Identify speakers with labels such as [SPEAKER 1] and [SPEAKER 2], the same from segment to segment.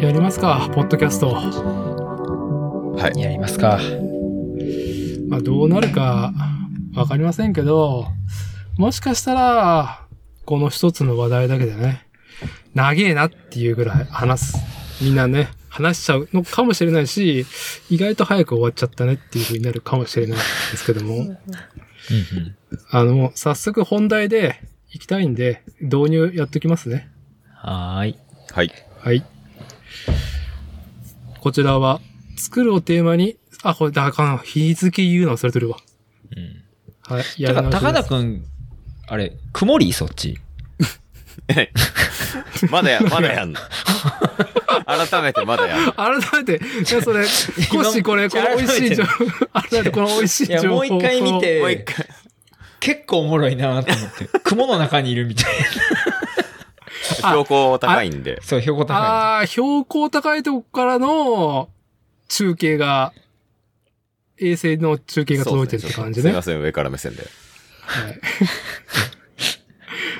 [SPEAKER 1] やりますか、ポッドキャスト。
[SPEAKER 2] はい。
[SPEAKER 3] やりますか。
[SPEAKER 1] まあ、どうなるかわかりませんけど、もしかしたら、この一つの話題だけでね、長えなっていうぐらい話す。みんなね、話しちゃうのかもしれないし、意外と早く終わっちゃったねっていう風になるかもしれないですけども、
[SPEAKER 3] うん
[SPEAKER 1] あの、もう早速本題で行きたいんで、導入やってきますね。
[SPEAKER 3] うん。はーい。
[SPEAKER 2] はい。
[SPEAKER 1] はい。こちらは、作るをテーマに、あ、これ、だあかん、日付言うの忘れてるわ。
[SPEAKER 3] うん。
[SPEAKER 1] はい、や
[SPEAKER 3] だ
[SPEAKER 1] り
[SPEAKER 3] か
[SPEAKER 1] 直
[SPEAKER 3] ら、
[SPEAKER 1] しです
[SPEAKER 3] 高田くん、あれ、曇りそっち。
[SPEAKER 2] まだや、まだやんの。改めてまだやんの。
[SPEAKER 1] 改めて、いや、そ れ、コッシーこれ、この美味しい情報、 改めてこの美味しい
[SPEAKER 3] いや
[SPEAKER 1] 情報
[SPEAKER 3] もう一回見て
[SPEAKER 2] もう一回。
[SPEAKER 3] 結構おもろいなと思 って。雲の中にいるみたいな。
[SPEAKER 1] あ
[SPEAKER 2] 標高高いんで。
[SPEAKER 3] そう、標高高
[SPEAKER 1] ああ、標高高いとこからの中継が、衛星の中継が届いてるって感じ
[SPEAKER 2] そうで
[SPEAKER 1] ね。
[SPEAKER 2] すねすいません、上から目線で。
[SPEAKER 1] はい
[SPEAKER 3] い。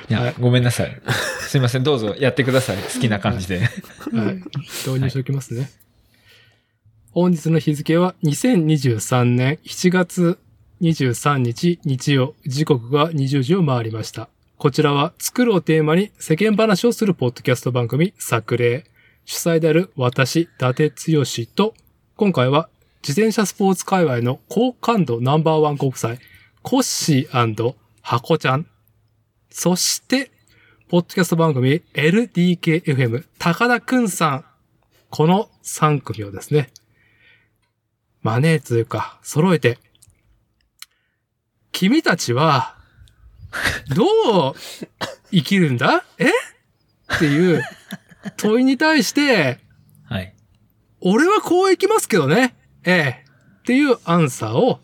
[SPEAKER 3] いや、ごめんなさい。すいません、どうぞやってください。好きな感じで。
[SPEAKER 1] はい。導入しておきますね。本日の日付は2023年7月23日日曜、時刻が20時を回りました。こちらは、作るをテーマに世間話をするポッドキャスト番組、作例。主催である私、伊達剛と、今回は、自転車スポーツ界隈の好感度ナンバーワン国際、コッシーハコちゃん。そして、ポッドキャスト番組 LDKFM 高田くんさん。この3組をですね、マネーというか、揃えて、君たちは、どう生きるんだえっていう問いに対して、
[SPEAKER 3] はい。
[SPEAKER 1] 俺はこういきますけどね。ええ。っていうアンサーを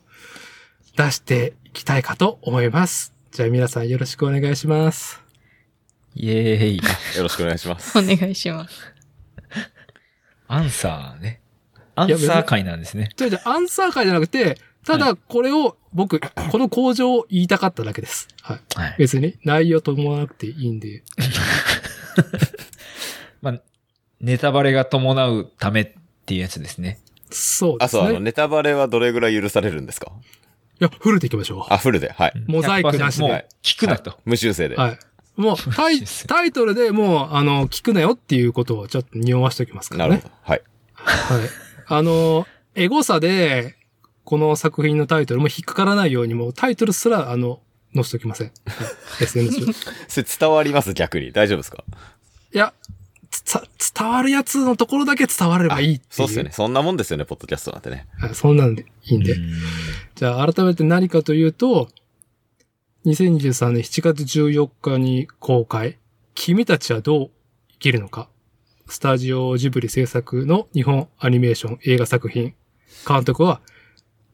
[SPEAKER 1] 出していきたいかと思います。じゃあ皆さんよろしくお願いします。
[SPEAKER 3] イエーイ。
[SPEAKER 2] よろしくお願いします。
[SPEAKER 4] お願いします。
[SPEAKER 3] アンサーね。アンサー会なんですね。
[SPEAKER 1] じゃじゃアンサー会じゃなくて、ただこれを僕、この工場を言いたかっただけです。はい。
[SPEAKER 3] はい。
[SPEAKER 1] 別に内容と思わなくていいんで。
[SPEAKER 3] まあ、ネタバレが伴うためっていうやつですね。
[SPEAKER 1] そうで
[SPEAKER 2] あ、
[SPEAKER 1] す
[SPEAKER 2] そう、あの、
[SPEAKER 1] ね。
[SPEAKER 2] ネタバレはどれぐらい許されるんですか
[SPEAKER 1] いや、フルでいきましょ
[SPEAKER 2] あ、フルで、はい。
[SPEAKER 1] モザイクなしで
[SPEAKER 3] 100%もう聞くなと。
[SPEAKER 2] 無修正
[SPEAKER 1] う。
[SPEAKER 2] で。
[SPEAKER 1] はい。もうタ イ、タイトルでもう、あの、聞くなよっていうことをちょっと匂わしておきますか
[SPEAKER 2] な
[SPEAKER 1] らね
[SPEAKER 2] るほ。ど。はい。
[SPEAKER 1] はい。あの、エゴサで、この作品のタイトルも引っかからないようにもうタイトルすら、あの、載せておきません。はい SNS を。
[SPEAKER 2] それ伝わります逆に。大丈夫ですか
[SPEAKER 1] いや、つ伝わるやつのところだけ伝わればいいっていう。
[SPEAKER 2] そうっすよね。そんなもんですよね、ポッドキャストなんてね。
[SPEAKER 1] はい。そんなんでいいんで。じゃあ改めて何かというと、2023年7月14日に公開、君たちはどう生きるのか。スタジオジブリ制作の日本アニメーション映画作品。監督は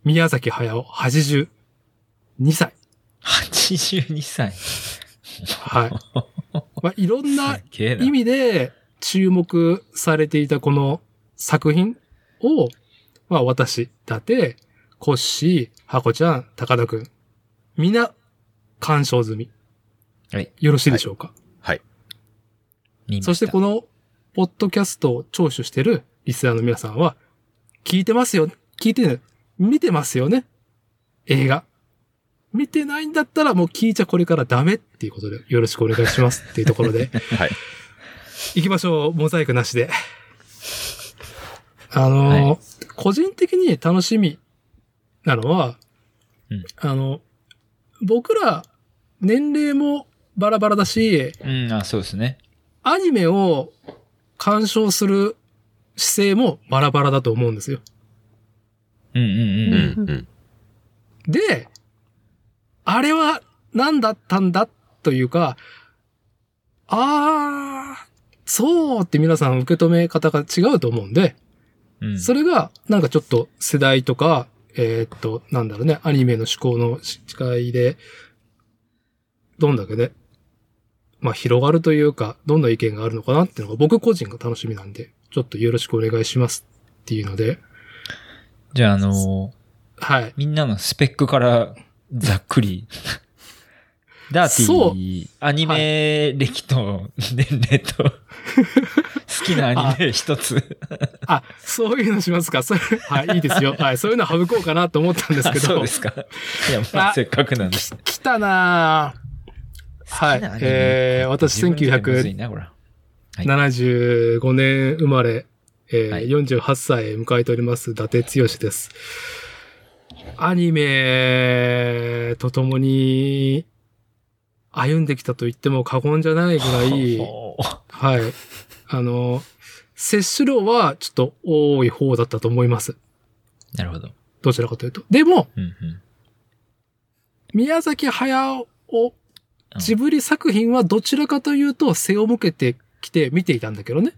[SPEAKER 1] 宮崎駿82歳。
[SPEAKER 3] 82歳。
[SPEAKER 1] はい。まあ、いろんな
[SPEAKER 3] すげえな
[SPEAKER 1] 意味で注目されていたこの作品を、まあ私、だて、コッシー、ハコちゃん、高田くん、みんな鑑賞済み。
[SPEAKER 3] はい。
[SPEAKER 1] よろしいでしょうか。
[SPEAKER 3] 見ま
[SPEAKER 1] そしてこ
[SPEAKER 3] の、
[SPEAKER 1] の、ポッドキャストを聴取してるリスナーの皆さんは、聞いてますよ、聞いてる、見てますよね映画。見てないんだったらもう聞いちゃこれからダメっていうことでよろしくお願いしますっていうところ で。
[SPEAKER 2] はい。
[SPEAKER 1] 行きましょう。モザイクなしで。あのー
[SPEAKER 3] は
[SPEAKER 1] 個人的に楽しみなのは、
[SPEAKER 3] うん
[SPEAKER 1] あの、僕ら年齢もバラバラだし、
[SPEAKER 3] うん、あ、そうですね。
[SPEAKER 1] アニメを鑑賞する姿勢もバラバラだと思うんですよ。
[SPEAKER 3] うんうん
[SPEAKER 2] うん、
[SPEAKER 3] う。
[SPEAKER 2] うんん。
[SPEAKER 1] で、あれは何だったんだというか、あー、そうって皆さん受け止め方が違うと思うんで、
[SPEAKER 3] うん、
[SPEAKER 1] それが、なんかちょっと世代とか、えーっと、なんだろうね、アニメの思考の違いで、どんだけね、まあ広がるというか、どんな意見があるのかなっていうのが僕個人が楽しみなんで、ちょっとよろしくお願いしますっていうので、
[SPEAKER 3] じゃあ、あのー
[SPEAKER 1] はい。
[SPEAKER 3] みんなのスペックからざっ くり。ダーティー、アニメ歴と年齢と、好きなアニメ一つ。
[SPEAKER 1] あ、そういうのしますか。それ、はい、いいですよ。はい、そういうの省こうかなと思ったんです
[SPEAKER 3] あ
[SPEAKER 1] け
[SPEAKER 3] そう
[SPEAKER 1] ど
[SPEAKER 3] で、すか。いや、まあ、
[SPEAKER 1] あ
[SPEAKER 3] せっかくなんで。
[SPEAKER 1] き来たなぁはい
[SPEAKER 3] 好きなアニメ
[SPEAKER 1] えー私
[SPEAKER 3] 自分でむずいなこれはい
[SPEAKER 1] 75年生まれ、えー
[SPEAKER 3] はい
[SPEAKER 1] 48歳迎えております、伊達剛です。アニメとともに歩んできたと言っても過言じゃないぐらい、
[SPEAKER 3] ほう
[SPEAKER 1] はい。あの、摂取量はちょっと多い方だったと思います。
[SPEAKER 3] なるほど。
[SPEAKER 1] どちらかというと。でも、
[SPEAKER 3] うんうん。
[SPEAKER 1] 宮崎駿、
[SPEAKER 3] うん
[SPEAKER 1] ジブリ作品はどちらかというと背を向けてきて見ていたんだけどね。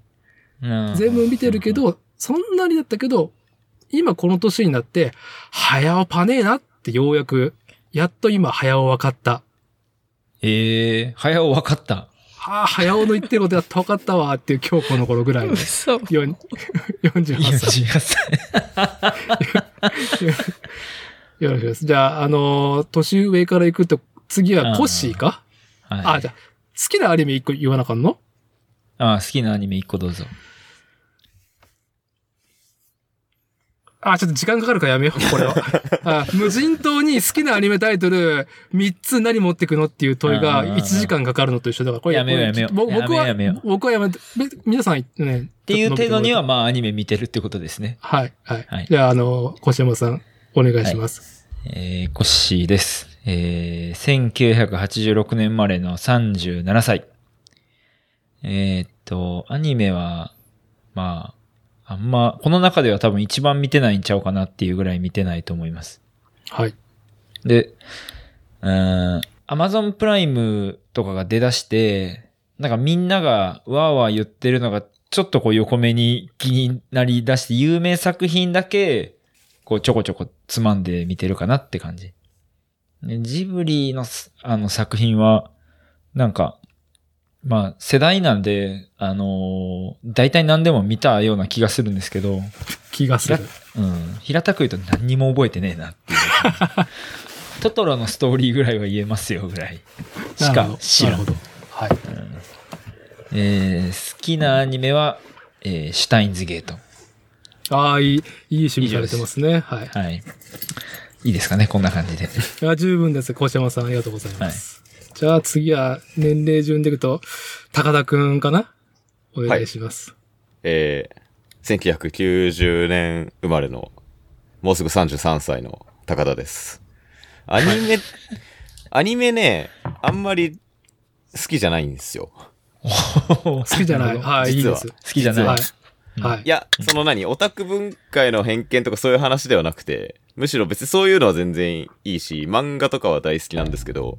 [SPEAKER 3] うん
[SPEAKER 1] 全部見てるけ、ど、そんなにだったけど、今この年になって、早尾パねえなってようやく、やっと今早尾分かった。
[SPEAKER 3] ええー、早尾分かった。
[SPEAKER 1] はあ、早尾の言ってることやっと分かったわっていう今日この頃ぐらいの。
[SPEAKER 3] 嘘。
[SPEAKER 1] よん48歳。
[SPEAKER 3] 48歳。
[SPEAKER 1] よろしくです。じゃあ、あのー年上から行くと、次はコッシーか、あ
[SPEAKER 3] はい
[SPEAKER 1] じゃあ、好きなアニメ一個言わなあかんの
[SPEAKER 3] あ好きなアニメ一個どうぞ。
[SPEAKER 1] あ、ちょっと時間かかるからやめよう、こ れは。あ無人島に好きなアニメタイトル3つ何持ってくのっていう問いが
[SPEAKER 3] うんうんうん
[SPEAKER 1] 1時間かかるのと一緒だから、これ
[SPEAKER 3] やめようやめよう
[SPEAKER 1] これ僕は
[SPEAKER 3] やめようやめよ、
[SPEAKER 1] 僕はやめて、べ皆さん、ね。っ
[SPEAKER 3] っていう程度に。は、まあ、アニメ見てるってことですね。
[SPEAKER 1] はい、はい。
[SPEAKER 3] はい
[SPEAKER 1] じゃあ、あの、小島さん、お願いします。
[SPEAKER 3] えー、コッシーです。えー、1986年生まれの37歳。えーっと、アニメは、まあ、あんま、この中では多分一番見てないんちゃうかなっていうぐらい見てないと思います。
[SPEAKER 1] はい。
[SPEAKER 3] で、うーん、アマゾンプライムとかが出だして、なんかみんながわーわー言ってるのが、ちょっとこう横目に気になりだして、有名作品だけ、こうちょこちょこつまんで見てるかなって感じ。でジブリのすあの作品は、なんか、まあ世代なんで、あのー大体何でも見たような気がするんですけど、
[SPEAKER 1] 気がする。
[SPEAKER 3] うん。平たく言うと何にも覚えてねえ なっていう感じ。トトロのストーリーぐらいは言えますよぐらいし
[SPEAKER 1] なるほ
[SPEAKER 3] か
[SPEAKER 1] ど
[SPEAKER 3] 知ら
[SPEAKER 1] なる
[SPEAKER 3] ん。
[SPEAKER 1] ほど。はい。
[SPEAKER 3] えー好きなアニメは、えーシュタインズゲート。
[SPEAKER 1] ああ、いい、いい趣味されてますね。はい。
[SPEAKER 3] はい。いいですかね、こんな感じで。
[SPEAKER 1] いや、十分です。小島さん、ありがとうございます。じゃあ、次は、年齢順でいくと、高田くんかなお願いします。
[SPEAKER 2] えー、1990年生まれの、もうすぐ33歳の高田です。アニメ、アニメね、あんまり好きじゃないんですよ。
[SPEAKER 3] 好
[SPEAKER 1] 好きじゃない。
[SPEAKER 3] 好
[SPEAKER 1] はい、いい
[SPEAKER 2] 実
[SPEAKER 1] で
[SPEAKER 2] は
[SPEAKER 1] す。
[SPEAKER 3] きじゃない。
[SPEAKER 1] は
[SPEAKER 3] う
[SPEAKER 1] い。
[SPEAKER 3] ん
[SPEAKER 1] はい。
[SPEAKER 2] いや、その何、オタク文化への偏見とかそういう話ではなくて、むしろ別にそういうのは全然いいし、漫画とかは大好きなんですけど、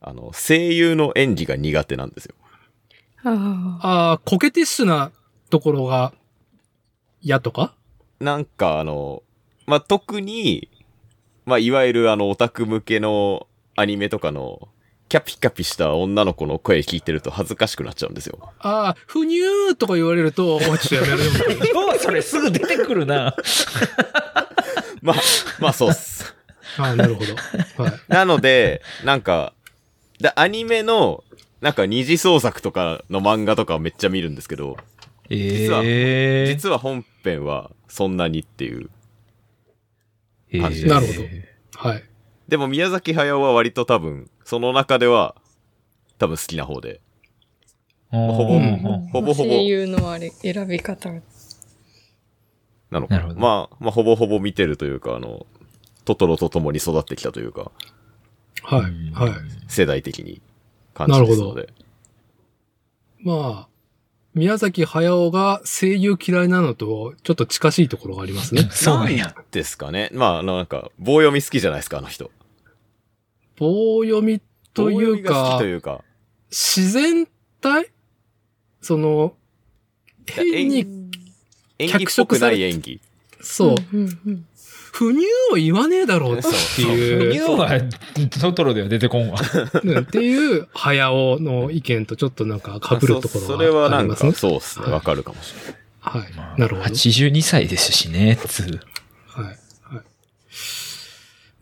[SPEAKER 2] あの、声優の演技が苦手なんですよ。
[SPEAKER 4] あ
[SPEAKER 1] ああ、コケティッシュなところが嫌とか
[SPEAKER 2] なんかあの、まあ、特に、まあ、いわゆるあの、オタク向けのアニメとかの、キャピキャピした女の子の声聞いてると恥ずかしくなっちゃうんです よ。
[SPEAKER 1] ああ、ふにゅーとか言われると、おいちょっとやめるよみたいな。
[SPEAKER 3] どうそれすぐ出てくるな。
[SPEAKER 2] まあ、まあそうっす。
[SPEAKER 1] ああ、なるほど。はい。
[SPEAKER 2] なので、なんか、でアニメの、なんか二次創作とかの漫画とかをめっちゃ見るんですけど、 実は
[SPEAKER 3] えー
[SPEAKER 2] 実は本編はそんなにっていう。
[SPEAKER 3] え
[SPEAKER 2] 感じ
[SPEAKER 3] ー
[SPEAKER 1] なるほどはい。
[SPEAKER 2] でも宮崎駿は割と多分、その中では、多分好きな方で。
[SPEAKER 3] あー
[SPEAKER 2] ほ
[SPEAKER 3] う
[SPEAKER 2] ぼ
[SPEAKER 3] んうん
[SPEAKER 2] ほぼほぼ
[SPEAKER 4] 声優のあれ、選び方が。
[SPEAKER 2] なのか
[SPEAKER 3] なるほど
[SPEAKER 2] まあ、まあ、ほぼほぼ見てるというか、あの、トトロと共に育ってきたというか、
[SPEAKER 1] はい。
[SPEAKER 3] うん
[SPEAKER 1] はい。
[SPEAKER 2] 世代的に感じですので。
[SPEAKER 1] まあ、宮崎駿が声優嫌いなのと、ちょっと近しいところがありますね。
[SPEAKER 3] そうなんや。
[SPEAKER 2] ですかね。まあ、あの、なんか、棒読み好きじゃないですか、あの人。
[SPEAKER 1] 棒読みとい
[SPEAKER 2] 棒読み
[SPEAKER 1] う
[SPEAKER 2] が好き
[SPEAKER 1] か
[SPEAKER 2] と、いうか、
[SPEAKER 1] 自然体その、
[SPEAKER 2] や
[SPEAKER 1] 変に、
[SPEAKER 2] 演技っぽくない演技。
[SPEAKER 1] そう、
[SPEAKER 4] うんうんうん
[SPEAKER 1] 不乳を言わねえだろうっていう。
[SPEAKER 3] ニューはトトロでは出てこんわ。
[SPEAKER 1] うんっていう、早尾の意見とちょっとなんか被るとこ
[SPEAKER 2] そ
[SPEAKER 1] ろ
[SPEAKER 2] それは
[SPEAKER 1] が
[SPEAKER 2] な
[SPEAKER 1] あり
[SPEAKER 2] ん
[SPEAKER 1] ま
[SPEAKER 2] か、
[SPEAKER 1] すね。
[SPEAKER 2] そうっすね。わかるかもしれない。
[SPEAKER 1] はい。なるほど。はい。
[SPEAKER 3] 82歳ですしね、つう。
[SPEAKER 1] はい。い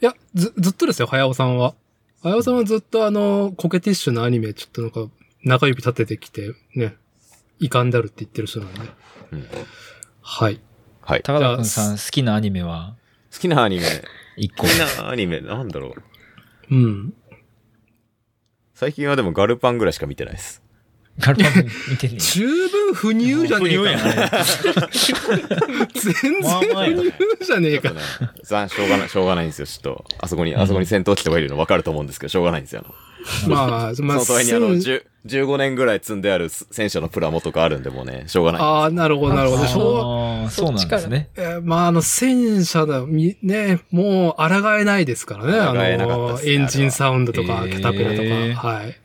[SPEAKER 1] や、ず、ずっとですよ、早尾さんは。早尾さんはずっとあの、コケティッシュのアニメ、ちょっとなんか、中指立ててきて、ね、遺憾であるって言ってる人なんで。
[SPEAKER 2] うん
[SPEAKER 1] はい。
[SPEAKER 2] はい。好
[SPEAKER 3] 高田くんさん好きなアニメは
[SPEAKER 2] きなアニメ。
[SPEAKER 3] 一個
[SPEAKER 2] 好。きなアニメ、なんだろ
[SPEAKER 1] う
[SPEAKER 2] う。
[SPEAKER 1] ん。
[SPEAKER 2] 最近はでもガルパンぐらいしか見てないです。
[SPEAKER 3] ガルパン見てんね
[SPEAKER 1] 十分不乳じゃねえか。
[SPEAKER 3] か。
[SPEAKER 1] 全然不乳じゃねえか。
[SPEAKER 2] 残、しょうがない、しょうがないんですよ、ちょっと。あそこに、あそこに戦闘機とかいるの分かると思うんですけど、しょうがないんですよ。
[SPEAKER 1] まあ、
[SPEAKER 2] そ
[SPEAKER 1] まあ、
[SPEAKER 2] の隣にあの、
[SPEAKER 1] せん
[SPEAKER 2] 10 15年ぐらい積んである戦車のプラモとかあるんで、もうね、しょうがない。
[SPEAKER 1] ああ、なるほど、なるほど。昭和
[SPEAKER 3] あーそうなんですね。
[SPEAKER 1] えーまあ、あの、戦車だ、みね、もう、抗えないですからね。あ
[SPEAKER 2] 抗えなかった
[SPEAKER 1] の、
[SPEAKER 2] ですね
[SPEAKER 1] エンジンサウンドと
[SPEAKER 3] あ
[SPEAKER 1] か、
[SPEAKER 3] れは
[SPEAKER 1] ケタペラとか、
[SPEAKER 3] えー
[SPEAKER 1] はい。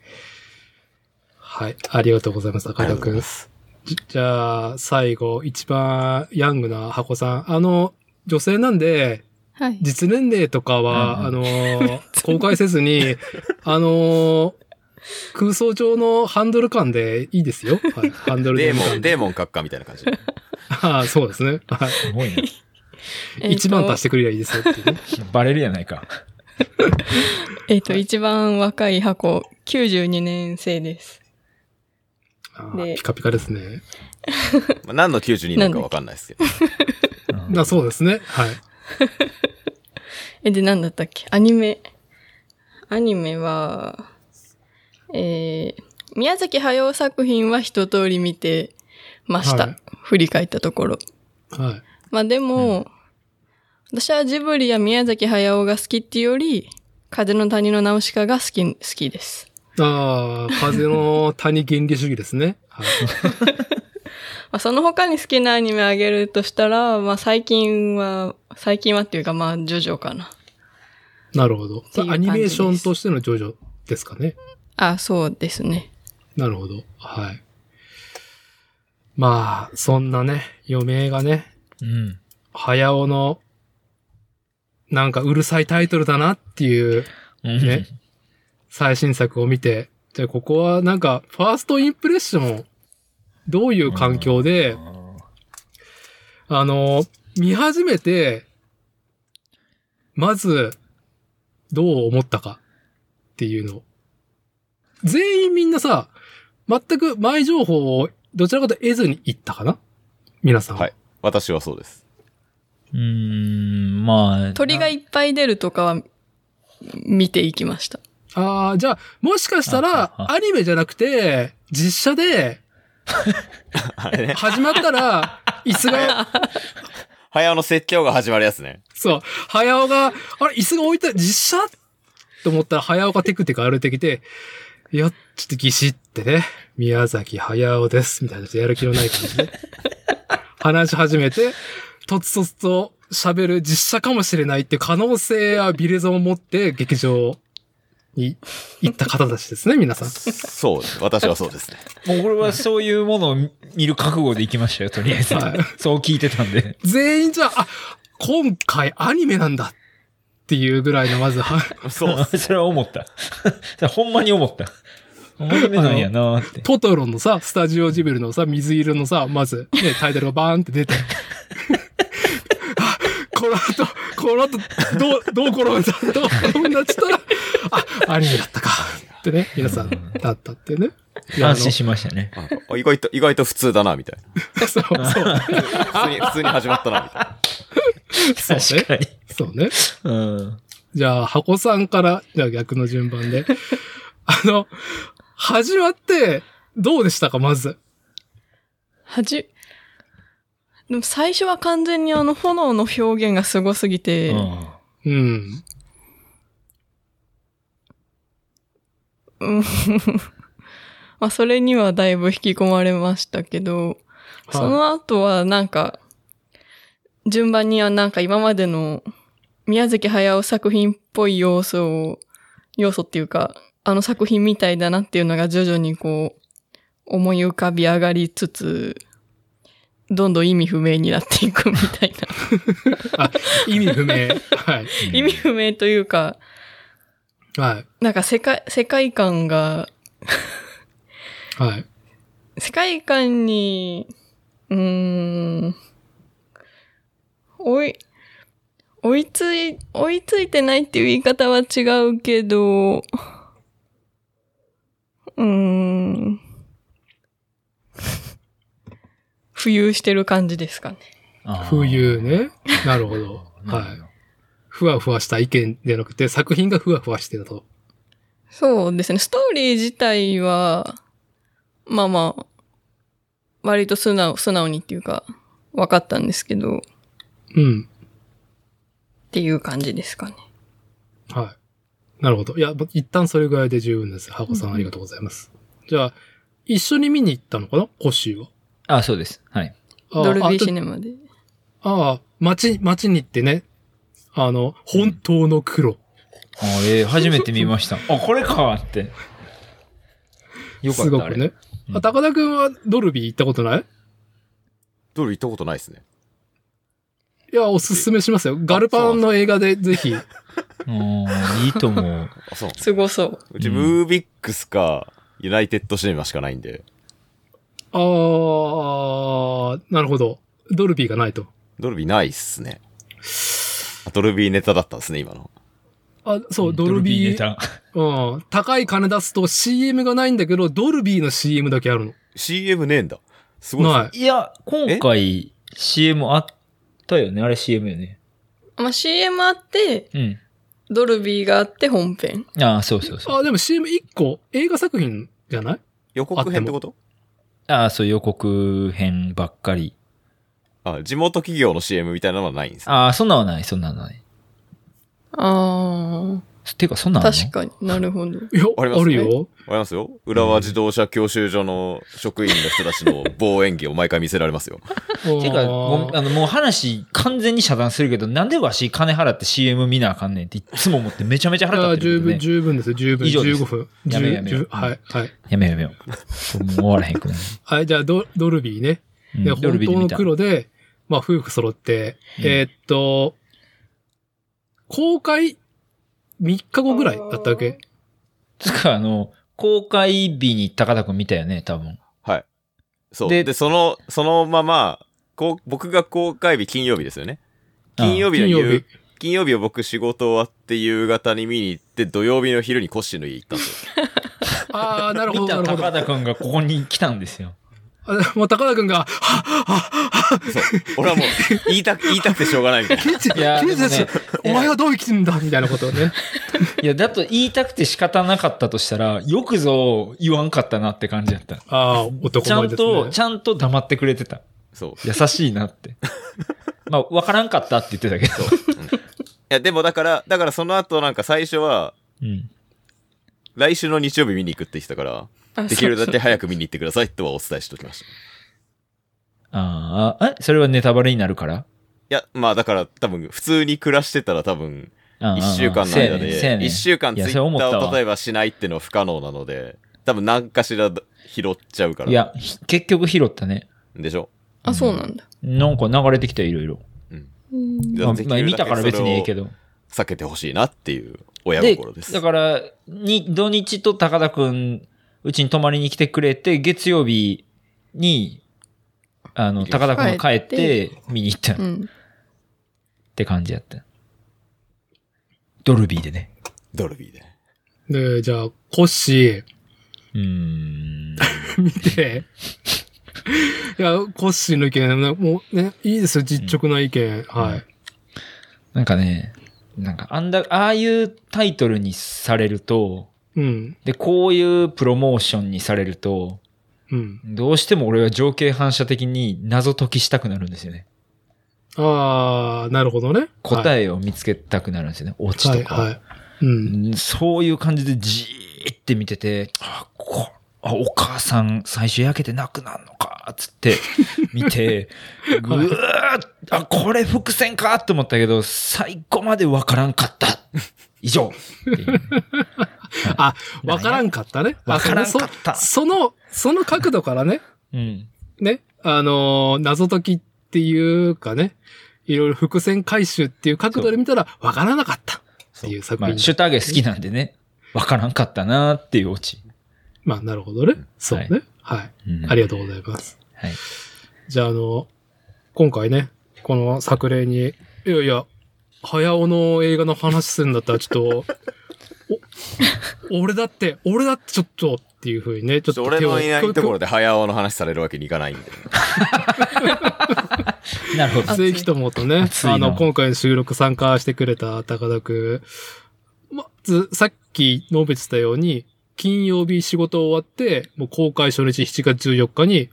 [SPEAKER 1] はい。ありがとうございます、
[SPEAKER 2] あ
[SPEAKER 1] 赤
[SPEAKER 2] りが
[SPEAKER 1] 田
[SPEAKER 2] とうござい
[SPEAKER 1] 君
[SPEAKER 2] ま。す。
[SPEAKER 1] じじゃあ、最後、一番ヤングな箱さん。あの、女性なんで、
[SPEAKER 4] はい。
[SPEAKER 1] 実年齢とかは、
[SPEAKER 3] うん
[SPEAKER 1] あのー、公開せずに、あのー、空想上のハンドル感でいいですよ。はい、ハンドル
[SPEAKER 2] デーモ
[SPEAKER 1] 感
[SPEAKER 2] ン、
[SPEAKER 1] で。
[SPEAKER 2] デーモン閣下みたいな感じ。
[SPEAKER 1] ああ、そうですね。はい。
[SPEAKER 3] すごいね。
[SPEAKER 1] 一番足しててくれりゃいいですよっていうね。
[SPEAKER 3] バレるやないか。
[SPEAKER 4] えっ、と、一番若い箱、92年生です。
[SPEAKER 1] あー
[SPEAKER 4] で
[SPEAKER 1] ピカピカですね。
[SPEAKER 2] まあ、何の92年か分かんないですけ ど。
[SPEAKER 3] うん
[SPEAKER 1] だそうですね。はい。
[SPEAKER 4] え、で、なんだったっけアニメ。アニメは、えー、宮崎駿作品は一通り見てました。
[SPEAKER 1] はい
[SPEAKER 4] 振り返ったところ。
[SPEAKER 1] はい。
[SPEAKER 4] まあでも、私はジブリや宮崎駿が好きっていうより、風の谷のナウシカが好き、好きです。
[SPEAKER 1] ああ、風の谷原理主義ですね。はい。
[SPEAKER 4] まあ、その他に好きなアニメあげるとしたら、まあ最近は、最近はっていうかまあジョジョかな。
[SPEAKER 1] なるほど
[SPEAKER 4] ていう感じで。す
[SPEAKER 1] アニメーションとしてのジョジョですかね。
[SPEAKER 4] あ、そうですね。
[SPEAKER 1] なるほど。はい。まあ、そんなね、余命がね、
[SPEAKER 3] うん。
[SPEAKER 1] 早尾の、なんかうるさいタイトルだなっていう
[SPEAKER 3] うん
[SPEAKER 1] 最新作を見て、じゃあここはなんか、ファーストインプレッション、どういう環境で、あの、見始めて、まず、どう思ったかっていうの。全員みんなさ、全く前情報をどちらかというと得ずに行ったかな皆さん。
[SPEAKER 2] はい私はそうです。
[SPEAKER 3] うーん、まあ。
[SPEAKER 4] 鳥がいっぱい出るとかは見ていきました。
[SPEAKER 1] ああ、じゃあ、もしかしたら、
[SPEAKER 3] ああ
[SPEAKER 1] アニメじゃなくて、実写で、
[SPEAKER 2] あれね。
[SPEAKER 1] 始まったら、 椅子が、
[SPEAKER 2] 早尾の説教が始まるやつね。
[SPEAKER 1] そう、早尾が、あれ、椅子が置いてある、実写と思ったら、早尾がテクテク歩いてきて、いや、ちょっとぎしってね、宮崎駿です、みたいな、ちょっとやる気のない感じで、話し始めて、とつとつと喋る実写かもしれないって可能性やビレゾンを持って、劇場に行った方たちですね、皆さん。
[SPEAKER 2] そうです。私はそうですね。
[SPEAKER 3] もうこれはそういうものを見る覚悟で行きましたよ、とりあえず
[SPEAKER 1] はい。
[SPEAKER 3] そう聞いてたんで。
[SPEAKER 1] 全員じゃあ、あ、今回アニメなんだっていうぐらいの、まずは、
[SPEAKER 2] そうっ す。
[SPEAKER 3] それは思った。それほんまに思った。アニメなんやなーって。
[SPEAKER 1] トトロのさ、スタジオジブリのさ、水色のさ、まず、ね、タイトルがバーンって出て。 あこの後、この後、どう、どう転んだ、どう転んだっつったら、あ、アニメだったか。ってね、皆さん、だったってね。いやあの
[SPEAKER 3] 安心しましたね。
[SPEAKER 2] なんかあ意外と、意外と普通だな、みたいな。
[SPEAKER 1] そう、そう、
[SPEAKER 2] 普通に、普通に始まったな、みたいな。
[SPEAKER 1] そうね
[SPEAKER 3] 確。かに。
[SPEAKER 1] そうね。
[SPEAKER 3] うん。
[SPEAKER 1] じゃあ、箱さんから、じゃあ逆の順番で。あの、始まって、どうでしたか、まず。
[SPEAKER 4] はじ、でも最初は完全にあの炎の表現がすごすぎて、
[SPEAKER 3] うん
[SPEAKER 1] うん。
[SPEAKER 4] うん まあそれにはだいぶ引き込まれましたけど、そ
[SPEAKER 1] はい
[SPEAKER 4] の後はなんか、順番にはなんか今までの宮崎駿作品っぽい要素を、要素っていうか、あの作品みたいだなっていうのが徐々にこう、思い浮かび上がりつつ、どんどん意味不明になっていくみたいな。
[SPEAKER 1] あ、意味不明。はい。
[SPEAKER 4] 意味不明というか、
[SPEAKER 1] はい。
[SPEAKER 4] なんか世界、世界観が
[SPEAKER 1] はい。
[SPEAKER 4] 世界観に、うーん、追い、追いつい、追いついてないっていう言い方は違うけど、うーん、 浮遊してる感じですかね。
[SPEAKER 3] あー
[SPEAKER 1] 風遊。ね。なるほど。
[SPEAKER 3] なる
[SPEAKER 1] は
[SPEAKER 3] ほ
[SPEAKER 1] い
[SPEAKER 3] ど。。
[SPEAKER 1] ふわふわした意見でなくて、作品がふわふわしてると。
[SPEAKER 4] そうですね。ストーリー自体は、まあまあ、割と素直、素直にっていうか、分かったんですけど、っ
[SPEAKER 1] うん。
[SPEAKER 4] ていう感じですかね。
[SPEAKER 1] はい。なるほど。いや、一旦それぐらいで十分です。ハコさ
[SPEAKER 4] うん
[SPEAKER 1] んあ
[SPEAKER 4] うん
[SPEAKER 1] りがとうございます。じゃあ、一緒に見に行ったのかなコッシーは。
[SPEAKER 3] あ、そうです。はい。
[SPEAKER 1] あ
[SPEAKER 4] ドルビ
[SPEAKER 1] あ
[SPEAKER 4] ー
[SPEAKER 1] ちょ
[SPEAKER 4] シネマで。
[SPEAKER 1] ああ、街、街に行ってね。あの、本当の黒。
[SPEAKER 3] あ えー初めて見ました。あ、これかって。よかった。
[SPEAKER 1] すご
[SPEAKER 3] あ
[SPEAKER 1] く
[SPEAKER 3] れ
[SPEAKER 1] ね。
[SPEAKER 3] うん
[SPEAKER 1] あ高田くんはドルビー行ったことない
[SPEAKER 2] ドル行ったことないですね。
[SPEAKER 1] いや、おすすめしますよ。ガルパンの映画でぜひ。
[SPEAKER 3] うんいいと思う。
[SPEAKER 2] あ、そう。
[SPEAKER 4] すごそう。
[SPEAKER 2] うち、
[SPEAKER 3] うん
[SPEAKER 2] ムービックスか、ユナイテッドシネマしかないんで、
[SPEAKER 1] ああ、なるほど。ドルビーがないと。
[SPEAKER 2] ドルビーないっすね。あドルビーネタだったんですね、今の。
[SPEAKER 1] あ、 そう、ドルビー。
[SPEAKER 3] ネタ。
[SPEAKER 1] うん。高い金出すと CM がないんだけど、ドルビーの CM だけあるの。
[SPEAKER 2] CM ねえんだ。すごいっすね
[SPEAKER 1] ない。
[SPEAKER 3] いや、今回 CM あったよね。あれ CM よね。
[SPEAKER 4] まあ CM あって、
[SPEAKER 3] うん。
[SPEAKER 4] ドルビーがあって本編。
[SPEAKER 3] あーそうそうそう。
[SPEAKER 1] あ、でも CM1 個、映画作品じゃない
[SPEAKER 2] 予告編ってこと
[SPEAKER 3] ああ、そう、予告編ばっかり。
[SPEAKER 2] あ地元企業の CM みたいなのはないんですね
[SPEAKER 3] ああ、そんなのはない、そんなのはない。
[SPEAKER 4] あ
[SPEAKER 3] てか、そんな
[SPEAKER 4] あ、
[SPEAKER 3] のあ
[SPEAKER 4] 確
[SPEAKER 3] る
[SPEAKER 4] かになるほど。
[SPEAKER 1] いや、
[SPEAKER 2] あ
[SPEAKER 1] あ
[SPEAKER 2] りますね
[SPEAKER 1] る よ。
[SPEAKER 2] わかりますよ浦和自動車教習所の職員の人たちの望遠鏡を毎回見せられますよ。
[SPEAKER 3] のてか、ごめん
[SPEAKER 1] あー
[SPEAKER 3] あの、もう話完全に遮断するけど、なんでわし金払って CM 見なあかんねんっていつも思ってめちゃめちゃ
[SPEAKER 1] い
[SPEAKER 3] 腹
[SPEAKER 1] や
[SPEAKER 3] 立って
[SPEAKER 1] 十
[SPEAKER 3] るけ
[SPEAKER 1] 分、
[SPEAKER 3] どね。
[SPEAKER 1] 十分ですよ。十分。
[SPEAKER 3] 以上です
[SPEAKER 1] 15分。
[SPEAKER 3] やめようやめよう
[SPEAKER 1] 十十はい、はい。
[SPEAKER 3] やめようやめよう。もう終わらへんくなる。
[SPEAKER 1] はい、じゃあド、ドルビーね。
[SPEAKER 3] うん
[SPEAKER 1] で、
[SPEAKER 3] ドル
[SPEAKER 1] 本
[SPEAKER 3] ビー
[SPEAKER 1] 当
[SPEAKER 3] で見
[SPEAKER 1] の
[SPEAKER 3] た。
[SPEAKER 1] 黒で、まあ、夫婦揃って、
[SPEAKER 3] うん
[SPEAKER 1] えーっと、公開3日後ぐらいだったわけ。
[SPEAKER 3] つか、あの、公開日に高田くん見たよね、多分。
[SPEAKER 2] はい。そう。
[SPEAKER 3] で
[SPEAKER 2] で、その、そのまま、こう僕が公開日金曜日ですよね。金曜日の
[SPEAKER 1] 金
[SPEAKER 2] 夕
[SPEAKER 1] 曜日。
[SPEAKER 2] 金曜日を僕仕事終わって夕方に見に行って、土曜日の昼にコッシーの家行ったんですよ。
[SPEAKER 1] ああ、なるほど、
[SPEAKER 3] 見た
[SPEAKER 1] なるほど。
[SPEAKER 3] 高田くんがここに来たんですよ。
[SPEAKER 1] あもう高田くんが、
[SPEAKER 2] そう。俺はもう、言いたく、言いたくてしょうがないみたいな。
[SPEAKER 1] ケチ、
[SPEAKER 3] いや
[SPEAKER 1] ケチだ
[SPEAKER 3] で
[SPEAKER 1] し
[SPEAKER 3] もね、
[SPEAKER 1] お前はどう生きてんだみたいなことをね。
[SPEAKER 3] いや、だと言いたくて仕方なかったとしたら、よくぞ言わんかったなって感じだった。
[SPEAKER 1] ああ、男
[SPEAKER 3] ちゃ
[SPEAKER 1] 前
[SPEAKER 3] ん
[SPEAKER 1] です
[SPEAKER 3] と、
[SPEAKER 1] ね。
[SPEAKER 3] ちゃんと黙ってくれてた。
[SPEAKER 2] そう。
[SPEAKER 3] 優しいな って。まあ、わからんかったって言ってたけど。
[SPEAKER 2] いや、でもだから、だからその後なんか最初は、
[SPEAKER 3] うん。
[SPEAKER 2] 来週の日曜日見に行くって言って たから、
[SPEAKER 4] あ
[SPEAKER 2] できるだけ
[SPEAKER 4] そう
[SPEAKER 2] 早く見に行ってくださいとはお伝えしておきました。い
[SPEAKER 3] ああ、えそれはネタバレになるから
[SPEAKER 2] や、まあだから多分、普通に暮らしてたら多分、
[SPEAKER 3] ああ
[SPEAKER 2] 1週間の間
[SPEAKER 3] せやねんせや
[SPEAKER 2] で、
[SPEAKER 3] ねん
[SPEAKER 2] 1週間
[SPEAKER 3] い
[SPEAKER 2] ツイ
[SPEAKER 3] や
[SPEAKER 2] ッ
[SPEAKER 3] それ思っ
[SPEAKER 2] タ
[SPEAKER 3] た
[SPEAKER 2] ー
[SPEAKER 3] わ
[SPEAKER 2] を例えばしないってのは不可能なので、多分何かしら拾っちゃうから。
[SPEAKER 3] いや、ひ結局拾ったね。
[SPEAKER 2] でしょ
[SPEAKER 4] あ、そうなんだ。
[SPEAKER 3] なんか流れてきたよいろいろ。
[SPEAKER 4] うん
[SPEAKER 2] じゃ
[SPEAKER 3] まあ
[SPEAKER 2] あ、できる
[SPEAKER 3] ま
[SPEAKER 2] だ
[SPEAKER 3] あ
[SPEAKER 2] け
[SPEAKER 3] 見たから別にええけど。
[SPEAKER 2] 避けてほしいなっていう親
[SPEAKER 3] で
[SPEAKER 2] 心で、す。
[SPEAKER 3] だから、に、土日と高田くん、うちに泊まりに来てくれて、月曜日に、あの、高田くんが帰って、見に行った
[SPEAKER 4] う
[SPEAKER 3] っ
[SPEAKER 4] ん。
[SPEAKER 3] て感じやった。ドルビーでね。
[SPEAKER 2] ドルビーで。
[SPEAKER 1] で、じゃあ、コッシ
[SPEAKER 3] うーん。
[SPEAKER 1] ー、見て、 いや、コッシーの意見、ねもうね、いいですよ、実直な意見。はい。
[SPEAKER 3] なんかね、なんか、あんだ、ああいうタイトルにされると、
[SPEAKER 1] うん。
[SPEAKER 3] で、こういうプロモーションにされると、
[SPEAKER 1] うん。
[SPEAKER 3] どうしても俺は情景反射的に謎解きしたくなるんですよね。
[SPEAKER 1] ああ、なるほどね。え
[SPEAKER 3] 答えを見つけたくなるんですよね。オチ
[SPEAKER 1] は
[SPEAKER 3] と
[SPEAKER 1] い、
[SPEAKER 3] か。
[SPEAKER 1] はい。うん。
[SPEAKER 3] うんそういう感じでじーって見てて、あ、こあお母さん最初焼けて泣くなんのか、つって見て、ぐ
[SPEAKER 1] はい
[SPEAKER 3] ーっあ、これ伏線かと思ったけど、最後までわからんかった。以 上。っていう
[SPEAKER 1] あ、わからんかったね。あ
[SPEAKER 3] わからんかった
[SPEAKER 1] その、そその角度からね、
[SPEAKER 3] うん。
[SPEAKER 1] ね、あのー謎解きっていうかね、いろいろ伏線回収っていう角度で見たら、わからなかったっていう作
[SPEAKER 3] ま
[SPEAKER 1] 品。
[SPEAKER 3] あ、シュタゲ好きなんでね、わからんかったなーっていうオチ。
[SPEAKER 1] まあ、なるほどね。そうね。はい。
[SPEAKER 3] うん
[SPEAKER 1] ありがとうございます。
[SPEAKER 3] はい。
[SPEAKER 1] じゃあ、あの、今回ね、この作例に、いやいや、早尾の映画の話するんだったら、ちょっと、お、俺だって、俺だってちょっと、っていうふうにね、ちょっと
[SPEAKER 2] 俺のいないところ
[SPEAKER 1] で。
[SPEAKER 2] で早尾の話されるわけにいかないんで。
[SPEAKER 3] なるほど。
[SPEAKER 1] ぜひともとね
[SPEAKER 3] 熱、いな
[SPEAKER 1] あの、今回の収録参加してくれた高田くん、まず、さっき述べてたように、金曜日仕事終わって、もう公開初日7月14日に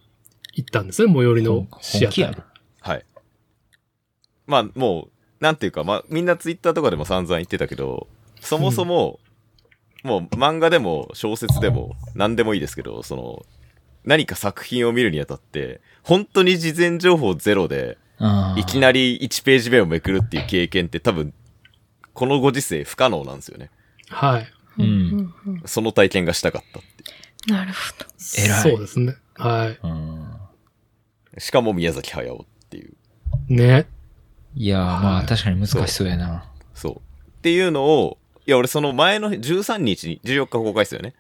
[SPEAKER 1] 行ったんですね、最寄りのシア
[SPEAKER 3] 本気
[SPEAKER 1] タ
[SPEAKER 3] や
[SPEAKER 1] ー
[SPEAKER 3] な。
[SPEAKER 2] はい。まあもう、なんていうか、まあみんなツイッターとかでも散々言ってたけど、そもそも、もう漫画でも小説でも何でもいいですけど、その、何か作品を見るにあたって、本当に事前情報ゼロで、
[SPEAKER 3] あー
[SPEAKER 2] いきなり1ページ目をめくるっていう経験って多分、このご時世不可能なんですよね。
[SPEAKER 1] はい。
[SPEAKER 3] うん
[SPEAKER 4] うんうん
[SPEAKER 2] その体験がしたかったってい
[SPEAKER 4] なるほど。
[SPEAKER 3] 偉い
[SPEAKER 1] そうですね。は
[SPEAKER 3] うん
[SPEAKER 2] う。しかも宮崎駿っていう。
[SPEAKER 1] い。ね。
[SPEAKER 3] いやー、まあ確かに難しそうやな。
[SPEAKER 2] そう。っていうのを、いや、俺その前の日13日に、14日公開ですよね。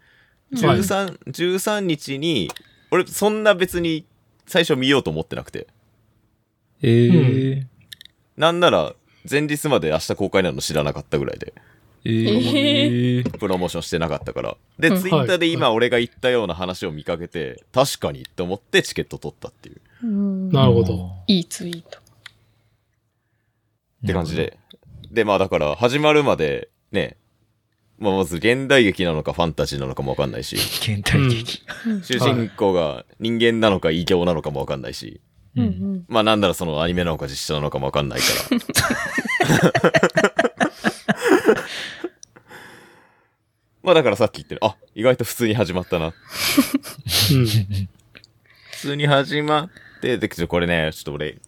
[SPEAKER 1] はい
[SPEAKER 2] 13、13日に、俺そんな別に最初見ようと思ってなくて。
[SPEAKER 3] ええ
[SPEAKER 1] う
[SPEAKER 2] なんなら、前日まで明日公開なの知らなかったぐらいで、
[SPEAKER 3] えー
[SPEAKER 2] プロモーションしてなかったから。で、
[SPEAKER 4] うん
[SPEAKER 2] ツイッターで
[SPEAKER 1] は
[SPEAKER 2] 今俺が言ったような話を見かけて、確かにって思ってチケット取ったっていう、
[SPEAKER 4] うん
[SPEAKER 1] なるほど。
[SPEAKER 4] いいツイート。
[SPEAKER 2] って感じ。で。で、まあだから、始まるまで、ね、まあまず現代劇なのかファンタジーなのかもわかんないし、
[SPEAKER 3] 現代劇。
[SPEAKER 2] 主人公が人間なのか異形なのかもわかんないし、
[SPEAKER 4] う
[SPEAKER 3] うんん
[SPEAKER 2] まあなんならそのアニメなのか実写なのかもわかんないから。 まあだからさっき言ってる、あ、意外と普通に始まった な。
[SPEAKER 1] うん。
[SPEAKER 2] 普通に始まって、で、ちょっとこれね、ちょっと俺、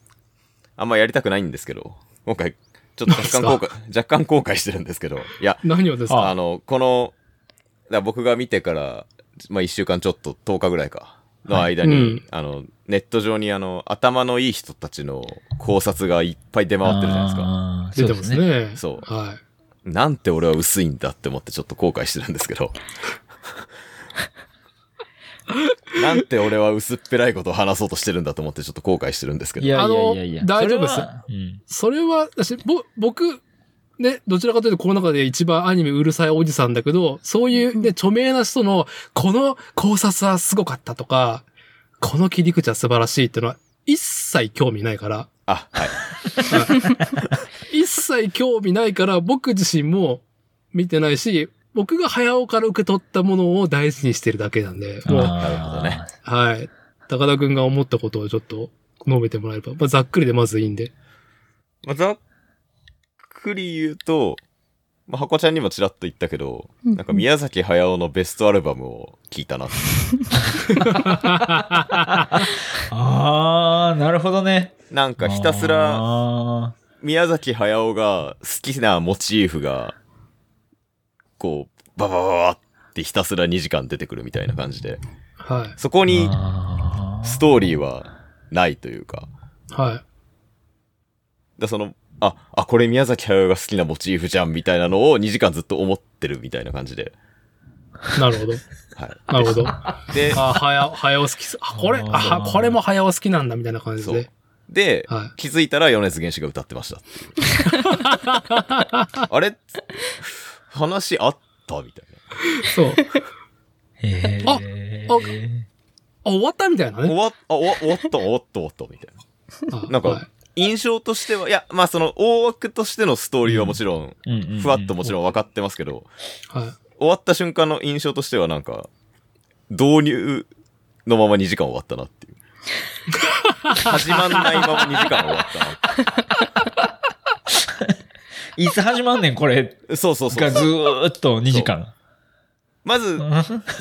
[SPEAKER 2] あんまやりたくないんですけど、今回、ちょっと若干後
[SPEAKER 1] 何で
[SPEAKER 2] 悔、若干後悔してるんですけど、いや、
[SPEAKER 1] 何をです
[SPEAKER 2] あ
[SPEAKER 1] か
[SPEAKER 2] の、この、だから僕が見てから、まあ、1週間ちょっと、10日ぐらいか、の間に、
[SPEAKER 1] はいうん
[SPEAKER 2] あの、ネット上にあの、頭のいい人たちの考察がいっぱい出回ってるじゃないですか。
[SPEAKER 1] 出て
[SPEAKER 3] か
[SPEAKER 1] ます。ね。
[SPEAKER 2] そう
[SPEAKER 1] は
[SPEAKER 2] なんて俺は薄いんだって思ってちょっと後悔してるんですけど。 なんて俺は薄っぺらいことを話そうとしてるんだと思ってちょっと後悔してるんですけど。
[SPEAKER 3] いやいやいやいや。
[SPEAKER 1] あの大丈夫です
[SPEAKER 3] それはうん
[SPEAKER 1] い。それは、私、ぼ、僕、ね、どちらかというとこの中で一番アニメうるさいおじさんだけど、そういうね、著名な人の、この考察はすごかったとか、この切り口は素晴らしいっていうのは、一切興味ないから、
[SPEAKER 2] あ、はい。
[SPEAKER 1] 一切興味ないから、僕自身も見てないし、僕が早尾から受け取ったものを大事にしてるだけなんで、もう、
[SPEAKER 3] あー
[SPEAKER 2] なるほどね。
[SPEAKER 1] はい。高田くんが思ったことをちょっと述べてもらえれば、まあ、ざっくりでまずいいんで。
[SPEAKER 2] まあ、ざっくり言うと、まあ、箱ちゃんにもちらっと言ったけど、
[SPEAKER 4] うん
[SPEAKER 2] なんか宮崎駿のベストアルバムを聞いたなって。
[SPEAKER 3] あー、なるほどね。
[SPEAKER 2] なんかひたすら
[SPEAKER 3] あ
[SPEAKER 2] 宮崎駿が好きなモチーフが、こう、バババババってひたすら2時間出てくるみたいな感じで。
[SPEAKER 1] は
[SPEAKER 2] そこ
[SPEAKER 3] ー
[SPEAKER 2] に
[SPEAKER 3] あ
[SPEAKER 2] ストーリーはないというか。
[SPEAKER 1] い。はい。
[SPEAKER 2] だその、あ、あ、これ宮崎駿が好きなモチーフじゃんみたいなのを2時間ずっと思ってるみたいな感じで。
[SPEAKER 1] なるほど。
[SPEAKER 2] はい。
[SPEAKER 1] なるほど。
[SPEAKER 2] で、
[SPEAKER 1] あ、早尾、早尾好きす。あ、これ、あ、はこれも早尾好きなんだ、みたいな感じです
[SPEAKER 2] そう
[SPEAKER 1] ね。。
[SPEAKER 2] で、
[SPEAKER 1] は
[SPEAKER 2] 気づいたら米津玄師が歌ってました っていう。あれ話あったみたい
[SPEAKER 1] い。そう。
[SPEAKER 3] ーへ
[SPEAKER 1] あ
[SPEAKER 3] ー
[SPEAKER 1] あ、終わったみたいな
[SPEAKER 2] な。終
[SPEAKER 1] ね。
[SPEAKER 2] わっ、あ、終わ終わった、終わった、終わった、みたいな。
[SPEAKER 1] あ
[SPEAKER 2] なんか
[SPEAKER 1] はい
[SPEAKER 2] 印象としては、いや、まあその大枠としてのストーリーはもちろん、
[SPEAKER 3] うんうんうん
[SPEAKER 2] ふわっともちろん分かってますけど、
[SPEAKER 1] はい。
[SPEAKER 2] 終わった瞬間の印象としてはなんか、導入のまま2時間終わった なっていう。始まんないまま2時間終わったなっ
[SPEAKER 3] いつ始まんねん、これ。
[SPEAKER 2] ていう。そうそうそ
[SPEAKER 3] が
[SPEAKER 2] う。
[SPEAKER 3] ずーっと2時間。
[SPEAKER 2] まず
[SPEAKER 3] う、ん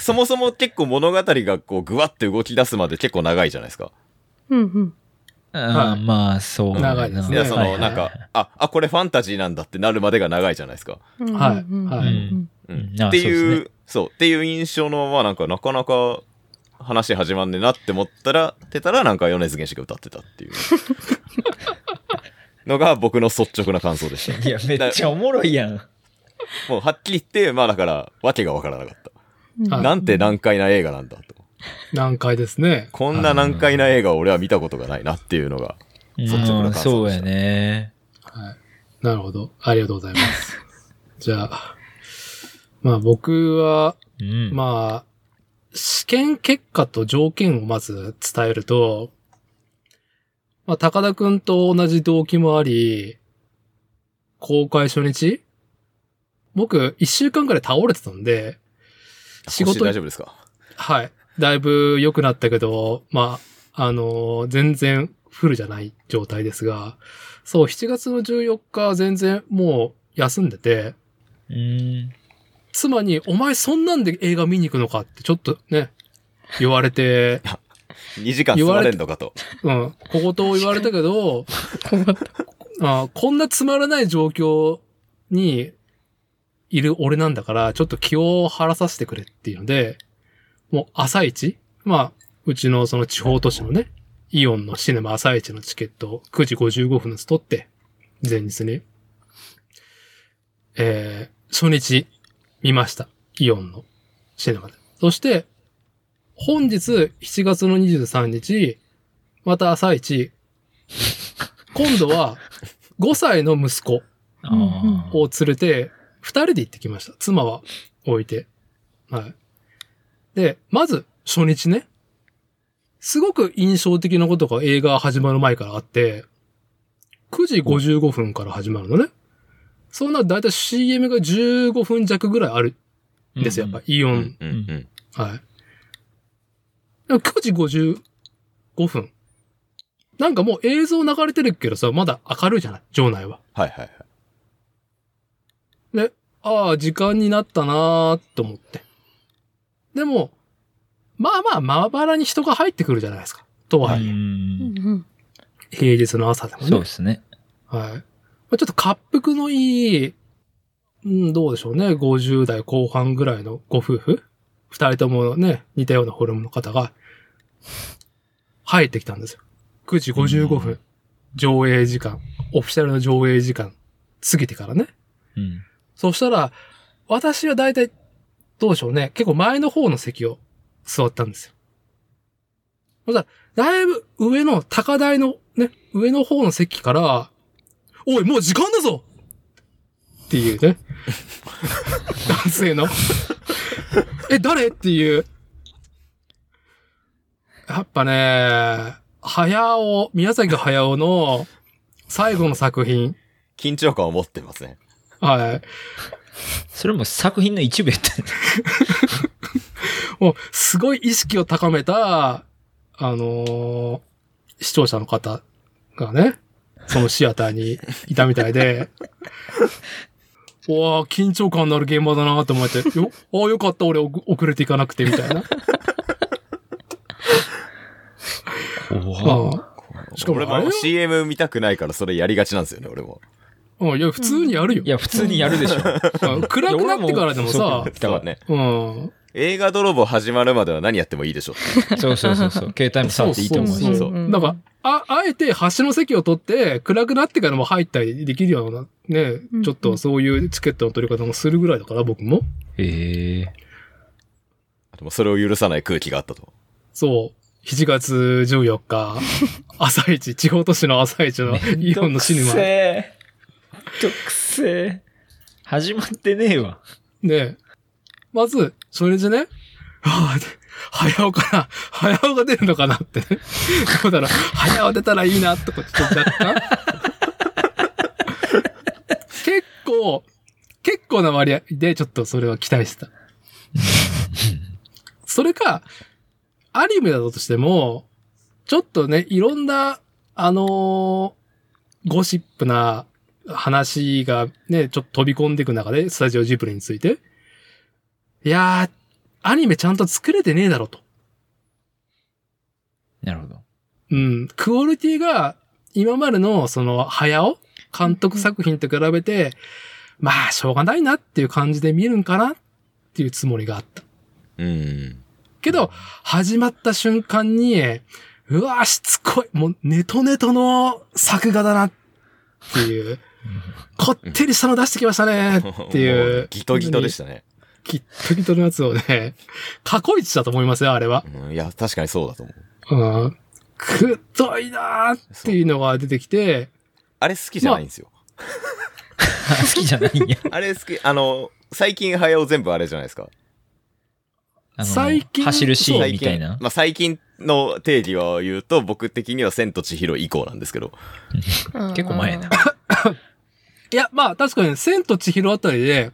[SPEAKER 2] そもそも結構物語がこうぐわって動き出すまで結構長いじゃないですか。
[SPEAKER 4] うんうん。
[SPEAKER 3] あーまあ、そう。
[SPEAKER 1] 長いです
[SPEAKER 2] い
[SPEAKER 1] ね
[SPEAKER 2] や、その、
[SPEAKER 1] はい
[SPEAKER 2] なんか、あ、あ、これファンタジーなんだってなるまでが長いじゃないですか。
[SPEAKER 4] うん
[SPEAKER 1] はい
[SPEAKER 4] うん
[SPEAKER 1] はい
[SPEAKER 4] うん
[SPEAKER 2] う
[SPEAKER 3] うん
[SPEAKER 2] ん。
[SPEAKER 3] あ
[SPEAKER 2] って
[SPEAKER 3] そう
[SPEAKER 2] い
[SPEAKER 3] です
[SPEAKER 2] う、そう、っていう印象のまま、なんか、なかなか、話始まんねえなって思ったら、てたら、なんか、米津玄師が歌ってたって いう。のが僕の率直な感想でした。
[SPEAKER 3] いや、めっちゃおもろいやん。
[SPEAKER 2] もうはっきり言って、まあだから、わけがわからなかっ
[SPEAKER 4] うん
[SPEAKER 1] は
[SPEAKER 2] た。
[SPEAKER 1] い
[SPEAKER 2] なんて難解な映画なんだと。
[SPEAKER 1] 難解ですね。
[SPEAKER 2] こんな難解な映画を俺は見たことがないなっていうのが。そっちの
[SPEAKER 3] う
[SPEAKER 2] 感
[SPEAKER 3] ん
[SPEAKER 2] 想
[SPEAKER 3] そうやね。
[SPEAKER 1] はい。なるほど。ありがとうござい ます。じゃあ、まあ僕は、
[SPEAKER 3] うん。
[SPEAKER 1] まあ、試験結果と条件をまず伝えると、まあ、高田くんと同じ動機もあり、公開初日僕、一週間くらい倒れてたんで、仕事
[SPEAKER 2] 腰大丈夫ですか
[SPEAKER 1] はい。だいぶ良くなったけど、まあ、あのー全然フルじゃない状態ですが、そう、7月の14日は全然もう休んでて、
[SPEAKER 3] うん。
[SPEAKER 1] 妻に、お前そんなんで映画見に行くのかってちょっとね、言われて、
[SPEAKER 2] ?2 時間座れんのかと。
[SPEAKER 1] うん、小言を言われたけど、
[SPEAKER 4] 困った。
[SPEAKER 1] あこんなつまらない状況にいる俺なんだから、ちょっと気を晴らさせてくれっていうので、もう朝一まあ、うちのその地方都市のね、イオンのシネマ朝一のチケットを9時55分のやつ取って、前日に。えー、初日見ました。イオンのシネマで。そして、本日7月の23日、また朝一、今度は5歳の息子
[SPEAKER 3] ああ。
[SPEAKER 1] を連れて、二人で行ってきました。妻は置いて。はい。で、まず、初日ね。すごく印象的なことが映画始まる前からあって、9時55分から始まるのね。そんな、だいたい CM が15分弱ぐらいあるんですよ。やっぱ、イオ
[SPEAKER 2] う
[SPEAKER 1] ン。
[SPEAKER 2] んうんうん。
[SPEAKER 1] はい。でも9時55分。なんかもう映像流れてるけどさ、まだ明るいじゃない場内は。
[SPEAKER 2] はいはいはい。
[SPEAKER 1] で、ああ、時間になったなーと思って。でも、まあまあ、まばらに人が入ってくるじゃないですか。とはいえ、
[SPEAKER 3] うん
[SPEAKER 1] 平日の朝でもね。
[SPEAKER 3] そうですね。
[SPEAKER 1] はい。まあ、ちょっと滑覆のいい、うん、どうでしょうね。50代後半ぐらいのご夫婦二人ともね、似たようなフォルムの方が、入ってきたんですよ。9時55
[SPEAKER 3] う
[SPEAKER 1] 分。上映時間。オフィシャルの上映時間。過ぎてからね。
[SPEAKER 3] うん。
[SPEAKER 1] そしたら、私は大体、どうでしょうね。結構前の方の席を座ったんですよ。そしたら、だいぶ上の高台のね、上の方の席から、おい、もう時間だぞっていうね。 男性の。え、誰っていう。やっぱね、早尾、宮崎駿の最後の作品。
[SPEAKER 2] 緊張感を持ってますね。
[SPEAKER 1] はい。
[SPEAKER 3] それも作品の一部やった。
[SPEAKER 1] もう、すごい意識を高めた、あのー視聴者の方がね、そのシアターにいたみたい で、うわあ緊張感のある現場だなと思って、よ、ああ、よかった、俺、おく遅れていかなくて、みたいな。
[SPEAKER 3] 怖
[SPEAKER 1] あしかも
[SPEAKER 2] 俺
[SPEAKER 1] あれよ
[SPEAKER 2] も CM 見たくないからそれやりがちなんですよね、俺も。
[SPEAKER 1] あ、うん、いや、普通にやるよ
[SPEAKER 3] い。や、普通にやるでしょ。
[SPEAKER 1] うん暗くなってからでも
[SPEAKER 3] いや
[SPEAKER 1] さ
[SPEAKER 3] 俺、
[SPEAKER 2] だからね。
[SPEAKER 1] うん。
[SPEAKER 2] 映画泥棒始まるまでは何やってもいいでしょう。
[SPEAKER 3] そうそうそうそう。携帯も触っていいと思う
[SPEAKER 1] そう
[SPEAKER 3] し。
[SPEAKER 1] そうなんか、あ、あえて端の席を取って、暗くなってからも入ったりできるような、ね
[SPEAKER 4] う、ん
[SPEAKER 1] ちょっとそういうチケットの取り方もするぐらいだから、僕も。
[SPEAKER 3] ええ。
[SPEAKER 2] でもそれを許さない空気があったと。
[SPEAKER 1] そう。7月14日、朝一、地方都市の朝一のイオンのシネマ。ね
[SPEAKER 3] え。どくせえ。始まってねえわ。
[SPEAKER 1] えまず、初日ね、ああ、で早尾かな早尾が出るのかなってね。どうだろう早尾出たらいいなとか、ちょっと若干。結構、結構な割合でちょっとそれは期待してた。それか、アニメだとしても、ちょっとね、いろんな、あのーゴシップな話がね、ちょっと飛び込んでいく中で、スタジオジブリについて。いやー、アニメちゃんと作れてねえだろと。
[SPEAKER 3] なるほど。
[SPEAKER 1] うん。クオリティが、今までの、その、早尾監督作品と比べて、まあ、しょうがないなっていう感じで見るんかなっていうつもりがあった。
[SPEAKER 2] うん。
[SPEAKER 1] けど、始まった瞬間に、うわーしつこい。もう、ネトネトの作画だなっていう、 こってりしたの出してきましたねってい
[SPEAKER 2] も
[SPEAKER 1] う。
[SPEAKER 2] ギトギトでしたね。
[SPEAKER 1] ギットギトのやつを ね、過去一だと思いますよ、あれは。
[SPEAKER 2] うんいや、確かにそうだと思う。
[SPEAKER 1] うん。くどいなーっていうのが出てきて、
[SPEAKER 2] あれ好きじゃないんですよ。
[SPEAKER 3] 好きじゃないんや。
[SPEAKER 2] あれ好き、あの、最近早尾全部あれじゃないですか。
[SPEAKER 3] あの
[SPEAKER 1] 最近
[SPEAKER 3] 走るシーン
[SPEAKER 2] 最
[SPEAKER 3] みたい
[SPEAKER 2] 近
[SPEAKER 3] な。
[SPEAKER 2] まあ、最近の定義は言うと、僕的には千と千尋以降なんですけど。
[SPEAKER 3] 結構前やな。
[SPEAKER 1] いや、まあ確かに、千と千尋あたりで、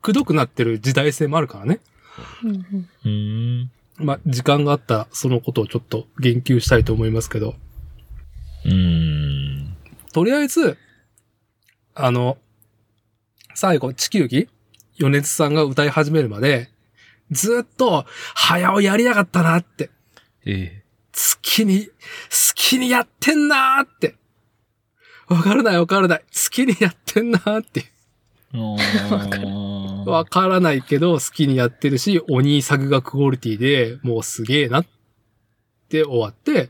[SPEAKER 1] くどくなってる時代性もあるからね。
[SPEAKER 4] うんうん
[SPEAKER 3] うーん。
[SPEAKER 1] まあ時間があったらそのことをちょっと言及したいと思いますけど、
[SPEAKER 3] うーん。
[SPEAKER 1] とりあえず、あの、最後、地球儀、米津さんが歌い始めるまで、ずっと、早尾やりやがったなって、
[SPEAKER 3] え
[SPEAKER 1] 好きに、好きにやってんなーって。わからないわからない。好きにやってんなーって。
[SPEAKER 3] え。わかる。
[SPEAKER 1] わからないけど、好きにやってるし、鬼作画クオリティでもうすげえなって終わって、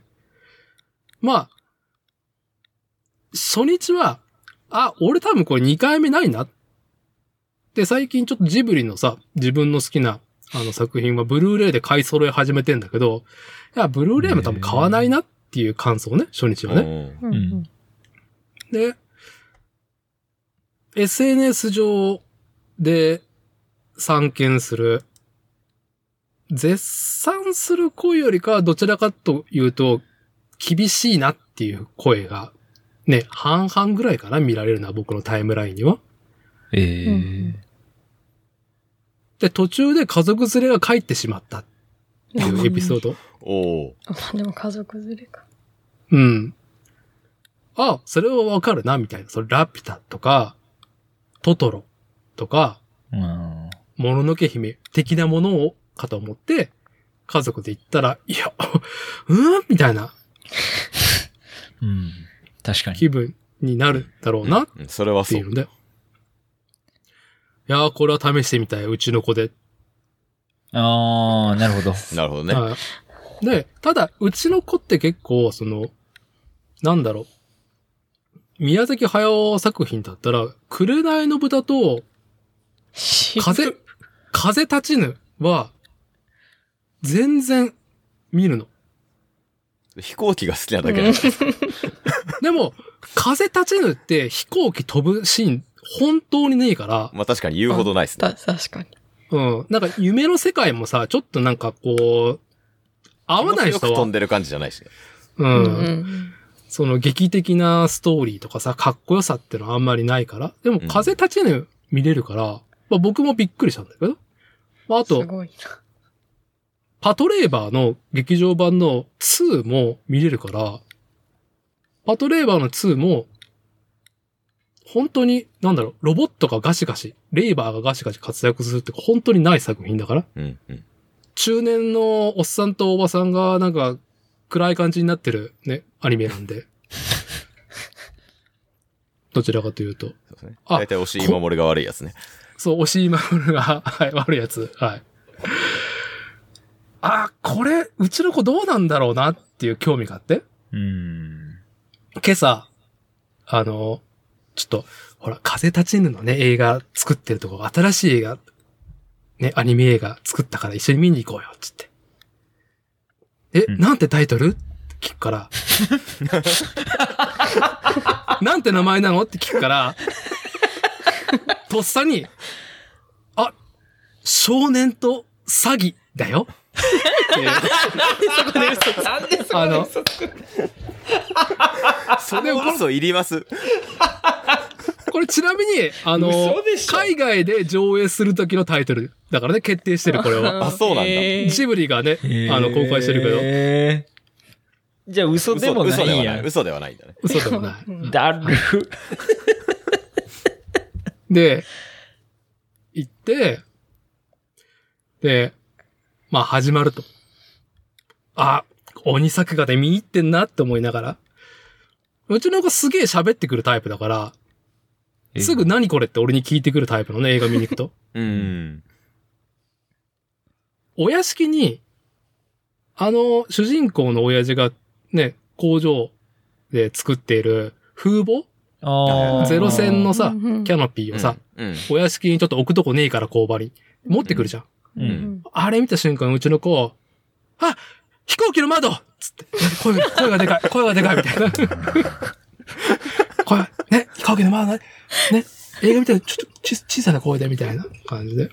[SPEAKER 1] まあ、初日は、あ、俺多分これ2回目ないな。で、最近ちょっとジブリのさ、自分の好きなあの作品はブルーレイで買い揃え始めてんだけど、いや、ブルーレイも多分買わないなっていう感想ね、初日はね。
[SPEAKER 2] う
[SPEAKER 4] うんうん
[SPEAKER 1] で、SNS 上で散見する、絶賛する声よりかはどちらかというと、厳しいなっていう声が、ね、半々ぐらいかな、見られるのは僕のタイムラインには。
[SPEAKER 3] え
[SPEAKER 4] う
[SPEAKER 3] え
[SPEAKER 4] ん。
[SPEAKER 1] で、途中で家族連れが帰ってしまったっていうエピソード。
[SPEAKER 2] おー
[SPEAKER 4] あまあでも家族連れか。
[SPEAKER 1] うん。あ、それはわかるな、みたいな。それ、ラピュタとか、トトロとか、
[SPEAKER 3] うん。
[SPEAKER 1] もののけ姫的なものをかと思って、家族で行ったら、いや、 うんみたいな
[SPEAKER 3] うん。確かに。
[SPEAKER 1] 気分になるだろうなっ
[SPEAKER 2] うんそれは
[SPEAKER 1] て
[SPEAKER 2] そ
[SPEAKER 1] いう
[SPEAKER 2] う。
[SPEAKER 1] ので。いやー、これは試してみたい、うちの子で。
[SPEAKER 3] ああ、なるほど。
[SPEAKER 2] なるほどね。
[SPEAKER 1] はいで、ただ、うちの子って結構、その、なんだろう。宮崎駿作品だったら、紅の豚と、風、風立ちぬは、全然、見るの。
[SPEAKER 2] 飛行機が好きなだけなん です。
[SPEAKER 1] でも、風立ちぬって飛行機飛ぶシーン、本当にねえから、
[SPEAKER 2] まあ確かに言うほどないですね。
[SPEAKER 4] た 確かに。
[SPEAKER 1] うん。なんか夢の世界もさ、ちょっとなんかこう、合わない
[SPEAKER 2] 気持ちよ
[SPEAKER 1] 人
[SPEAKER 2] く飛ん
[SPEAKER 1] は、
[SPEAKER 2] でる感じじゃないしね。
[SPEAKER 1] う、
[SPEAKER 4] うんん
[SPEAKER 1] その劇的なストーリーとかさ、かっこよさってのはあんまりないから、でも
[SPEAKER 2] うん
[SPEAKER 1] 風立ちぬ見れるから、まあ僕もびっくりしたんだけど、まああ
[SPEAKER 4] す
[SPEAKER 1] と、
[SPEAKER 4] ごい
[SPEAKER 1] パトレーバーの劇場版の2も見れるから、パトレーバーの2も、本当に、なんだろう、ロボットがガシガシ、レーバーがガシガシ活躍するって本当にない作品だから、
[SPEAKER 2] うん、うん。
[SPEAKER 1] 中年のおっさんとおばさんがなんか暗い感じになってるね、アニメなんで。どちらかというと。
[SPEAKER 2] そうですね。
[SPEAKER 1] あ
[SPEAKER 2] 大体、押井守が悪いやつね。
[SPEAKER 1] そう、押し守るが、はい、悪いやつ。はい。あ、これ、うちの子どうなんだろうなっていう興味があって。
[SPEAKER 3] うん。
[SPEAKER 1] 今朝、あの、ちょっと、ほら、風立ちぬのね、映画作ってるとこ、新しい映画、ね、アニメ映画作ったから一緒に見に行こうよ、つって。え、
[SPEAKER 3] うん
[SPEAKER 1] なんてタイトルって聞く から。なんて名前なのって聞くから、とっさに、あ、少年と詐欺だよ。って
[SPEAKER 3] なんで
[SPEAKER 1] あ の、
[SPEAKER 2] それこそいります。
[SPEAKER 1] これちなみに、あの
[SPEAKER 3] 嘘でし、ょ
[SPEAKER 1] 海外で上映する時のタイトルだからね、決定してる、これ は。
[SPEAKER 2] あそうなんだ
[SPEAKER 4] えー
[SPEAKER 1] ジブリがね、あの、公開してるけど、
[SPEAKER 3] けど。じゃあ嘘で
[SPEAKER 2] 嘘
[SPEAKER 3] もな
[SPEAKER 2] 嘘で
[SPEAKER 3] い
[SPEAKER 2] は
[SPEAKER 3] や
[SPEAKER 2] ない。
[SPEAKER 3] ん。
[SPEAKER 2] 嘘ではないんだね。
[SPEAKER 1] 嘘でもな
[SPEAKER 4] うん
[SPEAKER 1] い。
[SPEAKER 3] だる。
[SPEAKER 1] で、行って、で、まあ始まると。あ、鬼作画で見入ってんなって思いながら。うちの子すげえ喋ってくるタイプだから、すぐ何これって俺に聞いてくるタイプのね、映画見に行くと。
[SPEAKER 2] うん。
[SPEAKER 1] お屋敷に、あの、主人公の親父がね、工場で作っている風貌
[SPEAKER 3] あー
[SPEAKER 1] ゼロ戦のさ
[SPEAKER 4] うんうん、
[SPEAKER 1] キャノピーをさ、
[SPEAKER 2] うん。
[SPEAKER 1] お屋敷にちょっと置くとこねえから工場に。持ってくるじゃん。
[SPEAKER 3] う。
[SPEAKER 4] うんん
[SPEAKER 1] あれ見た瞬間、うちの子、あ飛行機の窓つって、声が、声がでか い、声がでかい、みたいな。声、ね、飛行機の窓ね、ね、映画見たらちょっとち小さな声で、みたいな感じで。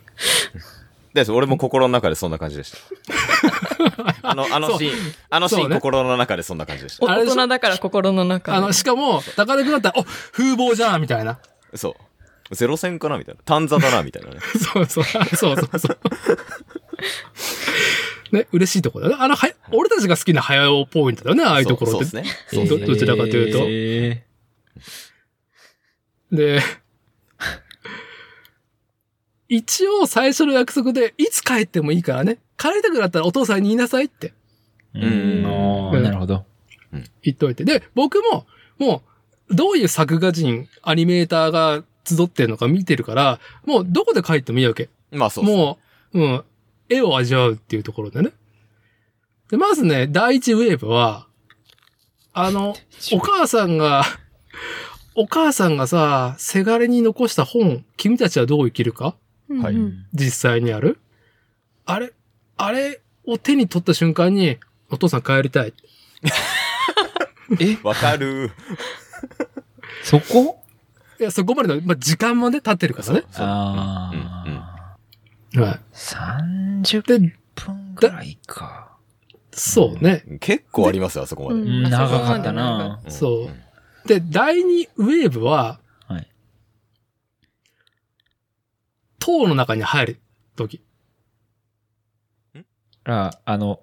[SPEAKER 2] 大丈夫俺も心の中でそんな感じで した。あの、あのシーン、あのシー
[SPEAKER 1] そ
[SPEAKER 2] ン、
[SPEAKER 1] うね
[SPEAKER 2] 心の中でそんな感じでし
[SPEAKER 4] お
[SPEAKER 1] あれ
[SPEAKER 4] 大
[SPEAKER 1] でしょ
[SPEAKER 4] 人だから心の中で。
[SPEAKER 1] あの、しかも、高田くんだったら、お風貌じゃんみたいな。
[SPEAKER 2] た。そう。ゼロ戦かなみたいな。短座だな みたいなね。
[SPEAKER 1] そうそう、そうそうそう。ね、嬉しいところだよね。あの、はや俺たちが好きな早尾ポイントだよね、ああいうところって。
[SPEAKER 2] そうです
[SPEAKER 1] そ
[SPEAKER 2] ね。
[SPEAKER 1] う
[SPEAKER 2] そう
[SPEAKER 1] どどちらかというと
[SPEAKER 3] え
[SPEAKER 1] で、 一応最初の約束で、いつ帰ってもいいからね。帰りたくなったらお父さんに言いなさいって
[SPEAKER 3] ー
[SPEAKER 2] うん
[SPEAKER 3] あーなるほど。
[SPEAKER 1] 言っといて。で、僕も、もう、どういう作画人、アニメーターが集ってるのか見てるから、もうどこで帰ってもいいわけ。
[SPEAKER 2] まあそうですね。
[SPEAKER 1] もう、うん、絵を味わうっていうところでね。で、まずね、第一ウェーブは、あの、お母さんが、 お母さんがさ、せがれに残した本、君たちはどう生きるか
[SPEAKER 4] うんうん
[SPEAKER 2] はい
[SPEAKER 1] 実際にあるあれ、あれを手に取った瞬間に、お父さん帰りたい。
[SPEAKER 3] え、
[SPEAKER 2] わかる。
[SPEAKER 3] そこ
[SPEAKER 1] いや、そこまでの、まあ、時間もね、経ってるからね。
[SPEAKER 2] そううんうん
[SPEAKER 3] ああ、
[SPEAKER 1] は
[SPEAKER 3] 30
[SPEAKER 1] い。で、
[SPEAKER 3] 分ぐらいか。
[SPEAKER 1] そうね。
[SPEAKER 2] 結構ありますよ、あそこま
[SPEAKER 4] う
[SPEAKER 2] で。
[SPEAKER 3] うん
[SPEAKER 4] ん
[SPEAKER 3] 長かったな。
[SPEAKER 2] ん
[SPEAKER 1] そうんで、第二ウェーブは、
[SPEAKER 3] はい。
[SPEAKER 1] 塔の中に入る時。
[SPEAKER 3] あ、あの、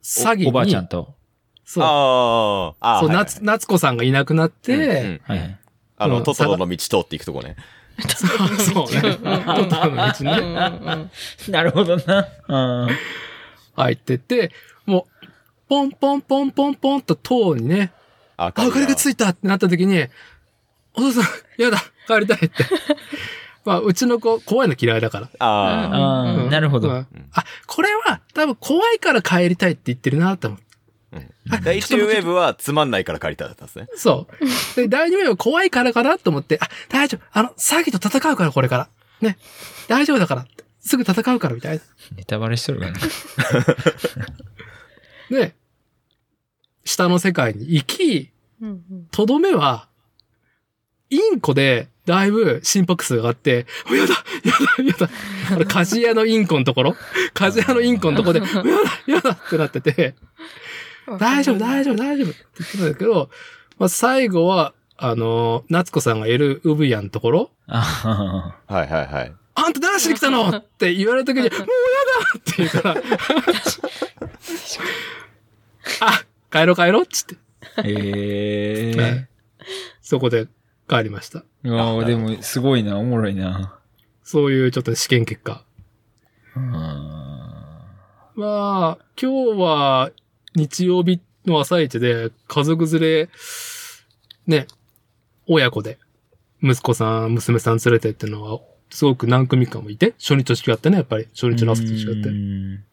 [SPEAKER 1] 詐欺に。
[SPEAKER 3] おおばあちゃんと。
[SPEAKER 1] そう。
[SPEAKER 2] ああ、ああ。
[SPEAKER 1] そう、
[SPEAKER 2] はいはい
[SPEAKER 1] 夏、夏子さんがいなくなって、
[SPEAKER 2] うん
[SPEAKER 3] はいはい。
[SPEAKER 2] あ
[SPEAKER 1] う
[SPEAKER 2] の、
[SPEAKER 1] ん
[SPEAKER 2] トトロの道通っていくとこね。
[SPEAKER 1] そう、 そうね。トトロの道
[SPEAKER 4] うんう
[SPEAKER 1] ね、
[SPEAKER 4] んう ん
[SPEAKER 3] なるほどな。うん。
[SPEAKER 1] 入ってって、もう、ポンポンポンポンポンと塔にね、
[SPEAKER 2] あ、
[SPEAKER 1] あ、これがついたってなった時に、お父さん、やだ、帰りたいって。 まあ、うちの子、怖いの嫌いだから。
[SPEAKER 2] ああ。
[SPEAKER 3] あ
[SPEAKER 4] う
[SPEAKER 3] あ、
[SPEAKER 4] ん
[SPEAKER 3] なるほ
[SPEAKER 1] う
[SPEAKER 3] ど。
[SPEAKER 1] んあ、これは、多分怖いから帰りたいって言ってるなって思って。
[SPEAKER 2] 第一ウェーブはつまんないから借りただったんですね。
[SPEAKER 1] そう。で、第二名は怖いからかなと思って、あ、大丈夫。あの、詐欺と戦うから、これから。ね。大丈夫だから。すぐ戦うから、みたいな。
[SPEAKER 3] ネタバレしとるかな。
[SPEAKER 1] で、下の世界に行き、
[SPEAKER 4] うんうん
[SPEAKER 1] とどめは、インコで、だいぶ心拍数が上がって、もうやだやだやだあの、鍛冶屋のインコのところ鍛冶屋のインコのところで、もうやだやだってなってて、 大丈夫大丈夫大丈夫って言ってたんだけど、まあ、最後は、あの、夏子さんがいる産屋のところ、
[SPEAKER 3] あ
[SPEAKER 2] はいはいはい。
[SPEAKER 1] あんた何しに来たのって言われた時に、もうやだって言うから、 あ、帰ろう帰ろうっつって、
[SPEAKER 3] あ。へ
[SPEAKER 1] はい
[SPEAKER 3] え。
[SPEAKER 1] そこで帰りました。
[SPEAKER 3] うわ
[SPEAKER 2] あ
[SPEAKER 3] あ、でも、すごいな、おもろいな。
[SPEAKER 1] そういうちょっと試験結果。
[SPEAKER 3] うん。
[SPEAKER 1] まあ、今日は日曜日の朝一で家族連れ、ね、親子で息子さん、娘さん連れてっていうのは、すごく何組かもいて、初日と違ってね、やっぱり。初日の朝と違って。
[SPEAKER 3] うん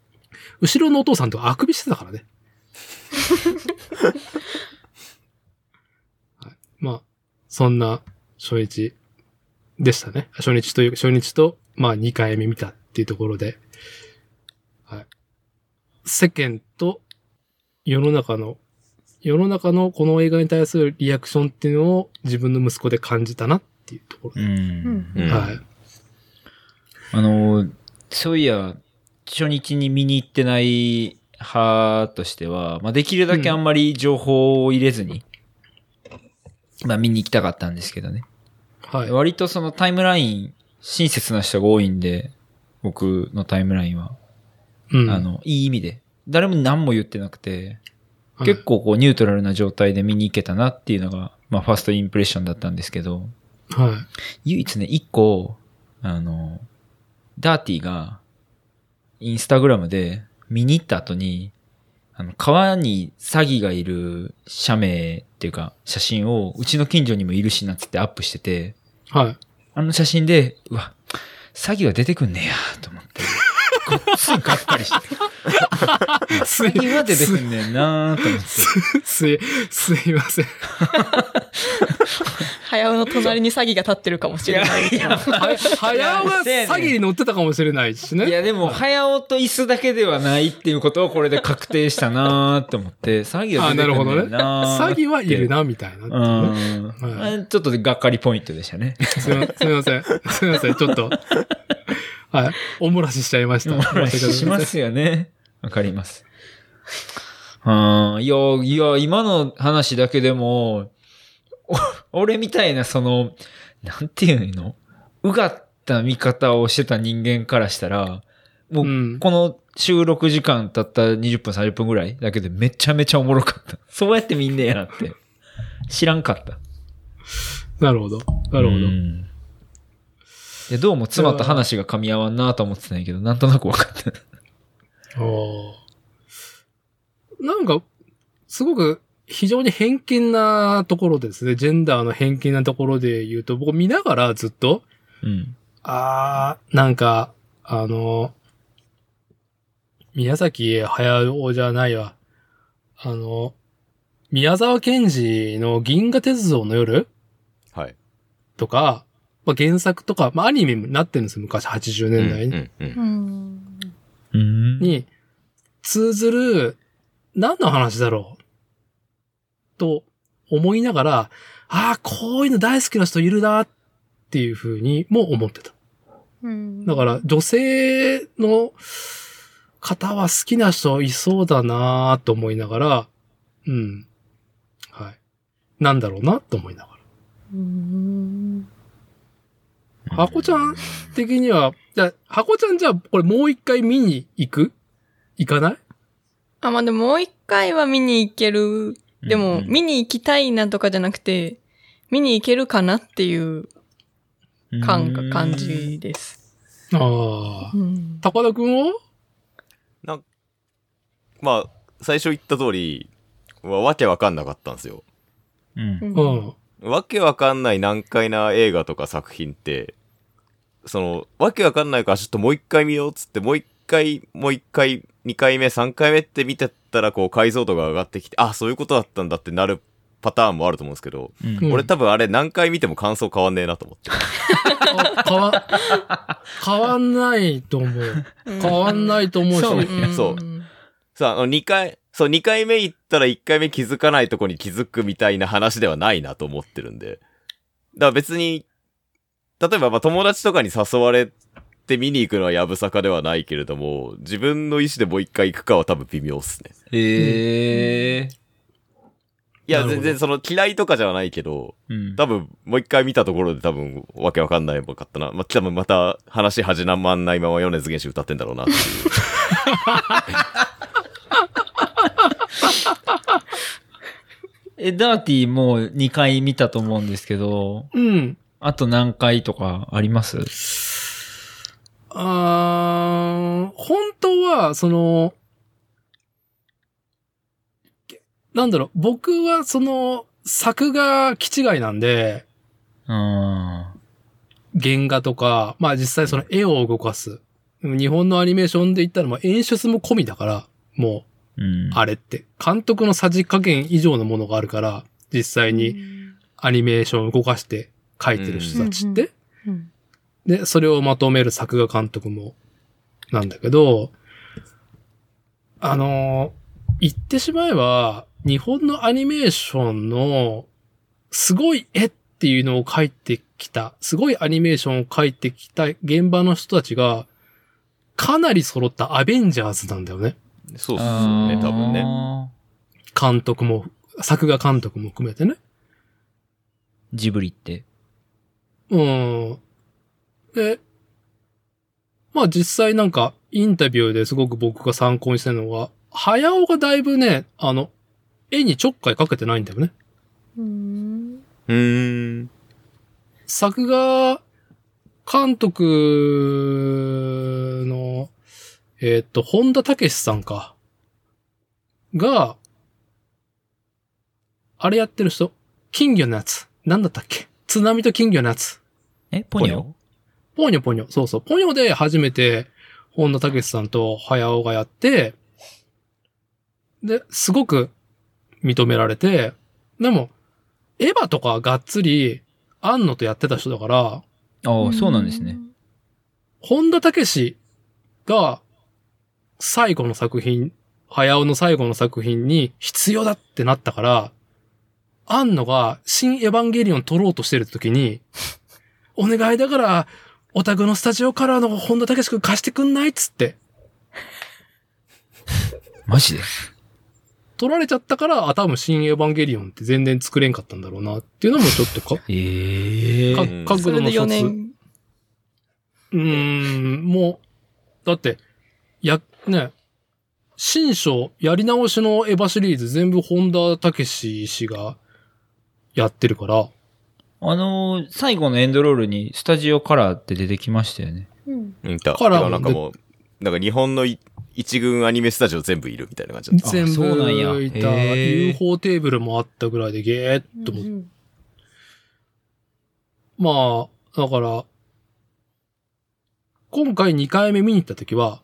[SPEAKER 1] 後ろのお父さんとかあくびしてたからね。はい、まあ、そんな初日でしたね。初日という、初日と、まあ2回目見たっていうところで、はい。世間と世の中の、世の中のこの映画に対するリアクションっていうのを自分の息子で感じたなっていうところで、
[SPEAKER 3] うん。
[SPEAKER 2] うん
[SPEAKER 1] はい。
[SPEAKER 3] あの、そういや、初日に見に行ってない派としては、まあ、できるだけあんまり情報を入れずに、まあ、見に行きたかったんですけどね。
[SPEAKER 1] はい。
[SPEAKER 3] 割とそのタイムライン、親切な人が多いんで、僕のタイムラインは。
[SPEAKER 1] うん
[SPEAKER 3] あ、の、いい意味で。誰も何も言ってなくて、
[SPEAKER 1] はい
[SPEAKER 3] 結構こうニュートラルな状態で見に行けたなっていうのが、まあ、ファーストインプレッションだったんですけど、
[SPEAKER 1] はい。
[SPEAKER 3] 唯一ね、一個、あの、ダーティが、インスタグラムで見に行った後に、あの、川に詐欺がいる写名っていうか、写真を、うちの近所にもいるしなっつってアップしてて、
[SPEAKER 1] はい。
[SPEAKER 3] あの写真で、うわ、詐欺は出てくんねや、と思って。こっついがっかりして。 詐欺は出てくんねんなーと思って。
[SPEAKER 1] すい、すいません。
[SPEAKER 4] 早尾の隣に詐欺が立ってるかもしれない。
[SPEAKER 1] は早尾が詐欺に乗ってたかもしれないし
[SPEAKER 3] い
[SPEAKER 1] ね。
[SPEAKER 3] やでも、早尾と椅子だけではないっていうことをこれで確定したなーって思って、詐欺は
[SPEAKER 1] あ
[SPEAKER 3] 出
[SPEAKER 1] な
[SPEAKER 3] て
[SPEAKER 1] る
[SPEAKER 3] く
[SPEAKER 1] ほ
[SPEAKER 3] ん
[SPEAKER 1] ど
[SPEAKER 3] ね
[SPEAKER 1] ね。
[SPEAKER 3] んなー
[SPEAKER 1] 詐欺はいるな、みたいな。
[SPEAKER 3] う
[SPEAKER 1] は
[SPEAKER 3] ん。ちょっとがっかりポイントでしたね。
[SPEAKER 1] すいますいません。すいません。ちょっと。 はい。おもらししちゃいました。
[SPEAKER 3] しますよね。わかります。あーいや、いや、今の話だけでも、お 俺みたいなその、なんていうのうがった見方をしてた人間からしたら、も
[SPEAKER 1] う
[SPEAKER 3] う、
[SPEAKER 1] ん。
[SPEAKER 3] この収録時間たった20分、30分ぐらいだけでめちゃめちゃおもろかった。 そうやってみんねやなって。知らんかった。
[SPEAKER 1] なるほど。なるほど
[SPEAKER 3] う。んいや、どうも妻と話が噛み合わんなと思ってたんやけど、なんとなく分かった。
[SPEAKER 1] おーなんか、すごく非常に偏見なところですね。ジェンダーの偏見なところで言うと、僕見ながらずっと、
[SPEAKER 3] うん。
[SPEAKER 1] あー、なんか、あの、宮崎駿じゃないわ。あの、宮沢賢治の銀河鉄道の夜
[SPEAKER 2] はい。
[SPEAKER 1] とか、まあ、原作とか、まあ、アニメになってるんですよ、昔80
[SPEAKER 2] うん
[SPEAKER 1] 年代に。
[SPEAKER 2] うんうん
[SPEAKER 4] うん。
[SPEAKER 3] うん
[SPEAKER 1] に通ずる、何の話だろうと思いながら、ああ、こういうの大好きな人いるなっていうふうにも思ってた。
[SPEAKER 4] うん
[SPEAKER 1] だから、女性の方は好きな人いそうだなと思いながら、うん。はい。なんだろうなと思いなが
[SPEAKER 4] うん。
[SPEAKER 1] ら。箱ちゃん的には、じゃあ箱ちゃんじゃあこれもう一回見に行く行かない
[SPEAKER 4] あ、まあでももう一回は見に行ける。でも、
[SPEAKER 3] うん
[SPEAKER 4] 見に行きたいなとかじゃなくて、見に行けるかなっていう感が、感じ。です。
[SPEAKER 1] ああ。
[SPEAKER 4] うん。
[SPEAKER 1] 高田くんを
[SPEAKER 2] まあ、最初言った通り、わわけわかんなかったんですよ。
[SPEAKER 3] うん
[SPEAKER 4] う。ん
[SPEAKER 1] うん。
[SPEAKER 2] わけわかんない難解な映画とか作品って、その、わけわかんないからちょっともう一回見ようっつって、もう一回、もう一回、二回目、三回目って見てったら、こう解像度が上がってきて、あ、そういうことだったんだってなるパターンもあると思うんですけど、
[SPEAKER 3] うん
[SPEAKER 2] 俺多分あれ何回見ても感想変わんねえなと思って。
[SPEAKER 1] あ変わ、変わんないと思う。変わんないと思うし。
[SPEAKER 3] そう
[SPEAKER 4] うん
[SPEAKER 2] そうさあ、あの二回、そう、二回目行ったら一回目気づかないとこに気づくみたいな話ではないなと思ってるんで。だから別に、例えばまあ友達とかに誘われて見に行くのはやぶさかではないけれども、自分の意思でもう一回行くかは多分微妙っすね。
[SPEAKER 3] へえ。
[SPEAKER 2] いや、
[SPEAKER 1] なるほ
[SPEAKER 2] 全
[SPEAKER 1] ど
[SPEAKER 2] 然その嫌いとかじゃないけど、
[SPEAKER 3] うん
[SPEAKER 2] 多分もう一回見たところで多分わけわかんないもんかったな。まあ、多分また話始まんないまま米津玄師歌ってんだろうなっていう。
[SPEAKER 3] え、ダーティーもう2回見たと思うんですけど、
[SPEAKER 1] うん。
[SPEAKER 3] あと何回とかあります
[SPEAKER 1] あー本当は、その、なんだろう、僕はその、作が気違いなんで、
[SPEAKER 3] うん。
[SPEAKER 1] 原画とか、まあ実際その絵を動かす。日本のアニメーションで言ったらもう演出も込みだから、も
[SPEAKER 3] うん
[SPEAKER 1] う、あれって。監督のさじ加減以上のものがあるから、実際にアニメーションを動かして描いてる人たちって、
[SPEAKER 4] うん
[SPEAKER 1] で、それをまとめる作画監督も、なんだけど、あのー言ってしまえば、日本のアニメーションの、すごい絵っていうのを描いてきた、すごいアニメーションを描いてきた現場の人たちが、かなり揃ったアベンジャーズなんだよね。
[SPEAKER 2] そうっすよ
[SPEAKER 3] あ
[SPEAKER 2] ね、
[SPEAKER 3] ー
[SPEAKER 2] 多分ね。
[SPEAKER 1] 監督も、作画監督も含めてね。
[SPEAKER 3] ジブリって。
[SPEAKER 1] うん。で、まあ実際なんかインタビューですごく僕が参考にしてるのは、早尾がだいぶね、あの、絵にちょっかいかけてないんだよね。
[SPEAKER 4] うん
[SPEAKER 2] うーん。
[SPEAKER 1] 作画監督の、えーっと、本田武史さんか。が、あれやってる人、金魚のやつ。なんだったっけ津波と金魚のやつ。
[SPEAKER 3] え、ポニョ
[SPEAKER 1] ポニョポニョ、そうそう。ポニョで初めて、本田武史さんと早尾がやって、で、すごく認められて、でも、エヴァとかがっつり、安野とやってた人だから、
[SPEAKER 3] ああ、そうなんですね。。
[SPEAKER 1] 本田武史が、最後の作品、早尾の最後の作品に必要だってなったから、安野が新エヴァンゲリオン撮ろうとしてる時に、お願いだから、オタクのスタジオカラーの本田武史くん貸してくんないっつって、
[SPEAKER 3] マジで
[SPEAKER 1] 取られちゃったから、あ、多分新エヴァンゲリオンって全然作れんかったんだろうなっていうのもちょっとか、
[SPEAKER 3] ええ
[SPEAKER 1] か
[SPEAKER 2] うん
[SPEAKER 1] 覚
[SPEAKER 4] そ
[SPEAKER 1] 悟
[SPEAKER 4] れ
[SPEAKER 1] の
[SPEAKER 4] で4
[SPEAKER 1] 一つ。
[SPEAKER 4] 年。
[SPEAKER 1] うーん、もう、だって、や、ね、新章、やり直しのエヴァシリーズ全部本田武史氏がやってるから、
[SPEAKER 3] あのー最後のエンドロールにスタジオカラーって出てきましたよね。
[SPEAKER 2] 見た。
[SPEAKER 1] カラーも
[SPEAKER 2] なんかもう、なんか日本のい一軍アニメスタジオ全部いるみたいな感じだっ
[SPEAKER 1] 全部
[SPEAKER 3] そうなんや
[SPEAKER 1] いた、
[SPEAKER 3] へー
[SPEAKER 1] UFO テーブルもあったぐらいでゲーっともうまあ、だから、今回2回目見に行った時は、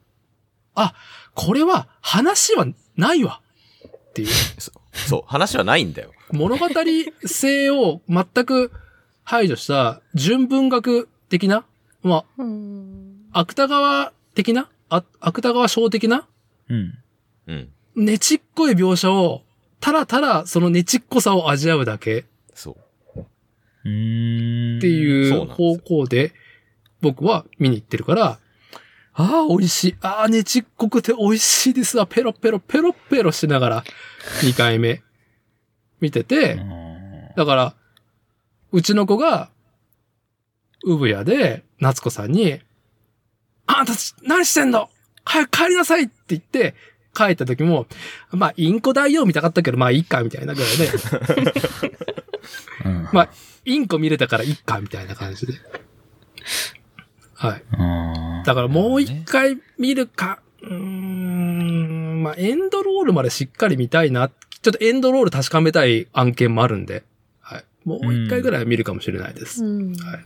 [SPEAKER 1] あ、これは話はないわっていう、
[SPEAKER 2] た。そう、話はないんだよ。
[SPEAKER 1] 物語性を全く排除した純文学的な、ま
[SPEAKER 4] うん
[SPEAKER 1] あ、芥川的な、あ芥川賞的な、
[SPEAKER 3] うん。
[SPEAKER 2] うん。
[SPEAKER 1] ねちっこい描写を、ただただそのねちっこさを味わうだけ
[SPEAKER 2] そう。
[SPEAKER 3] うーん。
[SPEAKER 1] って
[SPEAKER 3] う。
[SPEAKER 2] そう
[SPEAKER 1] い
[SPEAKER 2] な
[SPEAKER 1] うん
[SPEAKER 2] です
[SPEAKER 1] 方向
[SPEAKER 2] よ
[SPEAKER 1] で僕は見に行ってるから、ああ、美味しい。ああ、ねちっこくて美味しいですわ。ペロペロ、ペロペロしながら2回目見てて、だから、うちの子が、産屋で夏子さんに、あんたち何してんの早く帰りなさいって言って、帰った時も、まあ、インコ大王見たかったけど、まあ、いいか、みたいなぐらいで、
[SPEAKER 3] うん
[SPEAKER 1] まあ、インコ見れたからいっか、みたいな感じで。はい。
[SPEAKER 3] あー
[SPEAKER 1] だからもう
[SPEAKER 3] なる
[SPEAKER 1] 一回見るか、うーん、まあ、エンドロールまでしっかり見たいな。ちょっとエンドロール確かめたい案件もあるんで、はい。もう一回ぐらいは見るかもしれないです。
[SPEAKER 4] う
[SPEAKER 1] は
[SPEAKER 4] ん
[SPEAKER 1] い
[SPEAKER 3] ほどね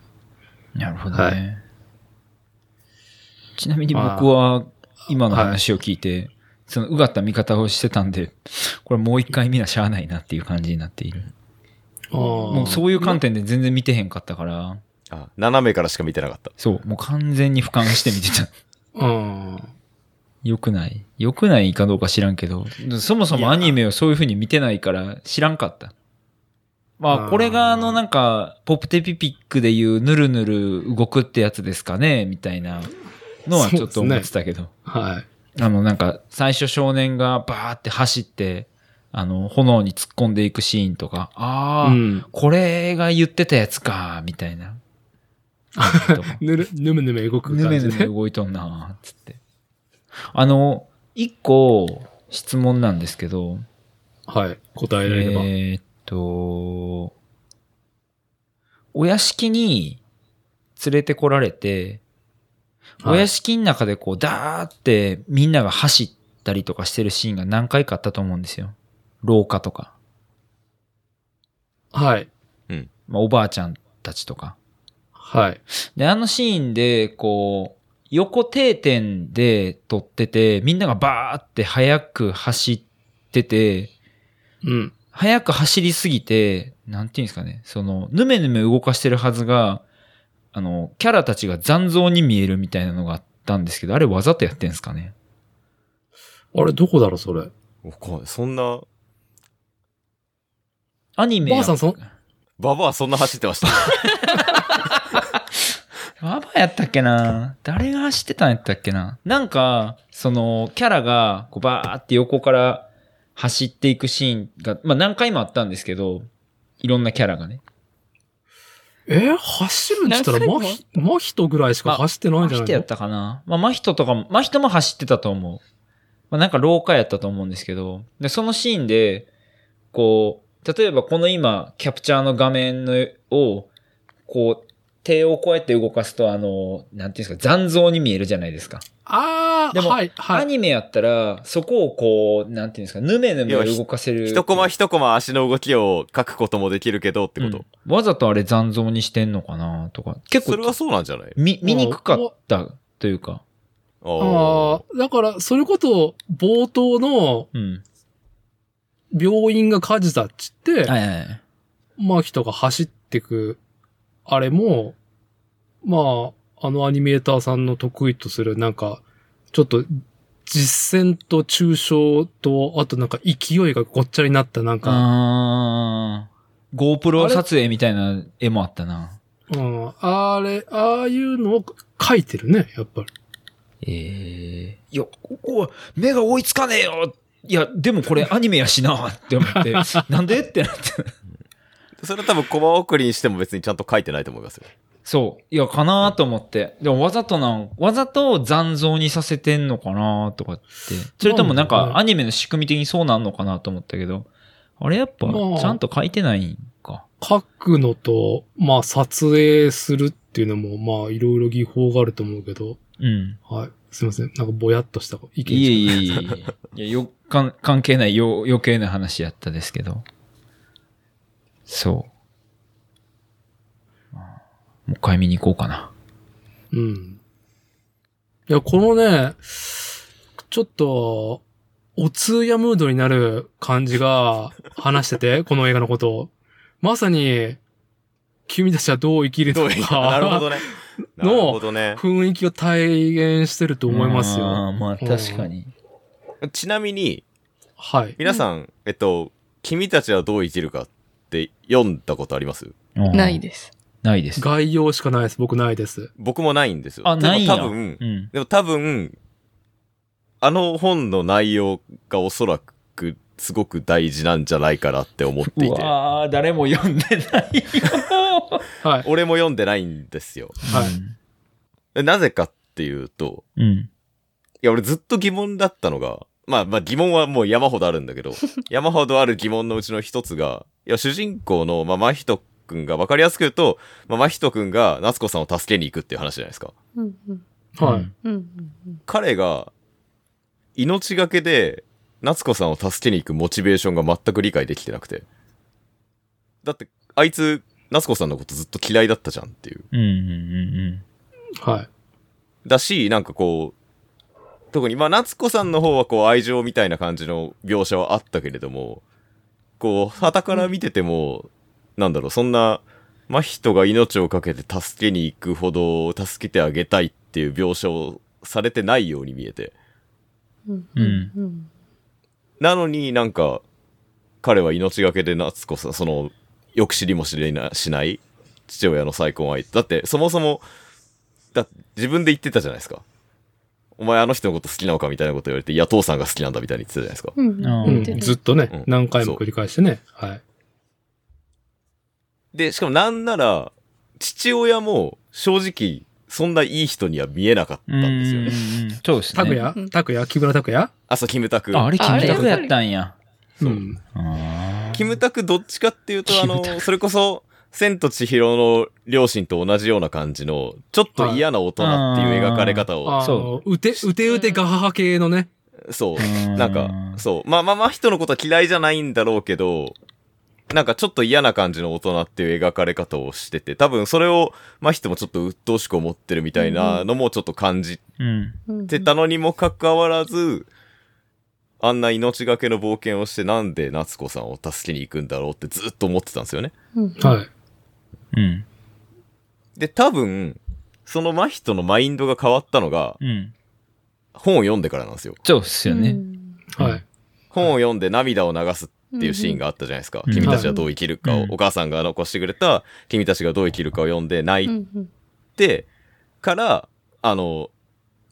[SPEAKER 3] なるほどね。
[SPEAKER 1] は
[SPEAKER 3] ちなみに僕は、今の話を聞いて、その、うがった見方をしてたんで、これもう一回見なしゃあないなっていう感じになっている。も
[SPEAKER 1] も
[SPEAKER 3] うそういう観点で全然見てへんかったから、
[SPEAKER 2] あ、斜めからしか見てなかった。
[SPEAKER 3] そう、もう完全に俯瞰して見てた。
[SPEAKER 1] うん。
[SPEAKER 3] 良くない良くないかどうか知らんけど、そもそもアニメをそういう風に見てないから知らんかった。ま
[SPEAKER 1] あ
[SPEAKER 3] あ、
[SPEAKER 1] ー
[SPEAKER 3] これがあのなんか、ポプテピピックでいうぬるぬる動くってやつですかねみたいなのはちょっと思ってたけど。
[SPEAKER 1] はい。
[SPEAKER 3] あのなんか、最初少年がバーって走って、あの、炎に突っ込んでいくシーンとか、ああ、
[SPEAKER 1] うん。
[SPEAKER 3] これが言ってたやつか、みた いな。とか
[SPEAKER 1] ぬる、ぬむぬめ動く
[SPEAKER 3] ぬ
[SPEAKER 1] 感
[SPEAKER 3] めぬ
[SPEAKER 1] じ
[SPEAKER 3] め
[SPEAKER 1] ね。
[SPEAKER 3] 動いとんなーつって。あの、一個質問なんですけど、
[SPEAKER 1] はい。答えられれば。
[SPEAKER 3] えーっと、お屋敷に連れてこられて、
[SPEAKER 1] はい
[SPEAKER 3] お屋敷の中でこう、ダーってみんなが走ったりとかしてるシーンが何回かあったと思うんですよ。廊下とか、
[SPEAKER 1] はい。
[SPEAKER 3] まあ、おばあちゃんたちとか。
[SPEAKER 1] はい。
[SPEAKER 3] で、あのシーンで、こう、横定点で撮ってて、みんながバーって速く走ってて、
[SPEAKER 1] うん。
[SPEAKER 3] 速く走りすぎて、なんていうんですかね、その、ぬめぬめ動かしてるはずが、あの、キャラたちが残像に見えるみたいなのがあったんですけど、あれわざとやってんですかね。
[SPEAKER 1] あれ、どこだろう、それ。
[SPEAKER 2] わかんないそんな、
[SPEAKER 3] アニメや。
[SPEAKER 1] ばあさんそん
[SPEAKER 2] ババアそんな走ってました。
[SPEAKER 3] ババアやったっけな誰が走ってたんやったっけななんか、その、キャラが、こう、バーって横から走っていくシーンが、まあ何回もあったんですけど、いろんなキャラがね。
[SPEAKER 1] えー走るんって言ったら、
[SPEAKER 4] 何
[SPEAKER 1] マ
[SPEAKER 4] も
[SPEAKER 1] ヒ、マヒトぐらいしか走ってないん
[SPEAKER 3] マ
[SPEAKER 1] じゃ
[SPEAKER 3] ヒ
[SPEAKER 1] ない
[SPEAKER 3] トやったかなまあ、マヒトとかも、マヒトも走ってたと思う。まあ、なんか廊下やったと思うんですけど、で、そのシーンで、こう、例えばこの今、キャプチャーの画面のを、こう、手をこうやって動かすと、あの、なんていうんですか、残像に見えるじゃないですか。
[SPEAKER 1] ああ、
[SPEAKER 3] でも
[SPEAKER 1] はい、は
[SPEAKER 3] ア
[SPEAKER 1] い。
[SPEAKER 3] ニメやったら、そこをこう、なんていうんですか、ぬめぬめ動かせる。
[SPEAKER 2] 一コマ一コマ足の動きを書くこともできるけどってこと。
[SPEAKER 3] うんわざとあれ残像にしてんのかなとか。結
[SPEAKER 2] それ
[SPEAKER 3] 構
[SPEAKER 2] は、そうなんじゃない
[SPEAKER 3] 見、見にくかったというか。
[SPEAKER 2] あ
[SPEAKER 1] あ
[SPEAKER 2] ー
[SPEAKER 1] あ、だから、それこそ、冒頭の
[SPEAKER 3] うん。
[SPEAKER 1] 病院が火事だっつって、
[SPEAKER 3] はいはいはい。
[SPEAKER 1] まあ人が走ってく、あれも、まあ、あのアニメーターさんの得意とする、なんか、ちょっと、実践と抽象と、あとなんか勢いがごっちゃになった、なんか、
[SPEAKER 3] あー GoPro 撮影みたいな絵もあったな。
[SPEAKER 1] うん、あれ、ああいうのを書いてるね、やっぱり。
[SPEAKER 5] ええ
[SPEAKER 3] いや、ここは目が追いつかねえよいや、でもこれアニメやしなって思 って、なんでってなって。
[SPEAKER 2] それ多分コマ送りにしても別にちゃんと書いてないと思いますよ。
[SPEAKER 5] そう。いや、かなと思って。でもわざとなん、わざと残像にさせてんのかなとかって。それともなん
[SPEAKER 1] なんだろうね
[SPEAKER 5] かアニメの仕組み的にそうなんのかなと思ったけど、あれやっぱ
[SPEAKER 1] まあ
[SPEAKER 5] ちゃんと書いてないんか。
[SPEAKER 1] 書くのと、まあ、撮影するっていうのも、まあ、いろいろ技法があると思うけど、
[SPEAKER 5] うん。
[SPEAKER 1] はい。すいません。なんかぼやっとした意見
[SPEAKER 5] いえいえいえいえ。いや、よ、かん関係ないよ、余計な話やったですけど。そう。あもう一回見に行こうかな。
[SPEAKER 1] うん。いや、このね、ちょっと、お通夜ムードになる感じが話して て、この映画のことを。まさに、君たちはどう生きる
[SPEAKER 2] ど
[SPEAKER 1] の
[SPEAKER 2] ういう なるほど
[SPEAKER 1] か、
[SPEAKER 2] ね。な
[SPEAKER 1] の
[SPEAKER 2] るほどね。
[SPEAKER 1] 雰囲気を体現してると思います
[SPEAKER 5] あ
[SPEAKER 1] よ。
[SPEAKER 5] ーまあ確かに。
[SPEAKER 2] ちなみに、
[SPEAKER 1] はい。
[SPEAKER 2] 皆さん、えっと、君たちはどう生きるかって読んだことあります
[SPEAKER 5] うん
[SPEAKER 4] ない。です。
[SPEAKER 5] ないです。
[SPEAKER 1] 概要しかないです。僕ないです。
[SPEAKER 2] 僕もないんですよ。
[SPEAKER 5] あ
[SPEAKER 2] でも
[SPEAKER 5] ないんや
[SPEAKER 2] 多分
[SPEAKER 5] う、ん。
[SPEAKER 2] でも多分、あの本の内容がおそらくすごく大事なんじゃないかなって思って
[SPEAKER 5] う
[SPEAKER 2] いて。
[SPEAKER 5] わー誰も読んでな いよ。
[SPEAKER 1] はい。
[SPEAKER 2] 俺も読んでないんですよ。
[SPEAKER 1] はい
[SPEAKER 2] でなぜかっていうと、
[SPEAKER 5] い。うん。
[SPEAKER 2] いや、俺ずっと疑問だったのが、まあまあ疑問はもう山ほどあるんだ けど、山ほどある疑問のうちの一つが、いや、主人公の、まあ、真人くんが、わかりやすく言うと、まあ、真人くんが夏子さんを助けに行くっていう話じゃないですか。
[SPEAKER 4] うんうん
[SPEAKER 1] はい。
[SPEAKER 4] うんうん
[SPEAKER 2] 彼が、命がけで、夏子さんを助けに行くモチベーションが全く理解できてなくて。だって、あいつ、夏子さんのことずっと嫌いだったじゃんっていう。
[SPEAKER 5] うん。うん。うん。
[SPEAKER 1] はい。
[SPEAKER 2] だし、なんかこう、特に、まあ、夏子さんの方はこう、愛情みたいな感じの描写はあったけれども、こう、傍から見てても、なんだろう、そんな、真人が命を懸けて助けに行くほど、助けてあげたいっていう描写をされてないように見えて。
[SPEAKER 4] うん
[SPEAKER 5] うん
[SPEAKER 4] うん
[SPEAKER 2] なのになんか、彼は命がけで夏子さん、その、よく知りもしれなしない父親の再婚相手。だって、そもそも、だ自分で言ってたじゃないですか。お前あの人のこと好きなのかみたいなこと言われて、いや、父さんが好きなんだみたいに言ってたじゃないですか。
[SPEAKER 4] うんうん
[SPEAKER 5] あ
[SPEAKER 1] う
[SPEAKER 5] ー
[SPEAKER 1] ん、
[SPEAKER 4] 言ってた
[SPEAKER 1] ずっとね、
[SPEAKER 2] うん
[SPEAKER 1] 何回も繰り返してね。はい。
[SPEAKER 2] で、しかもなんなら、父親も正直、そんないい人には見えなかった
[SPEAKER 5] うん
[SPEAKER 2] んですよね。
[SPEAKER 5] うんうんそうですね。
[SPEAKER 1] 拓也
[SPEAKER 4] うん
[SPEAKER 1] 拓也木村拓也
[SPEAKER 2] あ、そう、キムタク。
[SPEAKER 5] ああれ、キ
[SPEAKER 4] あ
[SPEAKER 5] ム
[SPEAKER 4] れ
[SPEAKER 5] タクやったんや。
[SPEAKER 1] う。
[SPEAKER 2] うん
[SPEAKER 5] あー
[SPEAKER 2] キムタクどっちかっていうと、あ
[SPEAKER 5] キムタク
[SPEAKER 2] の、それこそ、千と千尋の両親と同じような感じの、ちょっと嫌な大人っていう描かれ方を、
[SPEAKER 1] あの。
[SPEAKER 5] そう
[SPEAKER 1] うて、うてうてガハハ系のね。
[SPEAKER 2] そうう、
[SPEAKER 5] ん
[SPEAKER 2] なんか、そう、まあまあまあ人のことは嫌いじゃないんだろうけど、なんかちょっと嫌な感じの大人っていう描かれ方をしてて、多分それを、まあ人もちょっと鬱陶しく思ってるみたいなのもちょっと感じ
[SPEAKER 5] うん。
[SPEAKER 4] うん
[SPEAKER 2] てたのにもかかわらず、あんな命がけの冒険をしてなんで夏子さんを助けに行くんだろうってずっと思ってたんですよね。
[SPEAKER 4] うん
[SPEAKER 1] はい。
[SPEAKER 5] うん。
[SPEAKER 2] で、多分、その真人のマインドが変わったのが、
[SPEAKER 5] うん。
[SPEAKER 2] 本を読んでからなんですよ。
[SPEAKER 5] そうっすよ
[SPEAKER 4] う
[SPEAKER 5] ね。
[SPEAKER 4] ん
[SPEAKER 1] はい。
[SPEAKER 2] 本を読んで涙を流すっていうシーンがあったじゃないですか。
[SPEAKER 5] うん
[SPEAKER 2] 君たちはどう生きるかを、
[SPEAKER 5] うん
[SPEAKER 2] お母さんが残してくれた、君たちがどう生きるかを読んで泣
[SPEAKER 4] う
[SPEAKER 2] い
[SPEAKER 4] んうん
[SPEAKER 2] て、から、あの、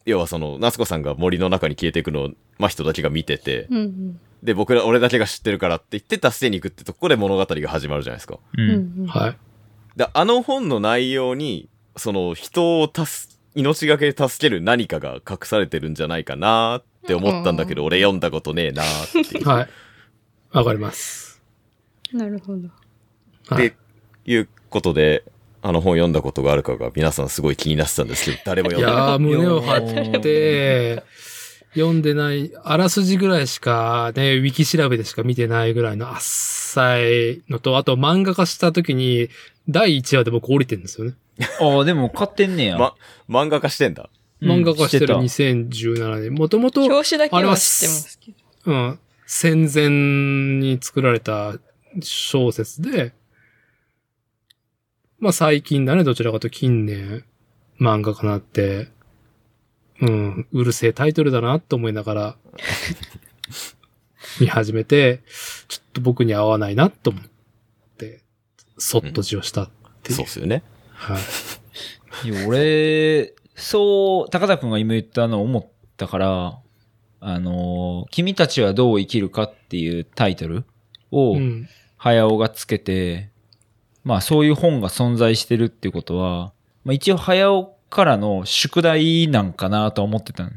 [SPEAKER 2] 要はその、夏子さんが森の中に消えていくのを、真人だけが見てて、
[SPEAKER 4] うん
[SPEAKER 2] で、僕ら、俺だけが知ってるからって言って、助けに行くってとこで物語が始まるじゃないですか。
[SPEAKER 5] う。
[SPEAKER 4] うんん
[SPEAKER 1] はい。
[SPEAKER 2] で、あの本の内容に、その、人を助、命がけで助ける何かが隠されてるんじゃないかなって思ったんだけど、俺読んだことねえなーっていう。
[SPEAKER 1] はい。わかります。
[SPEAKER 4] なるほど。
[SPEAKER 1] はい
[SPEAKER 2] で、いうことで、あの本読んだことがあるかが皆さんすごい気になってたんですけど、誰も
[SPEAKER 1] い
[SPEAKER 2] 読んでない。
[SPEAKER 1] やー、胸を張って、読んでない、あらすじぐらいしか、ね、ウィキ調べでしか見てないぐらいのあっさいのと、あと漫画化した時に、第1話で僕降りてるんですよね。
[SPEAKER 5] ああ、でも買ってんねや。
[SPEAKER 2] ま漫画化してんだ。
[SPEAKER 5] うん
[SPEAKER 1] 漫画化してる
[SPEAKER 5] た
[SPEAKER 1] 2017年。もともと、
[SPEAKER 4] 表紙だけは知ってますけど。
[SPEAKER 1] うん、戦前に作られた小説で、まあ最近だね、どちらかというと近年漫画かなって、うん、うるせえタイトルだなと思いなが ら、見始めて、ちょっと僕に合わないなと思って、そっと字をしたっていう。
[SPEAKER 2] そうっすよね。
[SPEAKER 1] はい。
[SPEAKER 3] いや、俺、そう、高田くんが今言ったのを思ったから、あのー、君たちはどう生きるかっていうタイトルを、
[SPEAKER 1] うん。
[SPEAKER 3] 早尾がつけて、まあそういう本が存在してるっていうことは、まあ一応早尾からの宿題なんかなとは思ってたの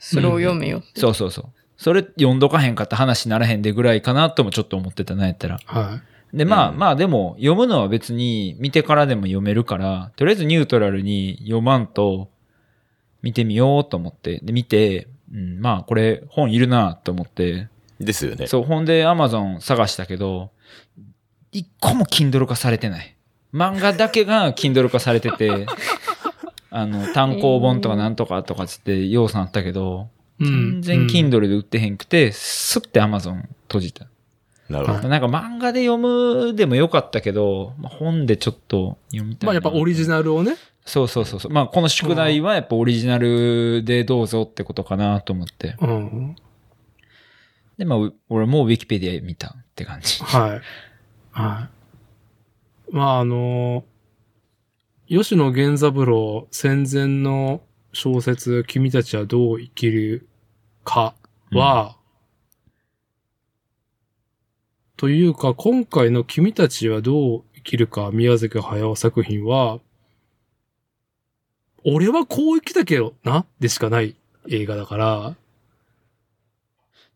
[SPEAKER 4] それを読めよ。
[SPEAKER 3] そうそうそう。それ読んどかへんかった話にならへんでぐらいかなともちょっと思ってたなやったら。
[SPEAKER 1] は
[SPEAKER 3] で、まあ、
[SPEAKER 2] うん
[SPEAKER 3] まあでも、読むのは別に見てからでも読めるから、とりあえずニュートラルに読まんと、見てみようと思って、で、見て、うん、まあこれ本いるなと思って、
[SPEAKER 2] ですよね。
[SPEAKER 3] そう、ほんで Amazon 探したけど、一個も Kindle 化されてない。漫画だけが Kindle 化されて て、あの、単行本とかなんとかとかつって要素あったけど、
[SPEAKER 1] い。うん。
[SPEAKER 3] 全然 Kindle で売ってへんくて、スッて Amazon 閉じた。
[SPEAKER 2] なるほど。
[SPEAKER 1] は
[SPEAKER 3] なんか漫画で読むでもよかったけど、まあ、本でちょっと読みたい
[SPEAKER 1] ま
[SPEAKER 3] な。
[SPEAKER 1] あやっぱオリジナルをね。
[SPEAKER 3] そうそうそうそう。まあこの宿題はやっぱオリジナルでどうぞってことかなと思って。
[SPEAKER 1] うん。
[SPEAKER 3] で、まあう俺もウィキペディア見たって感じ。
[SPEAKER 1] はい。はい。まああの、吉野源三郎戦前の小説、君たちはどう生きるかは、というか、今回の君たちはどう生きるか、宮崎駿作品は、俺はこう生きたけどな、でしかない映画だから、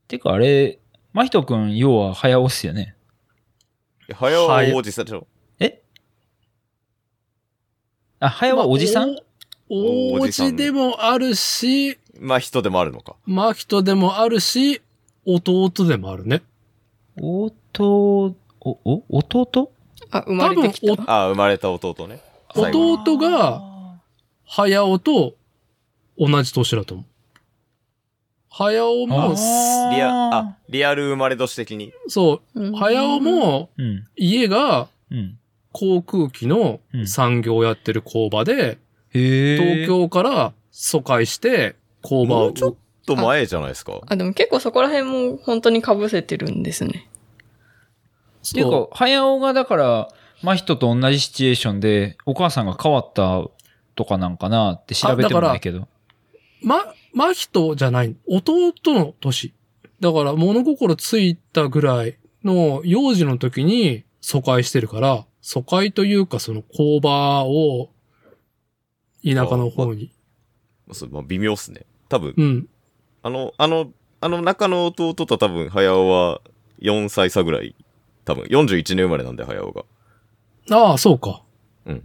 [SPEAKER 3] てかあれ、まひとくん要は早押すよね。
[SPEAKER 2] 早尾王子さんでしょ。
[SPEAKER 3] あ、早はおじさん、
[SPEAKER 1] まあお
[SPEAKER 2] お
[SPEAKER 1] 王
[SPEAKER 2] じさん
[SPEAKER 1] 子でもあるし、
[SPEAKER 2] まあ人でもあるのか。
[SPEAKER 1] まあ人でもあるし、弟でもあるね。
[SPEAKER 3] おと、お、お、弟
[SPEAKER 4] あ、生まれてき
[SPEAKER 1] 多
[SPEAKER 4] た。
[SPEAKER 2] ああ、生まれた弟ね。最後
[SPEAKER 1] 弟が、
[SPEAKER 3] あ
[SPEAKER 1] 早尾と同じ年だと思う。早尾も、
[SPEAKER 3] あー
[SPEAKER 2] リア、あ、リアル生まれ年的に。
[SPEAKER 1] そ
[SPEAKER 4] うん
[SPEAKER 1] う、早尾、も
[SPEAKER 3] ーうん、
[SPEAKER 1] 家が
[SPEAKER 3] うん。
[SPEAKER 1] 航空機の
[SPEAKER 3] うん
[SPEAKER 1] 産業をやってる工場で、
[SPEAKER 3] へえ。
[SPEAKER 1] 東。京から疎開して工場
[SPEAKER 2] もう
[SPEAKER 1] を
[SPEAKER 2] ちょっと前じゃないですか。
[SPEAKER 4] あ、でも結構そこら辺も本当に被せてるんですね。
[SPEAKER 3] ていう
[SPEAKER 1] そ
[SPEAKER 3] か、早尾がだから、真人と同じシチュエーションで、お母さんが変わったとかなんかなって調べてもないけど。
[SPEAKER 1] う、ま、ま人じゃない、弟の年。だから物心ついたぐらいの幼児の時に疎開してるから、疎開というかその工場を田舎の方に。
[SPEAKER 2] そうまあ、微妙っすね。多分、
[SPEAKER 1] うん。
[SPEAKER 2] あの、あの、あの中の弟と多分、早尾は4歳差ぐらい。多分、41年生まれなんで、早尾が。
[SPEAKER 1] ああ、そうか。
[SPEAKER 3] うん。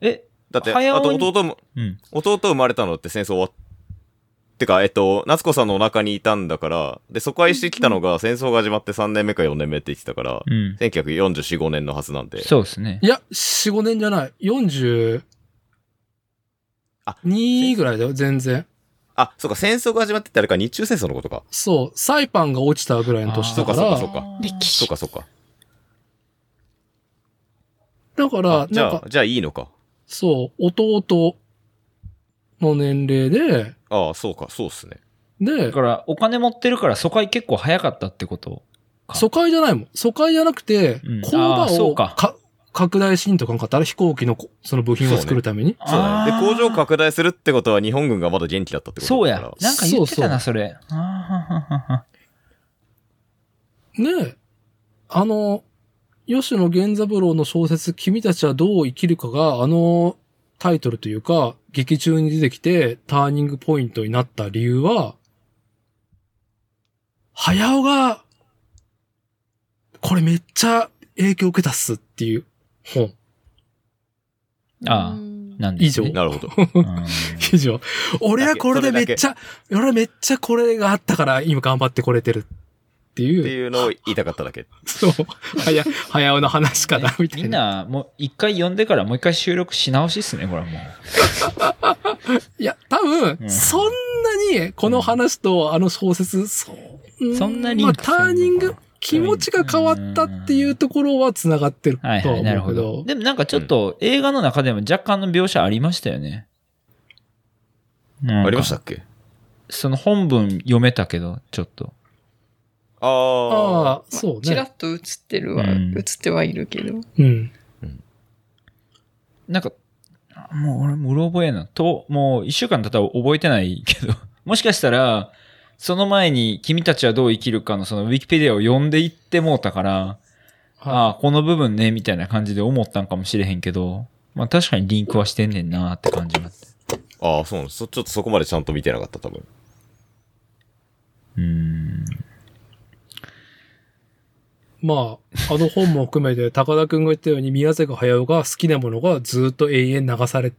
[SPEAKER 3] え、
[SPEAKER 2] だって、
[SPEAKER 3] 早
[SPEAKER 2] あと
[SPEAKER 3] 尾に
[SPEAKER 2] 弟も、
[SPEAKER 3] うん。
[SPEAKER 2] 弟生まれたのって戦争終わってか、えっと、夏子さんのお腹にいたんだから、で、疎開してきたのが戦争が始まって3年目か4年目って言ってたから、
[SPEAKER 3] うん。
[SPEAKER 2] 1944、5年のはずなんで。
[SPEAKER 3] そうですね。
[SPEAKER 1] いや、4、5年じゃない。42
[SPEAKER 2] あ
[SPEAKER 1] ぐらいだよ、全然。
[SPEAKER 2] あ、そうか、戦争が始まってってあれか、日中戦争のことか。
[SPEAKER 1] そう、サイパンが落ちたぐらいの年だか
[SPEAKER 2] あー
[SPEAKER 1] ら
[SPEAKER 2] そうかそうか、そうか
[SPEAKER 4] 歴
[SPEAKER 2] そう
[SPEAKER 4] 史。
[SPEAKER 2] か、そうか。
[SPEAKER 1] だか
[SPEAKER 2] あ
[SPEAKER 1] ら、
[SPEAKER 2] じ
[SPEAKER 1] なん
[SPEAKER 2] ゃ
[SPEAKER 1] か
[SPEAKER 2] あ、、じゃあいいのか。
[SPEAKER 1] そう、弟の年齢で、
[SPEAKER 2] ああ、そうか、そうっすね。
[SPEAKER 1] で
[SPEAKER 3] だ、から、お金持ってるから疎開結構早かったってこと。か
[SPEAKER 1] 疎開じゃないもん。疎開じゃなくて
[SPEAKER 3] うん、
[SPEAKER 1] 工場
[SPEAKER 3] あーそう
[SPEAKER 1] を
[SPEAKER 3] か
[SPEAKER 1] か拡大しんとかんかったら飛行機のこその部品を作るために。
[SPEAKER 2] そうだね。
[SPEAKER 3] あ
[SPEAKER 2] で、
[SPEAKER 3] ー
[SPEAKER 2] 工場拡大するってことは日本軍がまだ元気だったってこと
[SPEAKER 3] そう
[SPEAKER 2] だ
[SPEAKER 3] や
[SPEAKER 2] から。。
[SPEAKER 3] なんか言ってたな、
[SPEAKER 1] そうそう
[SPEAKER 3] それ。あーはははは
[SPEAKER 1] ねえ、あの、吉野源三郎の小説、君たちはどう生きるかが、あのタイトルというか、劇中に出てきて、ターニングポイントになった理由は、早尾が、これめっちゃ影響受けたっすっていう本。
[SPEAKER 3] あ
[SPEAKER 4] うん
[SPEAKER 3] なんです
[SPEAKER 1] 以
[SPEAKER 3] ね
[SPEAKER 1] 上
[SPEAKER 2] なるほど。
[SPEAKER 3] うん
[SPEAKER 1] 以上。俺はこれでめっちゃ、俺はめっちゃこれがあったから今頑張ってこれてるって
[SPEAKER 2] って
[SPEAKER 1] いう、
[SPEAKER 2] いうのを言いたかっただけ。
[SPEAKER 1] そう、早、早尾の話かな、みたい
[SPEAKER 3] みんな、もう一回読んでからもう一回収録し直しっすね、これはもう。
[SPEAKER 1] いや、多分、
[SPEAKER 3] うん
[SPEAKER 1] そんなに、この話とあの小説、そん
[SPEAKER 3] そんなリ
[SPEAKER 1] ま
[SPEAKER 3] ン
[SPEAKER 1] あ、
[SPEAKER 3] クす
[SPEAKER 1] タ
[SPEAKER 3] るのか
[SPEAKER 1] ーニング、気持ちが変わったっていうところは繋がってると
[SPEAKER 3] は
[SPEAKER 1] はい
[SPEAKER 3] は
[SPEAKER 1] 思
[SPEAKER 3] い、なる
[SPEAKER 1] う
[SPEAKER 3] ほ
[SPEAKER 1] け
[SPEAKER 3] ど。
[SPEAKER 1] ど。
[SPEAKER 3] でもなんかちょっと映画の中でも若干の描写ありましたよね。あ
[SPEAKER 2] ありましたっけ
[SPEAKER 3] その本文読めたけど、ちょっと。
[SPEAKER 2] あ
[SPEAKER 1] あ
[SPEAKER 2] あ。
[SPEAKER 1] あ、そう
[SPEAKER 4] ちら
[SPEAKER 1] ね。
[SPEAKER 4] っと映ってるは、
[SPEAKER 3] うん
[SPEAKER 4] 映ってはいるけど。
[SPEAKER 1] うん。
[SPEAKER 3] なんか、もう俺もうろ覚えな。と、もう一週間経ったら覚えてないけど、 もしかしたら、その前に君たちはどう生きるかのそのウィキペディアを読んでいってもうたから、ああ、この部分ね、みたいな感じで思ったんかもしれへんけど、まあ確かにリンクはしてんねんなって感じがあって。
[SPEAKER 2] ああ、そうなんです。そちょっとそこまでちゃんと見てなかった、多分。
[SPEAKER 3] うーん。
[SPEAKER 1] まあ、あの本も含めて、高田くんが言ったように、宮坂駿が好きなものがずっと永遠流され、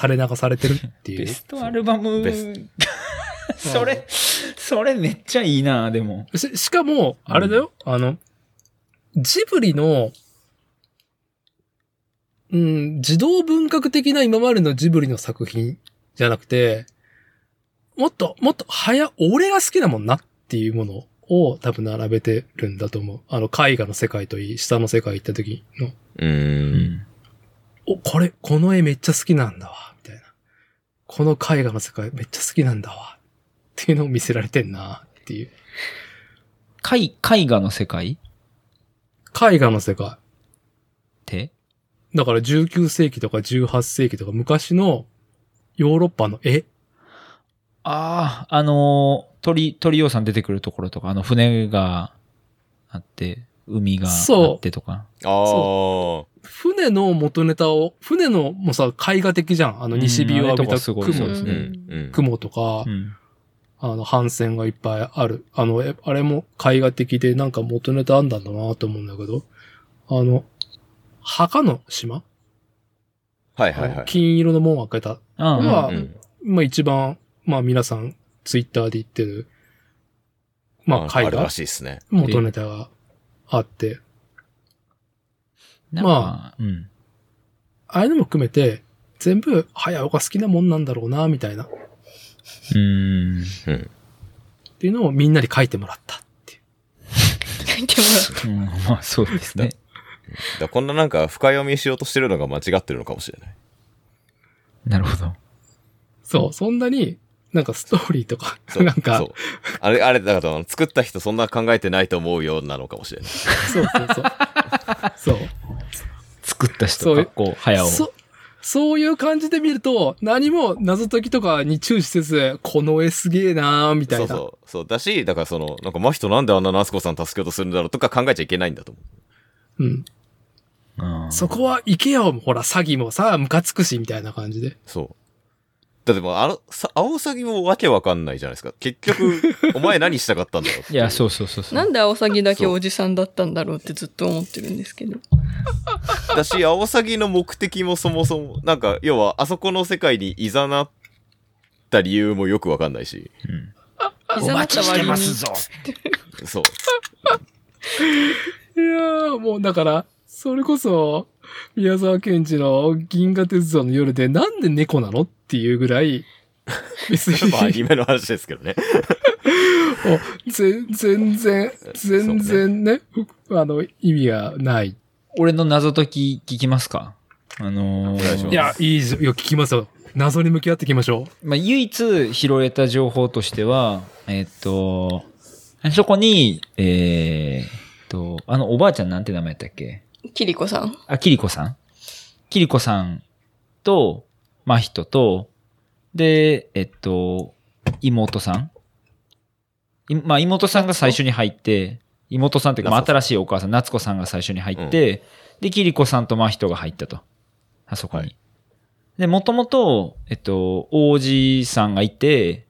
[SPEAKER 1] 垂れ流されてるってい
[SPEAKER 3] ベ
[SPEAKER 1] う。
[SPEAKER 3] ストアルバム
[SPEAKER 2] ベス、
[SPEAKER 3] それ、それめっちゃいいな、でも。
[SPEAKER 1] し、しかも、あれだよ、あの、ジブリの、うん、児童文学的な今までのジブリの作品じゃなくて、もっと、もっと早、俺が好きなもんなっていうものを多分並べてるんだと思う。あの、絵画の世界といい、下の世界行った時の、
[SPEAKER 2] う
[SPEAKER 3] う
[SPEAKER 2] ーん。。
[SPEAKER 1] お、これ、この絵めっちゃ好きなんだわ、みたいな。この絵画の世界めっちゃ好きなんだわ、っていうのを見せられてんな、っていう。
[SPEAKER 3] 絵、絵画の世界っ
[SPEAKER 1] 絵画の世界。
[SPEAKER 3] て
[SPEAKER 1] だから19世紀とか18世紀とか昔のヨーロッパの絵。
[SPEAKER 3] ああ、あのー鳥、鳥王さん出てくるところとか、あの船があって、海が
[SPEAKER 1] そう
[SPEAKER 3] あってとか。
[SPEAKER 2] ああ。
[SPEAKER 1] 船の元ネタを、船のもうさ、絵画的じゃん。あの
[SPEAKER 3] うん
[SPEAKER 1] 西日を浴び
[SPEAKER 3] あれと
[SPEAKER 1] た
[SPEAKER 3] かす
[SPEAKER 1] 雲
[SPEAKER 3] ごい
[SPEAKER 1] です
[SPEAKER 3] そう
[SPEAKER 2] う
[SPEAKER 3] です
[SPEAKER 2] ん。
[SPEAKER 3] ね
[SPEAKER 1] ね。
[SPEAKER 2] うん。
[SPEAKER 1] 雲とか
[SPEAKER 3] う、ん。
[SPEAKER 1] あの、帆船がいっぱいある。あの、えあれも絵画的でなんか元ネタあんだんだなと思うんだけど、あの、墓の島、
[SPEAKER 2] はいはいはい。
[SPEAKER 1] 金色の門を開けた
[SPEAKER 3] あ
[SPEAKER 1] これは
[SPEAKER 3] あ、
[SPEAKER 2] うん。
[SPEAKER 1] まあ一番、まあ皆さん、ツイッターで言ってる、まあ
[SPEAKER 2] あ
[SPEAKER 1] 絵
[SPEAKER 2] る
[SPEAKER 1] 画
[SPEAKER 2] らしいですね。
[SPEAKER 1] 元ネタがあって、
[SPEAKER 3] なんか、
[SPEAKER 1] ま
[SPEAKER 3] うん。
[SPEAKER 1] ああいうのも含めて、全部、早岡好きなもんなんだろうな、みたいな。っ
[SPEAKER 3] うーん。
[SPEAKER 1] ていうのをみんなに書いてもらったっていう。
[SPEAKER 4] 書いてもらう
[SPEAKER 3] うんまあそうですね。
[SPEAKER 2] だからこんななんか深読みしようとしてるのが間違ってるのかもしれない。
[SPEAKER 3] なるほど。
[SPEAKER 1] そう、そんなに、なんかストーリーとか、
[SPEAKER 2] そう
[SPEAKER 1] なんか
[SPEAKER 2] そう、あれ、あれ、だから作った人そんな考えてないと思うようなのかもしれない。
[SPEAKER 1] そうそうそう。そう。
[SPEAKER 3] 作った
[SPEAKER 1] そ
[SPEAKER 3] 人、
[SPEAKER 1] う
[SPEAKER 3] かっこ、早尾。
[SPEAKER 1] そ、そういう感じで見ると、何も謎解きとかに注視せず、この絵すげえなーみたい
[SPEAKER 2] そ
[SPEAKER 1] な。
[SPEAKER 2] うそう。そうだし、だからその、なんか真人なんであんなナスコさん助けようとするんだろうとか考えちゃいけないんだと思
[SPEAKER 1] う。うん。
[SPEAKER 3] うん
[SPEAKER 1] そこは、池屋もほら、詐欺もさ、ムカつくし、みたいな感じで。
[SPEAKER 2] う。そう。だってもうあの、さ、アオサギもわけわかんないじゃないですか。結局、 お前何したかったんだろうって
[SPEAKER 3] い
[SPEAKER 2] い。
[SPEAKER 3] や、そううそうそうそう。
[SPEAKER 4] なんでアオサギだけおじさんだったんだろうってずっと思ってるんですけど。
[SPEAKER 2] だし、アオサギの目的もそもそも、なんか、要は、あそこの世界に誘った理由もよくわかんないし。
[SPEAKER 3] うん
[SPEAKER 4] お待ちしてます
[SPEAKER 3] ぞ。
[SPEAKER 2] そう。
[SPEAKER 1] いやー、もうだから、それこそ、宮沢賢治の銀河鉄道の夜でなんで猫なのっていうぐらい、別
[SPEAKER 2] まあ、アニ
[SPEAKER 1] に、
[SPEAKER 2] メの話ですけどね。
[SPEAKER 1] 全全然、全然ね、あの、意味がない。
[SPEAKER 3] 俺の謎解き聞きますかあのー
[SPEAKER 2] お願いしま
[SPEAKER 1] い
[SPEAKER 2] す
[SPEAKER 1] や、いいじゃん。よ、聞きますよ。謎に向き合っていきましょ
[SPEAKER 3] まあ、唯一拾えた情報としては、えーっと、そこに、えーっと、あのおばあちゃんなんて名前やったっけ
[SPEAKER 4] キリコさん。
[SPEAKER 3] あ、キリコさんキリコさんと、真人と、で、えっと、妹さんいまあ、妹さんが最初に入って、妹さんっていうか、まあ、
[SPEAKER 2] 夏子さ
[SPEAKER 3] 新しいお母さん、夏子さんが最初に入って、で、キリコさんと真人が入ったと。あそこに。
[SPEAKER 2] は
[SPEAKER 3] で、もともと、えっと、王子さんがいて、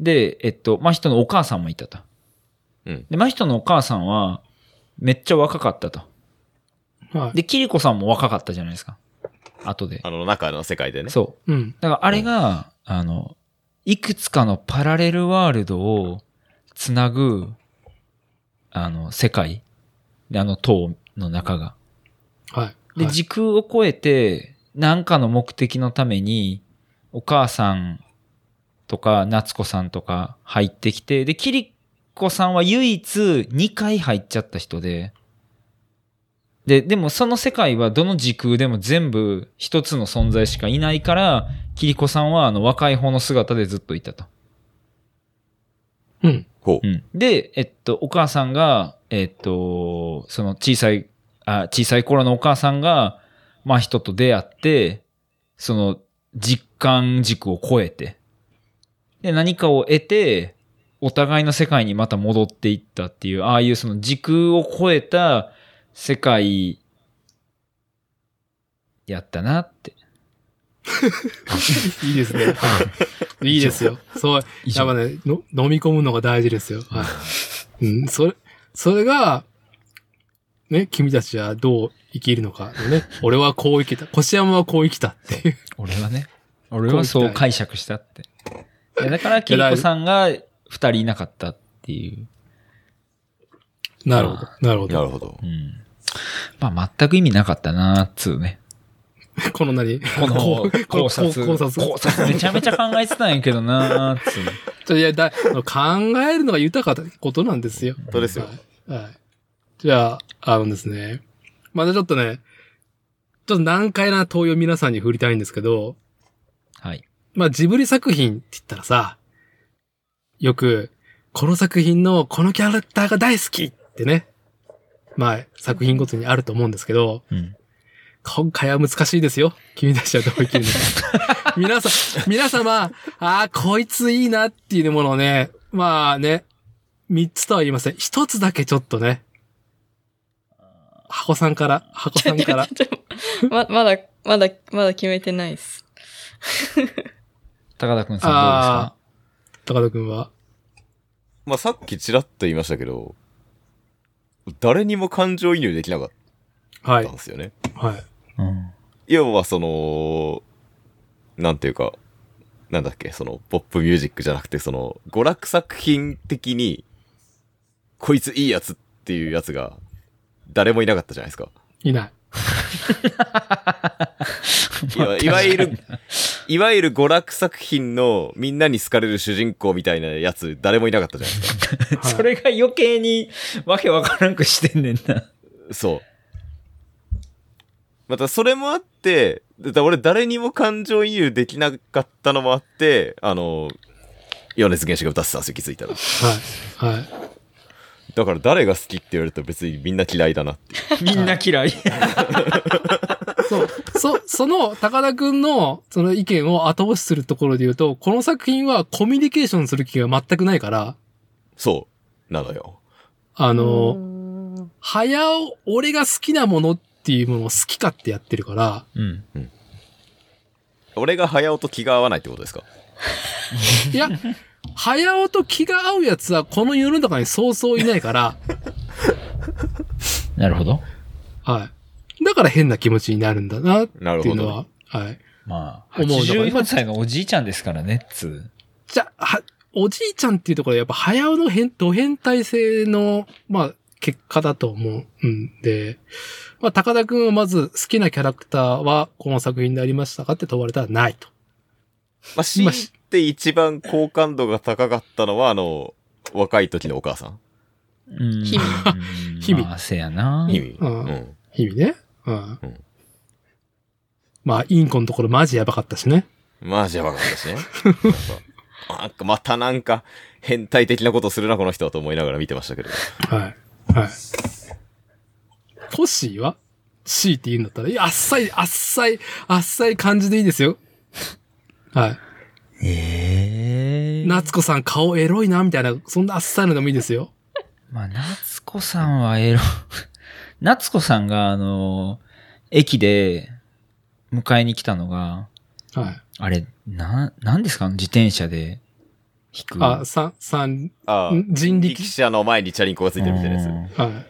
[SPEAKER 3] で、えっと、真人のお母さんもいたと。
[SPEAKER 2] うん
[SPEAKER 3] で、真人のお母さんは、めっちゃ若かったと。
[SPEAKER 1] う。はい。
[SPEAKER 3] で、キリコさんも若かったじゃないですか。後で。
[SPEAKER 2] あの、中の世界でね。
[SPEAKER 3] そう。
[SPEAKER 1] うん。
[SPEAKER 3] だからあれが、あの、いくつかのパラレルワールドをつなぐ、あの、世界。であの塔の中が。
[SPEAKER 1] はい。
[SPEAKER 3] で、
[SPEAKER 1] はい
[SPEAKER 3] 時空を超えて、何かの目的のために、お母さんとか、夏子さんとか入ってきて、で、キリコさんは唯一2回入っちゃった人で、で、でもその世界はどの時空でも全部一つの存在しかいないから、キリコさんはあの若い方の姿でずっといたと。
[SPEAKER 1] うん。
[SPEAKER 2] ほう。
[SPEAKER 3] で、えっと、お母さんが、えっと、その小さい、あ小さい頃のお母さんが、まあ人と出会って、その実感軸を超えて、で、何かを得て、お互いの世界にまた戻っていったっていう、ああいうその時空を超えた世界、やったなって。
[SPEAKER 1] いいですね。いいですよ。そう、
[SPEAKER 3] 以
[SPEAKER 1] やっぱ
[SPEAKER 3] 上。
[SPEAKER 1] ねの、飲み込むのが大事ですよ。はい。うん、それ、それが、ね、君たちはどう生きるのかの ね。俺はこう生きた。腰山はこう生きたっていう。
[SPEAKER 3] 俺はね、俺はそう解釈したって。いや だから、キリコさんが二人いなかったっていう。
[SPEAKER 1] なるほど。なるほ
[SPEAKER 2] な
[SPEAKER 1] ど。
[SPEAKER 2] るほど
[SPEAKER 3] う。ん。まあ、全く意味なかったな、っつうね。
[SPEAKER 1] この何
[SPEAKER 3] こ
[SPEAKER 1] こ
[SPEAKER 3] の
[SPEAKER 1] うこう
[SPEAKER 3] 考察。
[SPEAKER 1] 考察
[SPEAKER 3] 考察めちゃめちゃ考えてたんやけどな、つうね。
[SPEAKER 1] いやだ考えるのが豊かなことなんですよ。
[SPEAKER 2] そうですよ。
[SPEAKER 1] はい。はい。じゃあ、あのですね。またちょっとね、ちょっと難解な問いを皆さんに振りたいんですけど、
[SPEAKER 3] はい。
[SPEAKER 1] まあジブリ作品って言ったらさ、よく、この作品のこのキャラクターが大好きってね、まあ作品ごとにあると思うんですけど、
[SPEAKER 3] うん。
[SPEAKER 1] 今回は難しいですよ。君たちはどう生きるの か。皆さん、皆様、ああ、こいついいなっていうものをね、まあね、三つとは言いません。一つだけちょっとね、箱さんから、箱さん
[SPEAKER 4] ち
[SPEAKER 1] か
[SPEAKER 4] ょ
[SPEAKER 1] ら。
[SPEAKER 4] ちょちょままだ、まだ、まだ決めてないです。
[SPEAKER 3] 高田くんさんどうで
[SPEAKER 1] あ
[SPEAKER 3] す
[SPEAKER 1] あ、
[SPEAKER 3] か
[SPEAKER 1] 高田くんは。
[SPEAKER 2] まあ、さっきちらっと言いましたけど、誰にも感情移入できなかっ
[SPEAKER 1] は
[SPEAKER 2] た
[SPEAKER 1] い
[SPEAKER 2] ん。ですよね。
[SPEAKER 1] はい。
[SPEAKER 3] うん。
[SPEAKER 2] 要はその、なんていうか、なんだっけ、その、ポップミュージックじゃなくて、その、娯楽作品的に、こいついいやつっていうやつが、誰もいなかったじゃないですか。
[SPEAKER 1] いない。
[SPEAKER 2] いわいわゆる、いわゆる娯楽作品のみんなに好かれる主人公みたいなやつ、誰もいなかったじゃないですか。
[SPEAKER 1] はい
[SPEAKER 3] それが余計にわけわからんくしてんねんな。
[SPEAKER 2] そう。またそれもあって、だから俺誰にも感情移入できなかったのもあって、あの、米津玄師が歌ってたんですよ、気づいたら。
[SPEAKER 1] はい。はい。
[SPEAKER 2] だから誰が好きって言われると別にみんな嫌いだなっていう。
[SPEAKER 3] みんな嫌い。
[SPEAKER 1] そう。そ、その、高田くんの、その意見を後押しするところで言うと、この作品はコミュニケーションする気が全くないから、
[SPEAKER 2] そう。なのよ。
[SPEAKER 1] あの、
[SPEAKER 4] の、
[SPEAKER 1] 早尾、俺が好きなものっていうものを好きかってやってるから、
[SPEAKER 3] うん。
[SPEAKER 2] 俺が早尾と気が合わないってことですか
[SPEAKER 1] いや、早尾と気が合うやつはこの世の中にそうそういないから、
[SPEAKER 3] なるほど。
[SPEAKER 1] はい。だから変な気持ちになるんだな、って
[SPEAKER 2] なる
[SPEAKER 1] いう
[SPEAKER 2] ほ
[SPEAKER 1] の
[SPEAKER 2] ど。
[SPEAKER 1] は、はい。
[SPEAKER 3] まあ、
[SPEAKER 1] 思うだから
[SPEAKER 3] 84歳のおじいちゃんですからね、つう。
[SPEAKER 1] じゃあ、はおじいちゃんっていうところはやっぱ早尾の変、ド変態性の、まあ、結果だと思うんで、まあ、高田くんはまず好きなキャラクターはこの作品でありましたかって問われたらないと。
[SPEAKER 2] まあ、C って一番好感度が高かったのは、あの、若い時のお母さん。
[SPEAKER 3] うん。
[SPEAKER 4] 日々
[SPEAKER 1] 日々
[SPEAKER 3] まあ、せやな。
[SPEAKER 2] 意味。
[SPEAKER 1] う
[SPEAKER 2] うんん。
[SPEAKER 1] 意味ね。うん。
[SPEAKER 2] うん
[SPEAKER 1] まあ、インコのところマジやばかったしね。
[SPEAKER 2] マジやばかったしね。なんかまたなんか変態的なことするな、この人はと思いながら見てましたけど。
[SPEAKER 1] はい。はい。コッシーは ?C って言うんだったら、いや、あっさい、あっさい、あっさい感じでいいですよ。はい。
[SPEAKER 3] ええ
[SPEAKER 1] 夏子さん顔エロいな、みたいな、そんなあっさいのでもいいですよ。
[SPEAKER 3] まあ、夏子さんはエロ。 夏子さんが、あの、駅で迎えに来たのが、
[SPEAKER 1] はい。
[SPEAKER 3] あれ、な、なんですか自転車で引く。
[SPEAKER 1] あ、三、三、
[SPEAKER 2] ああ
[SPEAKER 1] ん人力
[SPEAKER 2] 力車の前にチャリンコがついてるみたいなやつ。
[SPEAKER 3] うん
[SPEAKER 1] は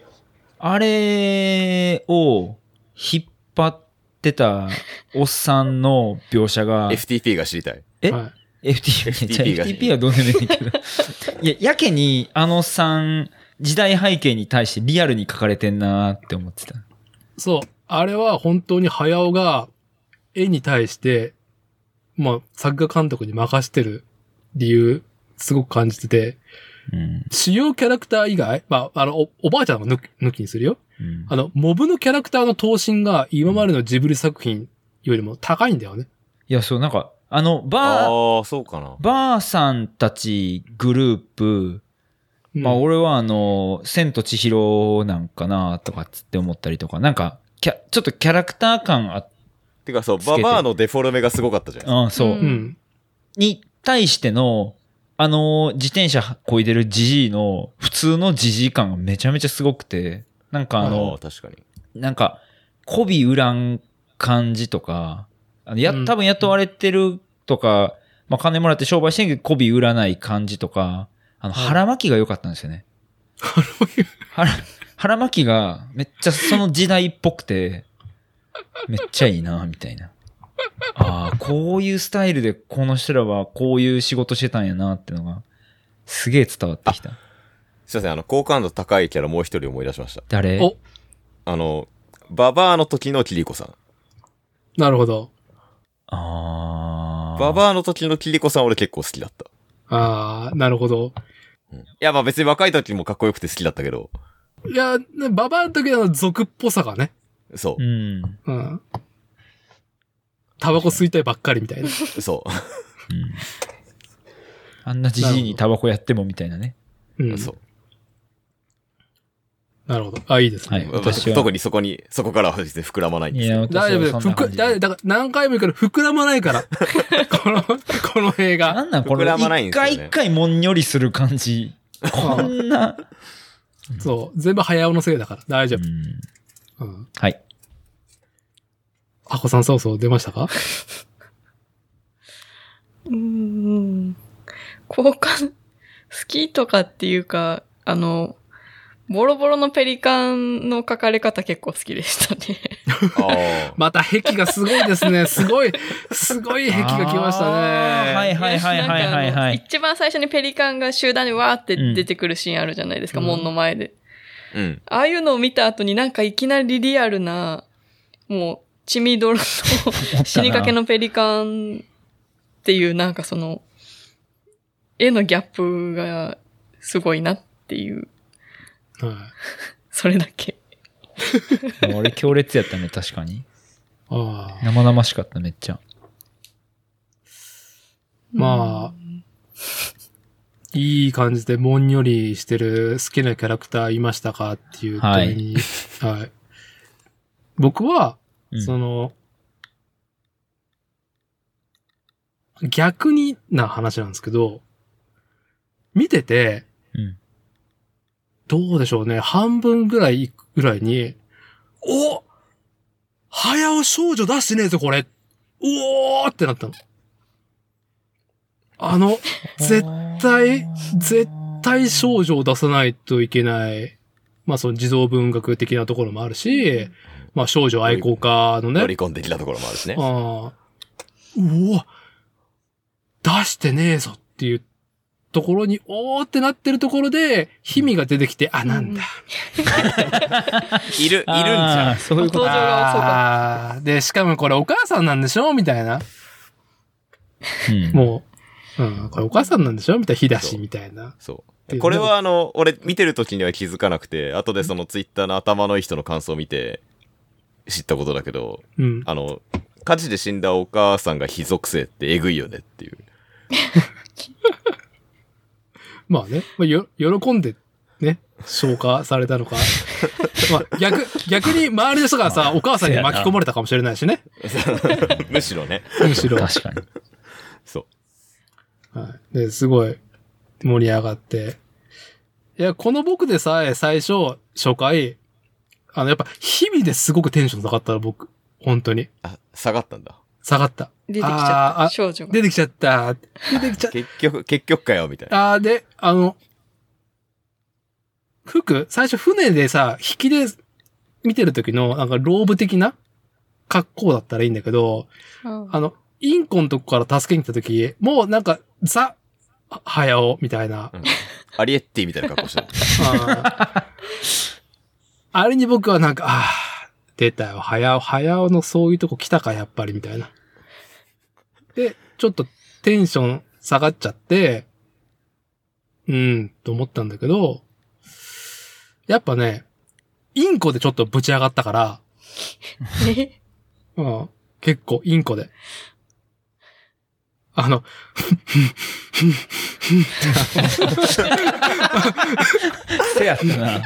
[SPEAKER 3] あれを引っ張ってたおっさんの描写が、
[SPEAKER 2] FTP が知りたい。
[SPEAKER 1] い。
[SPEAKER 3] え
[SPEAKER 1] は
[SPEAKER 3] FTP じゃ
[SPEAKER 2] FTP が
[SPEAKER 3] FTP はどうでもいいけど。いや、やけにあのさん、時代背景に対してリアルに書かれてんなーって思ってた。
[SPEAKER 1] い。そう。あれは本当に早尾が絵に対して、まあ、作画監督に任してる理由、すごく感じてて、
[SPEAKER 3] うん。
[SPEAKER 1] 主要キャラクター以外、まあ、あの、おおばあちゃんも抜き抜きにするよ。
[SPEAKER 3] うん
[SPEAKER 1] あの、モブのキャラクターの頭身が今までのジブリ作品よりも高いんだよね。
[SPEAKER 3] いや、そう、なんか、あの、
[SPEAKER 2] ああ
[SPEAKER 3] ばあ、
[SPEAKER 2] ー、そうかな。
[SPEAKER 3] ばあさんたちグループ、まあ
[SPEAKER 1] うん
[SPEAKER 3] 俺はあの、千と千尋なんかなとかっつって思ったりとか、なんか、キャ、ちょっとキャラクター感あっ
[SPEAKER 2] ってかそう、
[SPEAKER 3] つけ
[SPEAKER 2] バ
[SPEAKER 3] て
[SPEAKER 2] バアのデフォルメがすごかったじゃない
[SPEAKER 3] うん、そう。
[SPEAKER 4] うん
[SPEAKER 1] うん。
[SPEAKER 3] に対しての、あのー自転車こいでるジジイの、普通のジジイ感がめちゃめちゃすごくて、なんかあの、
[SPEAKER 2] ですか。確か
[SPEAKER 3] なんか、媚び売らん感じとか、あのや
[SPEAKER 1] うん、
[SPEAKER 3] 多分雇われてるとか、まあ、金もらって商売してんけど、媚び売らない感じとか、あの、
[SPEAKER 1] はい
[SPEAKER 3] 腹巻きが良かったんですよね。腹、腹巻きが、めっちゃその時代っぽくて、めっちゃいいな、みたいな。ああ、こういうスタイルでこの人らはこういう仕事してたんやなってのが、すげえ伝わってきた。
[SPEAKER 2] に。すいません、あの、好感度高いキャラもう一人思い出しました。
[SPEAKER 3] 誰
[SPEAKER 1] お
[SPEAKER 2] あの、ババアの時のキリコさん。
[SPEAKER 1] なるほど。
[SPEAKER 3] ああ。
[SPEAKER 2] ババアの時のキリコさん俺結構好きだった。
[SPEAKER 1] ああ、なるほど。
[SPEAKER 2] うんいや、まあ別に若い時もかっこよくて好きだったけど、
[SPEAKER 1] いや、ババアの時の俗っぽさがね。
[SPEAKER 2] そうう、
[SPEAKER 3] ん。
[SPEAKER 1] うん。タバコ吸いたいばっかりみたいな。
[SPEAKER 2] そ
[SPEAKER 3] あんなじじいにタバコやってもみたいなね。
[SPEAKER 1] う
[SPEAKER 2] う、
[SPEAKER 1] ん。
[SPEAKER 2] そう。
[SPEAKER 1] なるほど。あ、いいですね。
[SPEAKER 3] はい。私は。
[SPEAKER 2] 特にそこに、そこからは別に膨らまないんで
[SPEAKER 3] い
[SPEAKER 2] すけ
[SPEAKER 3] や、私
[SPEAKER 2] ど。
[SPEAKER 3] は
[SPEAKER 1] 大丈夫です。
[SPEAKER 3] そんな
[SPEAKER 1] ふ
[SPEAKER 3] 感
[SPEAKER 1] く
[SPEAKER 3] じ
[SPEAKER 1] だだから何回も言うけど、膨らまないから。この、 この映画。
[SPEAKER 3] なんなんこ
[SPEAKER 2] 膨
[SPEAKER 3] れ、
[SPEAKER 2] らまないん
[SPEAKER 3] 一
[SPEAKER 2] ですよね
[SPEAKER 3] 回一回もんよりする 感じ。こんな。
[SPEAKER 1] そう。全部早尾のせいだから。大丈
[SPEAKER 3] うん
[SPEAKER 1] 夫。うん。
[SPEAKER 3] はい。
[SPEAKER 1] あこさん、そうそう、出ましたか
[SPEAKER 4] うーん。好感、好きとかっていうか、あの、ボロボロのペリカンの書かれ方結構好きでしたね。
[SPEAKER 2] あ
[SPEAKER 1] また、壁がすごいですね。すごい、すごい壁が来ましたね。
[SPEAKER 3] あーはいはいはいはいはい
[SPEAKER 4] なんかあ
[SPEAKER 3] は
[SPEAKER 4] の
[SPEAKER 3] い。
[SPEAKER 4] 一番最初にペリカンが集団でわーって出てくるシーンあるじゃないですか、
[SPEAKER 1] うん
[SPEAKER 4] 門の前で。
[SPEAKER 2] あ、うん。
[SPEAKER 4] ああいうのを見た後になんかいきなりリアルな、もう、血みどろの死にかけのペリカンっていうなんかその、絵のギャップがすごいなっていう、
[SPEAKER 1] はい
[SPEAKER 4] それだけ。
[SPEAKER 3] 俺強烈やったね、確かに。
[SPEAKER 1] ああ。
[SPEAKER 3] 生々しかった、めっちゃ。
[SPEAKER 1] まあいい感じで、もんよりしてる好きなキャラクターいましたかっていう問いに。はい。僕は、
[SPEAKER 3] うん
[SPEAKER 1] その、逆にな話なんですけど、見てて、
[SPEAKER 3] うん
[SPEAKER 1] どうでしょうね、半分ぐらいいぐらいに、お早尾少女出してねえぞ、これおーってなったの。あの、絶対、絶対少女を出さないといけない、まあその児童文学的なところもあるし、まあ少女愛好家の
[SPEAKER 2] 乗
[SPEAKER 1] ね
[SPEAKER 2] り、込んできたところもあるしね。
[SPEAKER 1] ああ、うわ、出してねえぞっていうところに、おーってなってるところで、ひみが出てきて、あ、なんだ。
[SPEAKER 2] いる、いるんじ
[SPEAKER 3] あ
[SPEAKER 2] ゃ
[SPEAKER 3] ーそういうこと
[SPEAKER 4] 登場。が遅
[SPEAKER 1] ああー、で、しかもこれお母さんなんでしょみたいな。
[SPEAKER 3] うん
[SPEAKER 1] もう、うん、これお母さんなんでしょみたいな、ひだし、みたいな。
[SPEAKER 2] そ。
[SPEAKER 1] ていうう
[SPEAKER 2] これはあの、俺見てる時には気づかなくて、後でそのツイッターの頭のいい人の感想を見て知ったことだけど、
[SPEAKER 1] うん。
[SPEAKER 2] あの、火事で死んだお母さんが非属性ってえぐいよねっ ていう。
[SPEAKER 1] まあね、まあ、よ、喜んで、ね、消化されたの か。まあ、逆、逆に周りの人がさ、お母さんに巻き込まれたかもしれないしね。
[SPEAKER 2] むしろね。
[SPEAKER 1] むしろ。
[SPEAKER 3] 確かに。
[SPEAKER 2] そう。
[SPEAKER 1] はい。で、すごい盛り上がって。いや、この僕でさえ最初、初回、あの、やっぱ日々ですごくテンション下がったら僕、本当に。
[SPEAKER 2] あ、下がったんだ。
[SPEAKER 1] 下がった。
[SPEAKER 4] 出てきちゃ
[SPEAKER 1] あ
[SPEAKER 4] っ
[SPEAKER 1] ー
[SPEAKER 4] た、
[SPEAKER 1] あ
[SPEAKER 4] 少女が。
[SPEAKER 1] 出てきちゃった。出てきちゃっ
[SPEAKER 2] 結局、結局かよ、みたいな。
[SPEAKER 1] た。あーで、あの、服、最初船でさ、引きで見てる時の、なんかローブ的な格好だったらいいんだけど、
[SPEAKER 4] うん
[SPEAKER 1] あの、インコのとこから助けに来た時、もうなんか、ザ、早尾みたいな
[SPEAKER 2] う。んアリエッティみたいな格好してる。
[SPEAKER 1] ああれに僕はなんか、ああ、出たよ。早尾、早尾のそういうとこ来たか、やっぱり、みたいな。で、ちょっとテンション下がっちゃって、うん、と思ったんだけど、やっぱね、インコでちょっとぶち上がったから、
[SPEAKER 4] ね
[SPEAKER 1] うん、結構、インコで。あの、
[SPEAKER 3] せやったな。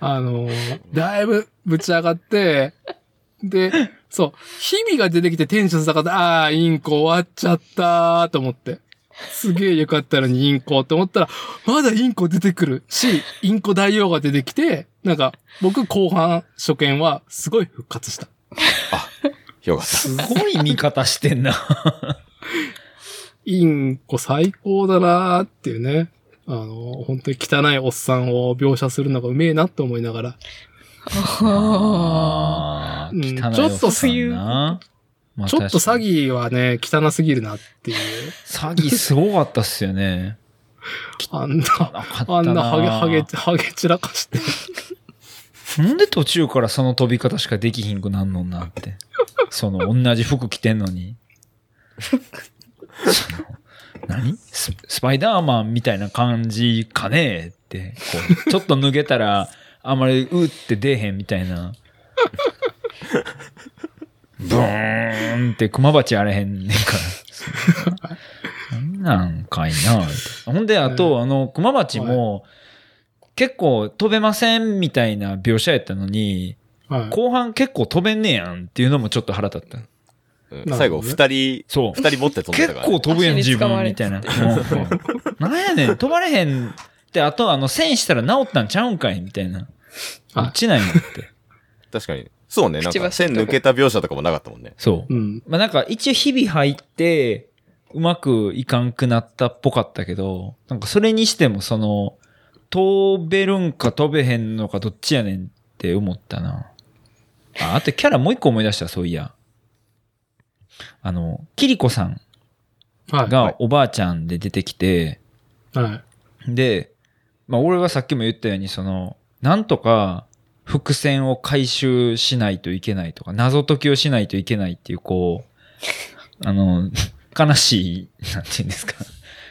[SPEAKER 1] あのーだいぶぶち上がって、で、そう、日々が出てきてテンション下がって、ああ、インコ終わっちゃったーと思って。すげえよかったのにインコと思ったら、まだインコ出てくるし、インコ大王が出てきて、なんか、僕後半初見はすごい復活した。
[SPEAKER 2] よかっ
[SPEAKER 3] すごい見方してんな。
[SPEAKER 1] インコ最高だなーっていうね。あのー、本当に汚いおっさんを描写するのがうめえなと思いながら、
[SPEAKER 3] ああ、
[SPEAKER 4] あ
[SPEAKER 1] うん
[SPEAKER 3] 汚い
[SPEAKER 1] ちょっと
[SPEAKER 3] おっさんなまあ
[SPEAKER 1] ちょっと詐
[SPEAKER 3] 確かに
[SPEAKER 1] 欺はね、汚すぎるなっていう。
[SPEAKER 3] 詐欺すごかったっすよね。
[SPEAKER 1] あんな、
[SPEAKER 3] なかったな
[SPEAKER 1] あんなハゲ、ハゲ、ハゲ散らかして。
[SPEAKER 3] なんで途中からその飛び方しかできひんくなんのんな って。その、同じ服着てんのに。その何ススパイダーマンみたいな感じかねえって、こう、ちょっと脱げたら、あんまりうって出えへんみたいな。ブーンって熊鉢あれへんねんから。なんなんかいなほんで、あと、あの、熊鉢も、結構飛べませんみたいな描写やったのに、
[SPEAKER 1] はい。
[SPEAKER 3] 後半結構飛べんねやんっていうのもちょっと腹立った。
[SPEAKER 2] た。
[SPEAKER 1] どね
[SPEAKER 2] 最後、二人、
[SPEAKER 3] そう。
[SPEAKER 2] 二人持って飛んで
[SPEAKER 3] 結
[SPEAKER 2] たからね、
[SPEAKER 3] 構飛ぶやん、
[SPEAKER 4] 足
[SPEAKER 3] 自
[SPEAKER 4] に捕ま
[SPEAKER 3] 分
[SPEAKER 4] れ
[SPEAKER 3] みたいな。うんなんやねん、飛ばれへんって、あと、あの、線したら治ったんちゃうんかいみたいな。
[SPEAKER 1] はい
[SPEAKER 3] 落ちないのって。
[SPEAKER 2] 確かに。そうね、なん
[SPEAKER 4] くちば
[SPEAKER 2] か
[SPEAKER 4] し
[SPEAKER 2] 線抜けた描写とかもなかったもんね。
[SPEAKER 3] そうう。
[SPEAKER 1] ん。
[SPEAKER 3] まあ、なんか、一応、日々入って、うまくいかんくなったっぽかったけど、なんか、それにしても、その、飛べるんか飛べへんのかどっちやねんって思ったな。あ、あと、キャラもう一個思い出した、そういや。あの、キリコさん
[SPEAKER 1] は
[SPEAKER 3] がおばあちゃんで出てきて、
[SPEAKER 1] い。はい。
[SPEAKER 3] で、まあ、俺がさっきも言ったように、その、なんとか伏線を回収しないといけないとか、謎解きをしないといけないっていう、こ う、あの、悲しい、なんていうんですか、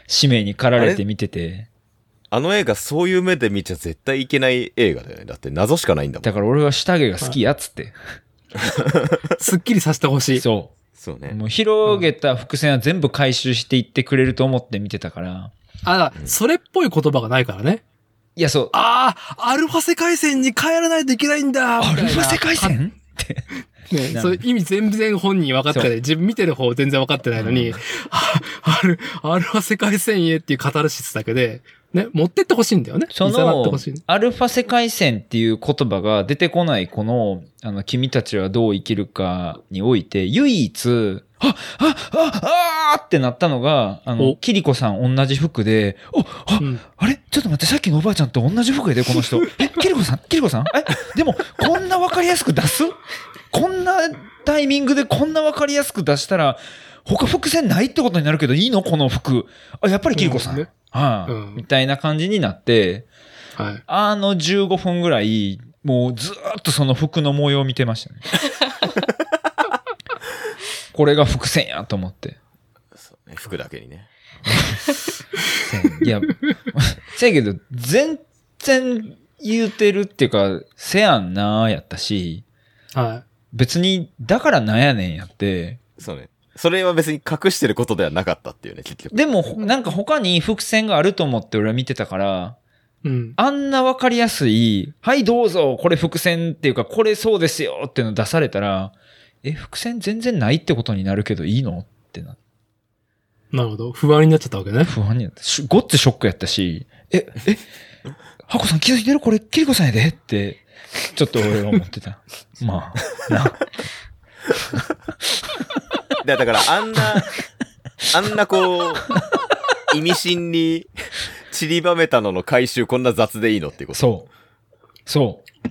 [SPEAKER 3] 使命に駆られて見てて、
[SPEAKER 2] あの映画、そういう目で見ちゃ絶対いけない映画だよね。だって謎しかないんだも
[SPEAKER 3] だ
[SPEAKER 2] ん。
[SPEAKER 3] から俺は下着が好きやっつって、
[SPEAKER 1] すっきりさせてほしい。
[SPEAKER 3] そ
[SPEAKER 2] そう
[SPEAKER 3] う、
[SPEAKER 2] ね。
[SPEAKER 3] もう広げた伏線は全部回収していってくれると思って見てたから、
[SPEAKER 1] あ、それっぽい言葉がないからね。
[SPEAKER 3] いや、そう、
[SPEAKER 1] ああ、アルファ世界線に帰らないといけないんだ
[SPEAKER 3] アルファ世界
[SPEAKER 1] み
[SPEAKER 3] 線
[SPEAKER 1] たいなね、そういう意味全然本人分かってない。自分見てる方全然分かってないのに、 あアル、アルファ世界線へっていうカタルシスだけで、ね、持ってってほしいんだよね。
[SPEAKER 3] そ
[SPEAKER 1] いざなってほ
[SPEAKER 3] の
[SPEAKER 1] しい。、
[SPEAKER 3] アルファ世界線っていう言葉が出てこない、この、あの、君たちはどう生きるかにおいて、唯一、あ、あ、あ、あーってなったのが、あ
[SPEAKER 1] お
[SPEAKER 3] の、キリコさん同じ服で、お、あ
[SPEAKER 1] う、ん。
[SPEAKER 3] あれちょっと待って、さっきのおばあちゃんと同じ服やで、こ の人。え、キリコさんキリコさんえ、でも、こんなわかりやすく出すこんなタイミングでこんなわかりやすく出したら、他伏線ないってことになるけど、いいのこの服。あ、やっぱりキリコさん。
[SPEAKER 1] うんね
[SPEAKER 3] はあ
[SPEAKER 1] うん
[SPEAKER 3] みたいな感じになって、
[SPEAKER 1] はい。
[SPEAKER 3] あの15分ぐらい、もうずーっとその服の模様を見てましたね。これが伏線やと思って。
[SPEAKER 2] そうね服だけにね。
[SPEAKER 3] いや、 せやけど、全然言うてるっていうか、せやんなーやったし、
[SPEAKER 1] は
[SPEAKER 3] 別に、だからなんやねんやって、
[SPEAKER 2] そうね。それは別に隠してることではなかったっていうね、結局。
[SPEAKER 3] でも、なんか他に伏線があると思って俺は見てたから、
[SPEAKER 1] い。うん。
[SPEAKER 3] あんなわかりやすい、はいどうぞ、これ伏線っていうか、これそうですよっていうの出されたら、え、伏線全然ないってことになるけどいいのってな、
[SPEAKER 1] なるほど。不安になっちゃったわけね。
[SPEAKER 3] 不安になった。しごっつショックやったし、え、え、ハコさん気づいてるこれ、キリコさんやでって、ちょっと俺は思ってた。まあ、な。
[SPEAKER 2] だだから、あんな、あんなこう、意味深に散りばめたのの回収こんな雑でいいのっていうこと。
[SPEAKER 3] そう。そう。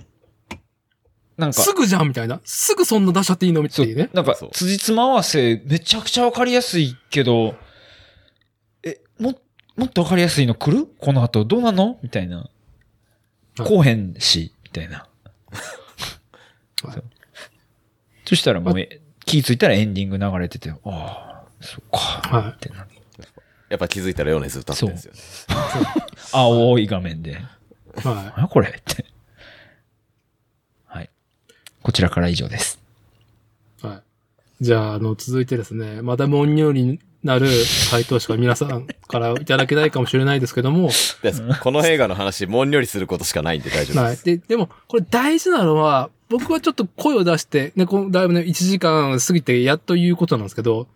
[SPEAKER 3] なんか、
[SPEAKER 1] すぐじゃんみたいな。すぐそんな出しちゃっていいのみた
[SPEAKER 3] そう
[SPEAKER 1] いなね。
[SPEAKER 3] なんか
[SPEAKER 2] そう、
[SPEAKER 3] 辻褄合わせ、めちゃくちゃわかりやすいけど、え、も、もっとわかりやすいの来るこの後、どうなのみたいな。
[SPEAKER 1] はい
[SPEAKER 3] こうへんし、みた いな。
[SPEAKER 1] はい
[SPEAKER 3] そうそしたらもう、え気づいたらエンディング流れてて、ああ、そっか、
[SPEAKER 1] はい
[SPEAKER 3] ってな。
[SPEAKER 2] やっぱ気づいたらヨネズ歌ってんですよね。
[SPEAKER 3] 青い画面で、
[SPEAKER 1] は
[SPEAKER 3] あこれって。はい。こちらから以上です。
[SPEAKER 1] い。はい。じゃあ、あの、続いてですね、マダム・オンニョーリなる回答しか皆さんからいただけないかもしれないですけども、
[SPEAKER 2] ですこの映画の話、もんよりすることしかないんで大丈夫
[SPEAKER 1] は
[SPEAKER 2] で
[SPEAKER 1] い。
[SPEAKER 2] す。
[SPEAKER 1] で、でも、これ大事なのは、僕はちょっと声を出して、ね、このだいぶね、1時間過ぎてやっと言うことなんですけど、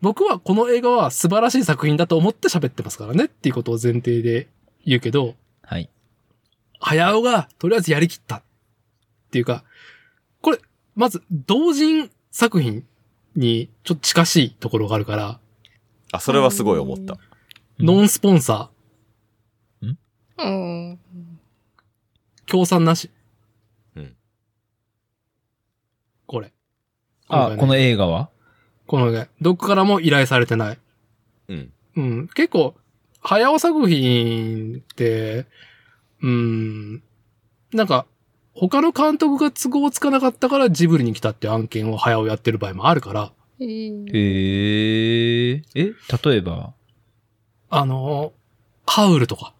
[SPEAKER 1] 僕はこの映画は素晴らしい作品だと思って喋ってますからねっていうことを前提で言うけど、
[SPEAKER 3] はい。
[SPEAKER 1] 早尾がとりあえずやりきったっていうか、これ、まず同人作品にちょっと近しいところがあるから、
[SPEAKER 2] あ、それはすごい思った。
[SPEAKER 3] うん
[SPEAKER 1] ノンスポンサ
[SPEAKER 4] うん。
[SPEAKER 1] ー、協賛なし。
[SPEAKER 2] うん
[SPEAKER 1] これ。
[SPEAKER 3] あ、こ
[SPEAKER 1] 今回ね
[SPEAKER 3] の映画は
[SPEAKER 1] このね、どこからも依頼されてない。
[SPEAKER 2] うん。
[SPEAKER 1] うん。結構、早尾作品って、うん、なんか、他の監督が都合つかなかったからジブリに来たっていう案件を早尾やってる場合もあるから、
[SPEAKER 4] えー
[SPEAKER 3] へえー。え例えば
[SPEAKER 1] あの、ハウルとか、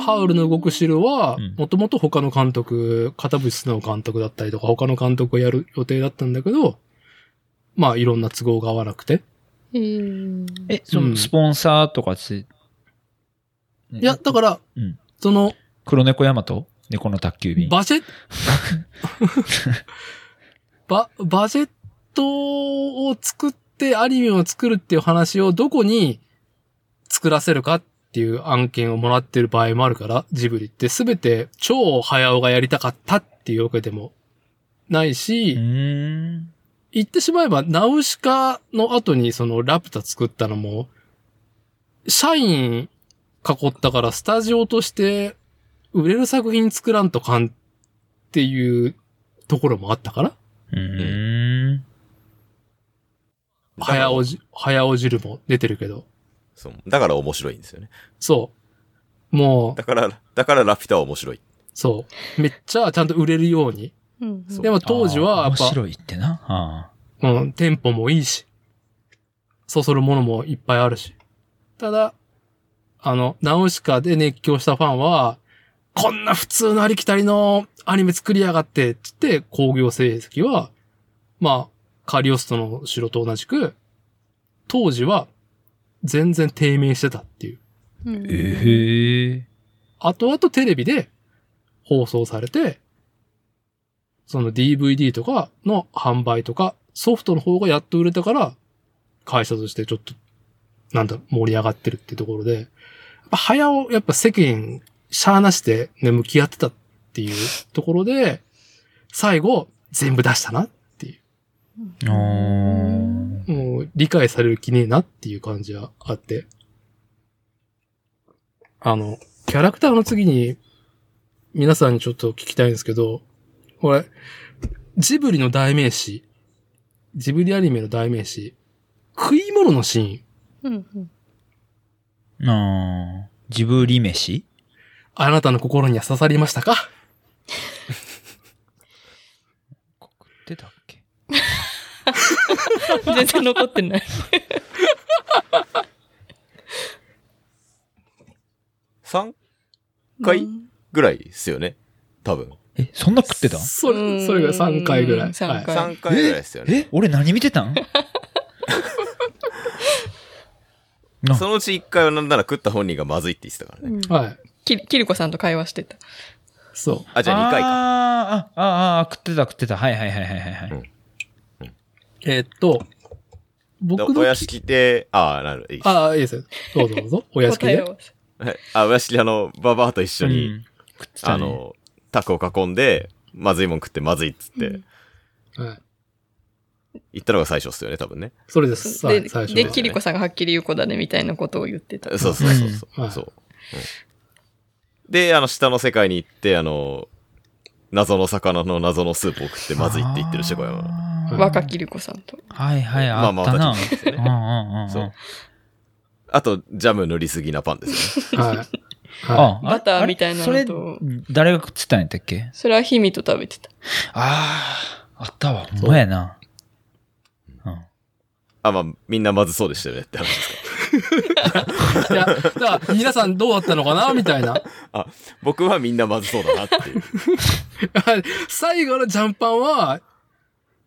[SPEAKER 1] ハウルの動く城は
[SPEAKER 3] うん、
[SPEAKER 1] もともと他の監督、片渕素直監督だったりとか、他の監督をやる予定だったんだけど、まあいろんな都合が合わなくて。
[SPEAKER 4] えー
[SPEAKER 3] え、そ
[SPEAKER 1] うん
[SPEAKER 3] のスポンサーとかつ、
[SPEAKER 1] いや、だから
[SPEAKER 3] うん、
[SPEAKER 1] その、
[SPEAKER 3] 黒猫ヤマト猫の宅急便。
[SPEAKER 1] バジ ェット、バ、バジェットを作ってアニメを作るっていう話をどこに作らせるかっていう案件をもらってる場合もあるから、ジブリってすべて超早尾がやりたかったっていうわけでもないし、
[SPEAKER 3] うーん。
[SPEAKER 1] 言ってしまえば、ナウシカの後にそのラプタ作ったのも、社員囲ったからスタジオとして売れる作品作らんとかんっていうところもあったから、
[SPEAKER 3] うーん。
[SPEAKER 2] だから
[SPEAKER 1] 早おじ、早お汁も出てるけど、
[SPEAKER 2] そう。だから面白いんですよね。
[SPEAKER 1] そう。もう
[SPEAKER 2] だ、から、だからラピュタは面白い。
[SPEAKER 1] そう。めっちゃちゃんと売れるように。
[SPEAKER 4] うん
[SPEAKER 2] そう
[SPEAKER 1] でも当時はや
[SPEAKER 3] あー面
[SPEAKER 1] っぱ、
[SPEAKER 3] 白いってな。あ
[SPEAKER 1] うん、テンポもいいし、そそるものもいっぱいあるし。ただ、あの、ナウシカで熱狂したファンは、こんな普通のありきたりのアニメ作りやがって、つって、興行成績は、まあ、カリオストの城と同じく、当時は全然低迷してたっていう。
[SPEAKER 4] うん
[SPEAKER 3] ーへえ。
[SPEAKER 1] 後々テレビで放送されて、その DVD とかの販売とか、ソフトの方がやっと売れたから、会社としてちょっと、なんだろう、盛り上がってるってところで、やっぱ早尾、やっぱ世間、しゃーなしでね、向き合ってたっていうところで、最後、全部出したなっていう。
[SPEAKER 3] あー
[SPEAKER 1] もう理解される気ねえなっていう感じはあって。あの、キャラクターの次に、皆さんにちょっと聞きたいんですけど、これ、ジブリの代名詞、ジブリアニメの代名詞、食い物のシーン、
[SPEAKER 4] うんうん
[SPEAKER 3] あー。ジブリ飯
[SPEAKER 1] あなたの心には刺さりましたか
[SPEAKER 3] 告ってたっけ
[SPEAKER 4] 全然残ってない。
[SPEAKER 2] 3かい
[SPEAKER 4] うん
[SPEAKER 2] ぐらいですよね。多分。
[SPEAKER 3] え、そんな食ってた
[SPEAKER 1] それ、それが3回ぐら
[SPEAKER 4] う
[SPEAKER 1] い。
[SPEAKER 4] ん三回
[SPEAKER 1] はい。
[SPEAKER 2] 3回ぐらいですよね。
[SPEAKER 3] え俺何見て たんな
[SPEAKER 2] そのうち1回はなんなら食った本人がまずいって言ってたからね。
[SPEAKER 1] はい。
[SPEAKER 4] きキリコさんと会話してた。
[SPEAKER 1] そう。
[SPEAKER 2] あ、じゃあ2回か。
[SPEAKER 3] あーあ、ああー、食ってた食ってた。はいはいはいはいはい。
[SPEAKER 2] うん
[SPEAKER 1] えーっと、
[SPEAKER 2] で
[SPEAKER 1] 僕
[SPEAKER 2] お
[SPEAKER 1] の
[SPEAKER 2] 屋、敷で、ああ、なる、いいっす。
[SPEAKER 1] ああ、いいですよ。どうぞどうぞ。お屋敷
[SPEAKER 4] 答え
[SPEAKER 1] で。
[SPEAKER 4] を。
[SPEAKER 2] はい あ、お屋敷であの、ババアと一緒に、
[SPEAKER 3] うん食ってたね
[SPEAKER 2] あ、の、タコを囲んで、まずいもん食ってまずいっつって、
[SPEAKER 4] うん
[SPEAKER 1] はい。
[SPEAKER 2] 言ったのが最初っすよね、多分ね。
[SPEAKER 1] それです。さ
[SPEAKER 4] で
[SPEAKER 1] 最初
[SPEAKER 4] で、キリコさんがはっきり言う子だねみたいなことを言ってた。
[SPEAKER 2] そうそうそうそう。
[SPEAKER 1] はい
[SPEAKER 2] そううんで、あの、下の世界に行って、あの、謎の魚の謎のスープを食ってまずいって言ってるし、これは。
[SPEAKER 3] あー
[SPEAKER 4] 若キリコさんと。
[SPEAKER 3] はいはい、
[SPEAKER 2] ま
[SPEAKER 3] あ
[SPEAKER 2] あ
[SPEAKER 3] っ
[SPEAKER 2] まあ
[SPEAKER 3] たな。
[SPEAKER 2] わかっちゃったんですよね
[SPEAKER 3] うんうんうんうん
[SPEAKER 2] そう。あと、ジャム塗りすぎなパンですよね。
[SPEAKER 1] はい。は
[SPEAKER 3] あ
[SPEAKER 4] バター
[SPEAKER 3] あれ
[SPEAKER 4] みたいなのと
[SPEAKER 3] それ、誰が食ってたんやったっけ
[SPEAKER 4] それはヒミと食べてた。
[SPEAKER 3] ああ、あったわ。ほんまやな。うん
[SPEAKER 2] あ、まあ、みんなまずそうでしたよねって話ですか。
[SPEAKER 1] い。いや、だから皆さんどうだったのかなみたいな。
[SPEAKER 2] 僕はみんなまずそうだなっていう。
[SPEAKER 1] 最後のジャンパンは、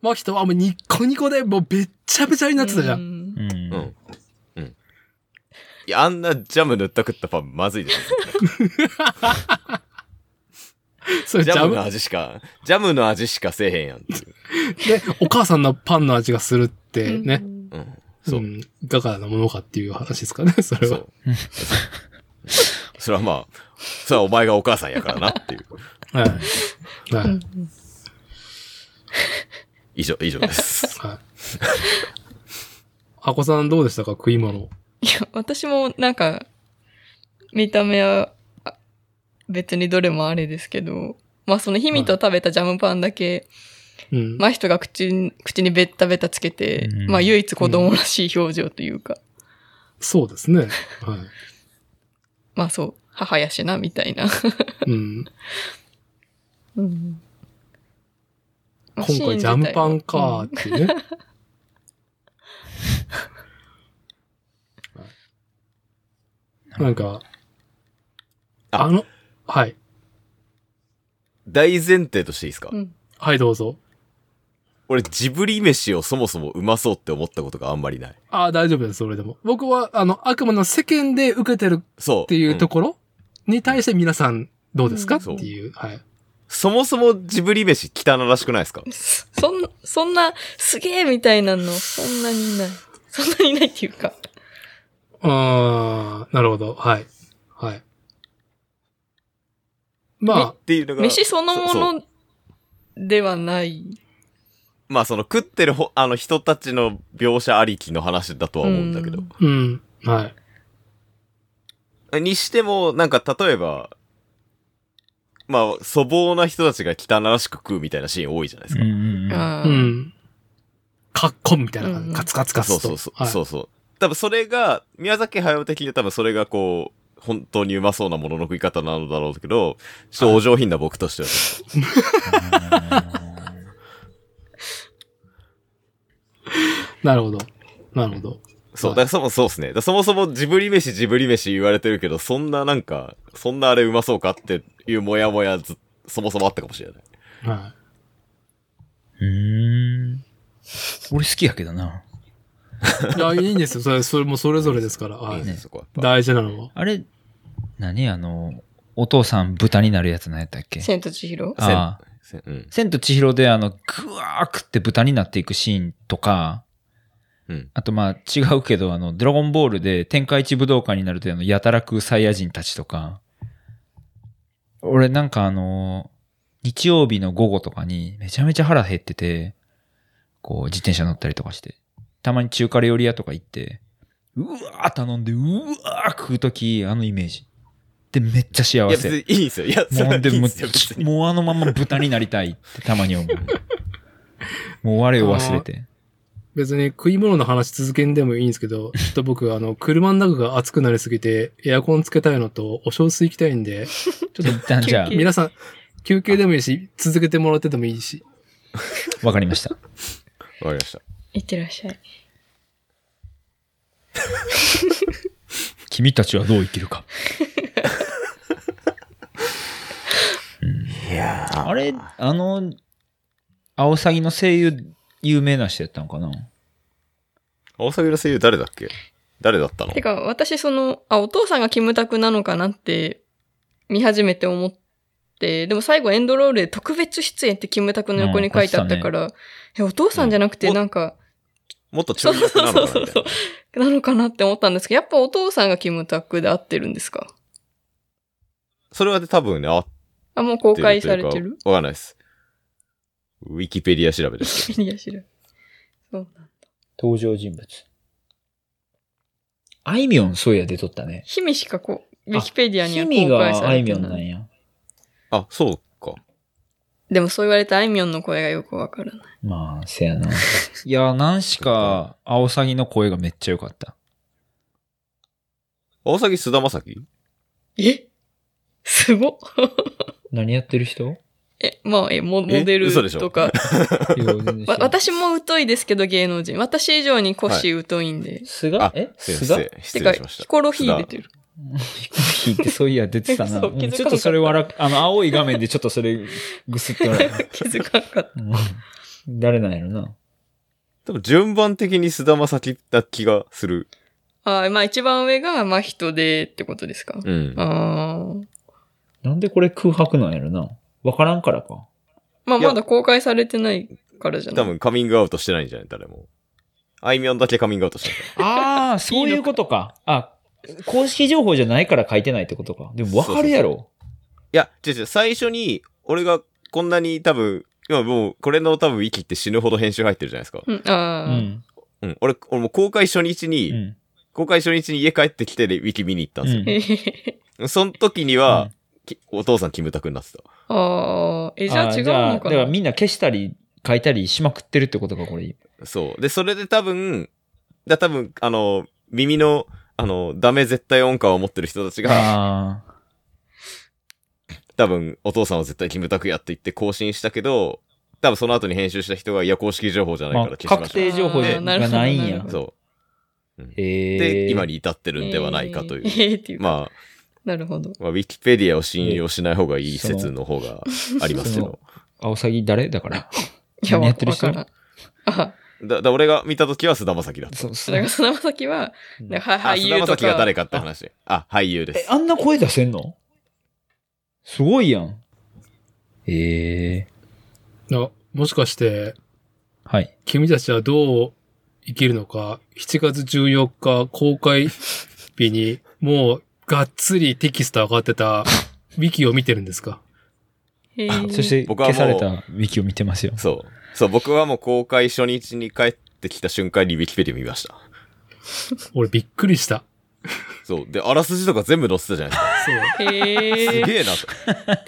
[SPEAKER 1] マキトはもうニッコニコでもうべっちゃべちゃになってたじゃん。
[SPEAKER 4] ん。
[SPEAKER 3] う
[SPEAKER 2] うん
[SPEAKER 3] ん。。
[SPEAKER 2] きあんなジャム塗った食ったパンまずいですよ。
[SPEAKER 1] それ
[SPEAKER 2] ジ
[SPEAKER 1] ジ
[SPEAKER 2] ャ
[SPEAKER 1] ャ
[SPEAKER 2] ムの
[SPEAKER 1] ム
[SPEAKER 2] 味しか、ジャムの味しかせえへんやんってい
[SPEAKER 1] で、
[SPEAKER 2] う。
[SPEAKER 1] お母さんのパンの味がするってね
[SPEAKER 4] う、ん
[SPEAKER 2] うん。
[SPEAKER 1] う、
[SPEAKER 2] そうん
[SPEAKER 1] だからのものかっていう話ですかね、 それ
[SPEAKER 2] そ
[SPEAKER 1] は。
[SPEAKER 2] う。それはまあ、それはお前がお母さんやからなっていう。
[SPEAKER 1] はい。は
[SPEAKER 4] う
[SPEAKER 1] い。
[SPEAKER 4] ん
[SPEAKER 2] 以上、以上です。
[SPEAKER 1] はい。あこさんどうでしたか食い物。
[SPEAKER 4] いや、私もなんか、見た目は、あ別にどれもあれですけど、まあそのヒミと食べたジャムパンだけ、
[SPEAKER 1] うん。
[SPEAKER 4] 真人が口に口にベッタベタつけて、
[SPEAKER 3] うん
[SPEAKER 4] まあ唯一子供らしい表情というか、
[SPEAKER 1] そうですね。はい。
[SPEAKER 4] まあそう、母やしな、みたいな。
[SPEAKER 1] うん。
[SPEAKER 4] うん
[SPEAKER 1] 今回ジャムパンかーっ。ていう ね。なんか、
[SPEAKER 2] あ
[SPEAKER 1] あの、はい。
[SPEAKER 2] 大前提としていいですか、
[SPEAKER 4] うん
[SPEAKER 1] はい、どうぞ。
[SPEAKER 2] 俺、ジブリ飯をそもそもうまそうって思ったことがあんまりない。
[SPEAKER 1] ああ、大丈夫です、それでも。僕は、あの、あくまでも世間で受けてる
[SPEAKER 2] そう。
[SPEAKER 1] っていうと
[SPEAKER 2] こ、
[SPEAKER 1] ころに対して皆さんどうですか、
[SPEAKER 2] うん
[SPEAKER 1] っていう。はい。
[SPEAKER 2] そもそもジブリ飯汚らしくないですか
[SPEAKER 4] そそん、そんな、すげえみたいなの、そんなにない。そんなにないっていうか。
[SPEAKER 1] あー、なるほど。はい。はい。ま
[SPEAKER 2] っていうのが。
[SPEAKER 4] 飯そのも
[SPEAKER 2] そう
[SPEAKER 4] のではない。
[SPEAKER 2] まあその食ってるほあの人たちの描写ありきの話だとは思うんだけど
[SPEAKER 4] うん。
[SPEAKER 1] あ、うん。はい。
[SPEAKER 2] にしても、なんか例えば、まあ粗暴な人たちが汚らしく食うみたいなシーン多いじゃないですか。
[SPEAKER 4] あ
[SPEAKER 1] う
[SPEAKER 4] ー
[SPEAKER 1] ん。カッコンみたいな感じ、
[SPEAKER 4] うん
[SPEAKER 1] カツカツカツ
[SPEAKER 2] そう
[SPEAKER 1] と。
[SPEAKER 2] そうそう。
[SPEAKER 1] はい、
[SPEAKER 2] そうそう。多分それが、宮崎駿的で多分それがこう、本当にうまそうなものの食い方なのだろうけど、ちょっとお上品な僕としては。
[SPEAKER 1] なるほど。なるほど。
[SPEAKER 2] そう、
[SPEAKER 1] は
[SPEAKER 2] だ
[SPEAKER 1] い
[SPEAKER 2] からそもそうですね。だからそもそもジブリ飯ジブリ飯言われてるけど、そんななんか、そんなあれうまそうかっていうモヤモヤず、そもそもあったかもしれない。
[SPEAKER 1] は
[SPEAKER 3] うん。俺好きやけどな。
[SPEAKER 1] い。いや、いいんですよ。それ、それもそれぞれですから。はいい。
[SPEAKER 2] いね、そこはやっぱ。
[SPEAKER 1] 大事なのは。
[SPEAKER 3] あれ、何あの、お父さん豚になるやつ何やったっけ
[SPEAKER 4] 千と千尋
[SPEAKER 3] ああ。
[SPEAKER 2] せうん。
[SPEAKER 3] 千と千尋であの、ぐわー食って豚になっていくシーンとか、
[SPEAKER 2] うん
[SPEAKER 3] あとまあ違うけど、あの、ドラゴンボールで天下一武道会になるとあの、やたらくサイヤ人たちとか、俺なんかあの、日曜日の午後とかにめちゃめちゃ腹減ってて、こう自転車乗ったりとかして、たまに中華料理屋とか行って、うわー頼んで、うわー食うとき、あのイメージ。で、めっちゃ
[SPEAKER 2] い
[SPEAKER 3] 幸
[SPEAKER 2] や、
[SPEAKER 3] せ
[SPEAKER 2] 別。にいいんですよ。いや、それ
[SPEAKER 3] も
[SPEAKER 2] はいうい
[SPEAKER 3] で
[SPEAKER 2] ん
[SPEAKER 3] も
[SPEAKER 2] ですよ、別 に。
[SPEAKER 3] もうあのまま豚になりたいってたまに思う。もう我を忘れて。
[SPEAKER 1] 別に食い物の話続けんでもいいんですけど、ちょっと僕、あの、車の中が暑くなりすぎて、エアコンつけたいのと、お小水行きたいんで、
[SPEAKER 3] ちょっと一旦じゃ
[SPEAKER 4] 休
[SPEAKER 1] 皆さん、休憩でもいいし、続けてもらってでもいいし。
[SPEAKER 3] あ、わかりました。
[SPEAKER 2] わかりました。
[SPEAKER 4] いってらっしゃい。
[SPEAKER 3] 君たちはどう生きるか。
[SPEAKER 2] いや
[SPEAKER 3] あれ、あの、アオサギの声優、有名な人やったのかな
[SPEAKER 2] 大崎の声優誰だっけ誰だったの
[SPEAKER 4] てか、私その、あ、お父さんがキムタクなのかなって、見始めて思って、でも最後エンドロールで特別出演ってキムタクの横に書いてあったから、え、お父さんじゃなくて
[SPEAKER 2] うん
[SPEAKER 4] なんか、
[SPEAKER 2] もっと中
[SPEAKER 4] そうそう
[SPEAKER 2] 学
[SPEAKER 4] そ
[SPEAKER 2] なの
[SPEAKER 4] う
[SPEAKER 2] かなみたいな。
[SPEAKER 4] そうなのかなって思ったんですけど、やっぱお父さんがキムタクで合ってるんですか
[SPEAKER 2] それは多分ね、あっ
[SPEAKER 4] あ、もう公
[SPEAKER 2] てる
[SPEAKER 4] 開
[SPEAKER 2] とい
[SPEAKER 4] さ
[SPEAKER 2] う
[SPEAKER 4] れ
[SPEAKER 2] か
[SPEAKER 4] てる
[SPEAKER 2] わかんないです。ウィキペディア調べです。
[SPEAKER 4] いや、知らん。そうなんだ。
[SPEAKER 3] 登場人物。あいみょん、そういや、出とったね。
[SPEAKER 4] 姫しかこう、ウィキペディアには
[SPEAKER 3] 君
[SPEAKER 4] 公開
[SPEAKER 3] が
[SPEAKER 4] さ
[SPEAKER 3] あ
[SPEAKER 4] れ
[SPEAKER 3] いみ
[SPEAKER 4] て
[SPEAKER 3] ょんな
[SPEAKER 4] なんい。
[SPEAKER 3] や。
[SPEAKER 2] あ、そうか。
[SPEAKER 4] でもそう言われたあいみょんの声がよくわからない。
[SPEAKER 3] まあ、せやな。いや、何しか、アオサギの声がめっちゃ良かった。
[SPEAKER 2] 大崎菅田将暉
[SPEAKER 4] えすごっ
[SPEAKER 3] 何やってる人
[SPEAKER 4] え、まあ、え、モモ
[SPEAKER 2] え
[SPEAKER 4] デル
[SPEAKER 2] 嘘でしょ
[SPEAKER 4] とか。
[SPEAKER 3] いや全然知ら
[SPEAKER 4] わ
[SPEAKER 3] ん
[SPEAKER 4] 私も疎いですけど、芸能人。私以上にコッシー疎いんで。
[SPEAKER 3] 菅
[SPEAKER 2] あ
[SPEAKER 3] え
[SPEAKER 2] 失
[SPEAKER 3] 菅
[SPEAKER 2] 礼、失
[SPEAKER 4] て
[SPEAKER 2] 礼
[SPEAKER 4] か、
[SPEAKER 2] しました。
[SPEAKER 4] ヒコロヒー出てる。
[SPEAKER 3] ヒコロヒーってそういや出てたな。
[SPEAKER 4] そう
[SPEAKER 3] うん
[SPEAKER 4] 気づかなかった
[SPEAKER 3] ちょっとそれ笑っ、あの、青い画面でちょっと それぐすって 笑
[SPEAKER 4] 気づかなかった。
[SPEAKER 3] ううん。誰なんやろな。
[SPEAKER 2] 多分順番的に菅田将暉な気がする。
[SPEAKER 4] ああ、まあ一番上が真人でってことですか。
[SPEAKER 2] うん。
[SPEAKER 4] ああ。
[SPEAKER 5] なんでこれ空白なんやろな。わからんからか。
[SPEAKER 4] まあ
[SPEAKER 2] いや
[SPEAKER 4] まだ公開されてないからじゃな
[SPEAKER 2] 多
[SPEAKER 4] い
[SPEAKER 2] 分カミングアウトしてないんじゃない誰も。あいみょんだけカミングアウトしてない。
[SPEAKER 5] ああ、そういうことか。あ、公式情報じゃないから書いてないってことか。でもわかるやろ。
[SPEAKER 2] いや、違う違う、最初に、俺がこんなに多分、今もう、これの多分、息って死ぬほど編集入ってるじゃないですか。
[SPEAKER 4] うん、あ
[SPEAKER 5] う
[SPEAKER 4] あ、
[SPEAKER 5] ん。
[SPEAKER 2] うん。俺、俺もう公開初日に、
[SPEAKER 5] うん。
[SPEAKER 2] 公開初日に家帰ってきてで、ウィキ見に行ったんですよ。
[SPEAKER 5] うん
[SPEAKER 4] えへへ
[SPEAKER 2] その時に
[SPEAKER 5] う
[SPEAKER 2] は
[SPEAKER 5] ん、
[SPEAKER 2] きお父さんキムタクになってた。
[SPEAKER 4] ああ、え、じゃあ
[SPEAKER 5] ー
[SPEAKER 4] 違う
[SPEAKER 5] じゃあ
[SPEAKER 4] の
[SPEAKER 5] だか
[SPEAKER 4] からな
[SPEAKER 5] みんな消したり書いたりしまくってるってことか、これ。
[SPEAKER 2] そう。で、それで多分、だ多分、あの、耳の、あの、ダメ絶対音感を持ってる人たちが、
[SPEAKER 5] ああ。
[SPEAKER 2] 多分、お父さんは絶対キムタクやって言って更新したけど、多分その後に編集した人が、いや、公式情報じゃない
[SPEAKER 5] ま
[SPEAKER 2] か
[SPEAKER 5] あ
[SPEAKER 2] ら、消しま
[SPEAKER 5] 確
[SPEAKER 2] しょう
[SPEAKER 5] 定情報が
[SPEAKER 4] なるほど
[SPEAKER 5] ないん
[SPEAKER 4] なる
[SPEAKER 5] や
[SPEAKER 4] ほ。ど
[SPEAKER 2] そ
[SPEAKER 5] え
[SPEAKER 2] う。
[SPEAKER 5] ー、
[SPEAKER 2] で、今に至ってるんではないかという。
[SPEAKER 4] えーえーっていうか。
[SPEAKER 2] まあ、
[SPEAKER 4] なるほど。
[SPEAKER 2] まあ、ウィキペディアを信用しない方がいい説の方がありますけ
[SPEAKER 5] そ
[SPEAKER 2] ど。
[SPEAKER 5] アオサギ誰だから。
[SPEAKER 4] いや、
[SPEAKER 5] 何や
[SPEAKER 4] わわ
[SPEAKER 5] ってる人
[SPEAKER 4] からん。あ、
[SPEAKER 2] だ、だ俺が見たときは菅田将暉だった。
[SPEAKER 5] そうそ
[SPEAKER 4] だか
[SPEAKER 5] う
[SPEAKER 4] ら、。砂まさきは、なんか
[SPEAKER 2] あ、
[SPEAKER 4] 俳優
[SPEAKER 2] 菅田
[SPEAKER 4] と
[SPEAKER 2] 将暉が誰
[SPEAKER 4] か、
[SPEAKER 2] かって話。あ、俳優で
[SPEAKER 5] え
[SPEAKER 2] す、。
[SPEAKER 5] あんな声出せんのすごいやん。ええ
[SPEAKER 1] あもしかして、
[SPEAKER 5] はい。
[SPEAKER 1] 君たちはどう生きるのか、7月14日公開日に、もう、がっつりテキスト上がってた、ウィキを見てるんですか
[SPEAKER 4] へー
[SPEAKER 5] そして、
[SPEAKER 2] 僕はも
[SPEAKER 5] 消
[SPEAKER 2] う
[SPEAKER 5] されたウィキを見てますよ。
[SPEAKER 2] そう。そう、僕はもう公開初日に帰ってきた瞬間にウィキペディア見ました。
[SPEAKER 1] 俺びっくりした。
[SPEAKER 2] そう。で、あらすじとか全部載ってたじゃない
[SPEAKER 1] そう。
[SPEAKER 2] ですか。す
[SPEAKER 4] へえ。
[SPEAKER 2] げえ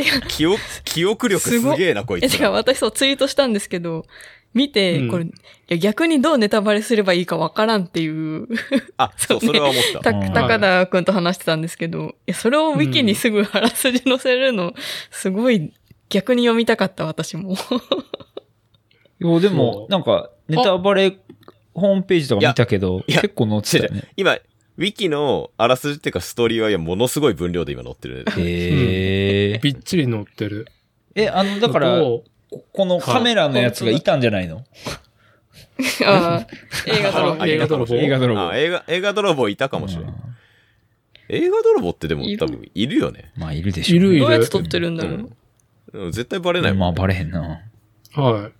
[SPEAKER 2] なと。記憶、記憶力すげえな、こい
[SPEAKER 4] え、
[SPEAKER 2] つ。
[SPEAKER 4] てから私そうツイートしたんですけど、見
[SPEAKER 1] う
[SPEAKER 4] て、
[SPEAKER 1] ん
[SPEAKER 4] これ、いや逆にどうネタバレすればいいかわからんっていう、
[SPEAKER 2] あ、そう、それは思ったた。
[SPEAKER 5] うん
[SPEAKER 4] 高田くんと話してたんですけど、いや、それをウィキにすぐあらすじ載せるの、すごい逆に読みたかった、私も。
[SPEAKER 5] いや、で
[SPEAKER 1] そ
[SPEAKER 5] も
[SPEAKER 1] う、
[SPEAKER 5] なんか、ネタバレホームページとか見たけど、
[SPEAKER 2] いや
[SPEAKER 5] 結構載ってたよね。
[SPEAKER 2] 今、ウィキのあらすじっていうかストーリーは、いや、ものすごい分量で今載ってる。
[SPEAKER 5] へえ
[SPEAKER 1] びっちり乗ってる。
[SPEAKER 5] え、あの、だから、
[SPEAKER 1] どう
[SPEAKER 5] ここのカメラのやつがいたんじゃないの
[SPEAKER 4] ああ、 映画
[SPEAKER 1] あ
[SPEAKER 4] だ
[SPEAKER 1] 映画泥棒。
[SPEAKER 5] 映画泥棒
[SPEAKER 2] あ、。映画、映画泥棒いたかもしれ。
[SPEAKER 5] うんん
[SPEAKER 2] 映画泥棒ってでも
[SPEAKER 4] いる
[SPEAKER 2] 多分いるよね。
[SPEAKER 5] まあ、いるでしょうね。
[SPEAKER 1] いるい
[SPEAKER 4] ど
[SPEAKER 1] る
[SPEAKER 4] うやって撮ってるんだろう。
[SPEAKER 2] うん絶対バレない
[SPEAKER 5] まあ、
[SPEAKER 2] もん。
[SPEAKER 5] バレへんな。
[SPEAKER 1] はい。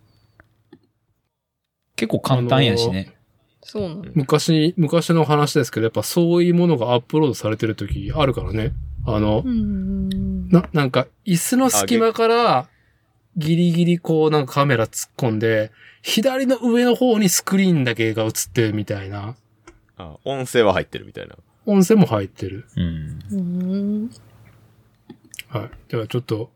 [SPEAKER 5] 結構簡単やしね。
[SPEAKER 4] そうなの。
[SPEAKER 1] 昔、昔の話ですけど、やっぱそういうものがアップロードされてる時あるからね。あの
[SPEAKER 4] う、ん。
[SPEAKER 1] な、なんか、椅子の隙間から、ギリギリこうなんかカメラ突っ込んで、左の上の方にスクリーンだけが映ってるみたいな。
[SPEAKER 2] あ音声は入ってるみたいな。
[SPEAKER 1] 音声も入ってる。
[SPEAKER 5] うん。
[SPEAKER 4] うん
[SPEAKER 1] はい。ではちょっと、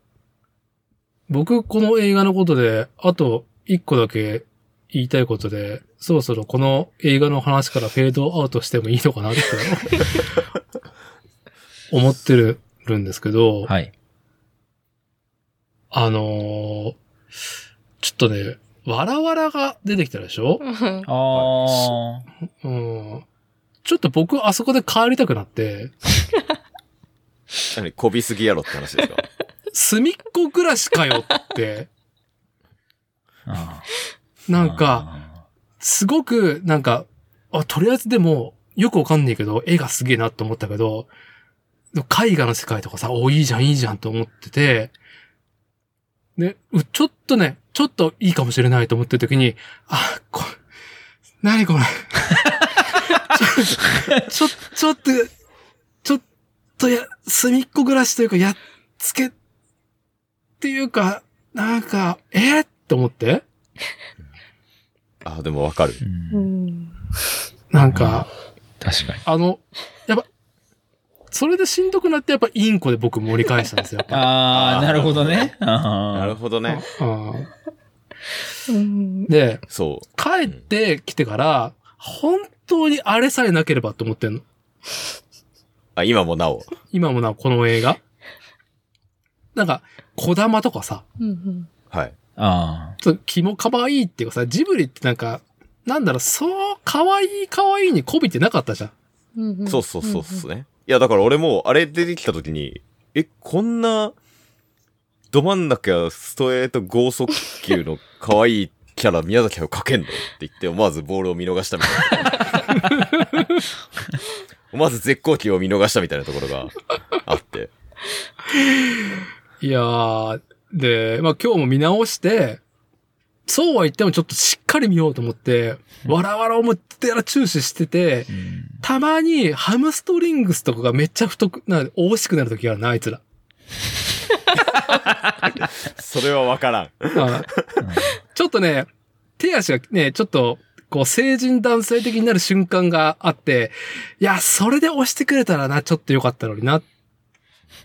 [SPEAKER 1] 僕この映画のことで、あと一個だけ言いたいことで、そろそろこの映画の話からフェードアウトしてもいいのかなって 思ってるんですけど、
[SPEAKER 5] はい。
[SPEAKER 1] あのーちょっとね、わらわらが出てきたでしょ
[SPEAKER 5] ああ。
[SPEAKER 1] うん。ちょっと僕あそこで帰りたくなって、
[SPEAKER 2] 何、こびすぎやろって話 ですか。
[SPEAKER 1] 隅っこ暮らしかよって、
[SPEAKER 5] あ
[SPEAKER 1] なんか、すごく、なんか、あ、とりあえずでも、よくわかんないけど、絵がすげえなと思ったけど、絵画の世界とかさ、お、いいじゃん、いいじゃんと思ってて、ね、うちょっとね、ちょっといいかもしれないと思ってる時に、あ、こ、なにこれ。 ちょ、ちょ、ちょっと、ちょっとや、隅っこ暮らしというか、やっつけ、っていうか、なんか、えー、って思って、
[SPEAKER 2] あ、でもわかる。
[SPEAKER 5] うんう
[SPEAKER 4] う
[SPEAKER 5] ん
[SPEAKER 4] ん
[SPEAKER 1] なんか、
[SPEAKER 5] 確かに。
[SPEAKER 1] あの、やっぱ、それでしんどくなって、やっぱインコで僕盛り返したんですよ。やっ ぱ
[SPEAKER 5] ああ、なるほどね。
[SPEAKER 2] なる
[SPEAKER 5] あ
[SPEAKER 2] ほどね。
[SPEAKER 1] うん
[SPEAKER 4] うん
[SPEAKER 1] で、
[SPEAKER 2] そう。
[SPEAKER 1] 帰ってきてから、本当にあれさえなければと思ってんの。
[SPEAKER 2] あ、今もなお。
[SPEAKER 1] 今もなお、この映画。なんか、小玉とかさ、
[SPEAKER 4] うん
[SPEAKER 2] はい。
[SPEAKER 5] あ
[SPEAKER 1] ちょっとキモ可愛いっていうかさ、ジブリってなんか、なんだろう、そう、可愛い可愛いに媚びてなかったじゃん。
[SPEAKER 4] うんん
[SPEAKER 2] そうそうそうっすね。いや、だから俺も、あれ出てきた時に、え、こんな、ど真ん中ストレート剛速球の可愛いキャラ、宮崎駿かけんのって言って、思わずボールを見逃したみたいな。思わず絶好機を見逃したみたいなところがあって。
[SPEAKER 1] いやー、で、まあ今日も見直して、そうは言ってもちょっとしっかり見ようと思って、わらわらをもってやら注視してて、たまにハムストリングスとかがめっちゃ太くな、惜しくなる時があるな、あいつら。
[SPEAKER 2] それはわからん。
[SPEAKER 1] あちょっとね、手足がね、ちょっと、こう、成人男性的になる瞬間があって、いや、それで押してくれたらな、ちょっと良かったのにな。っ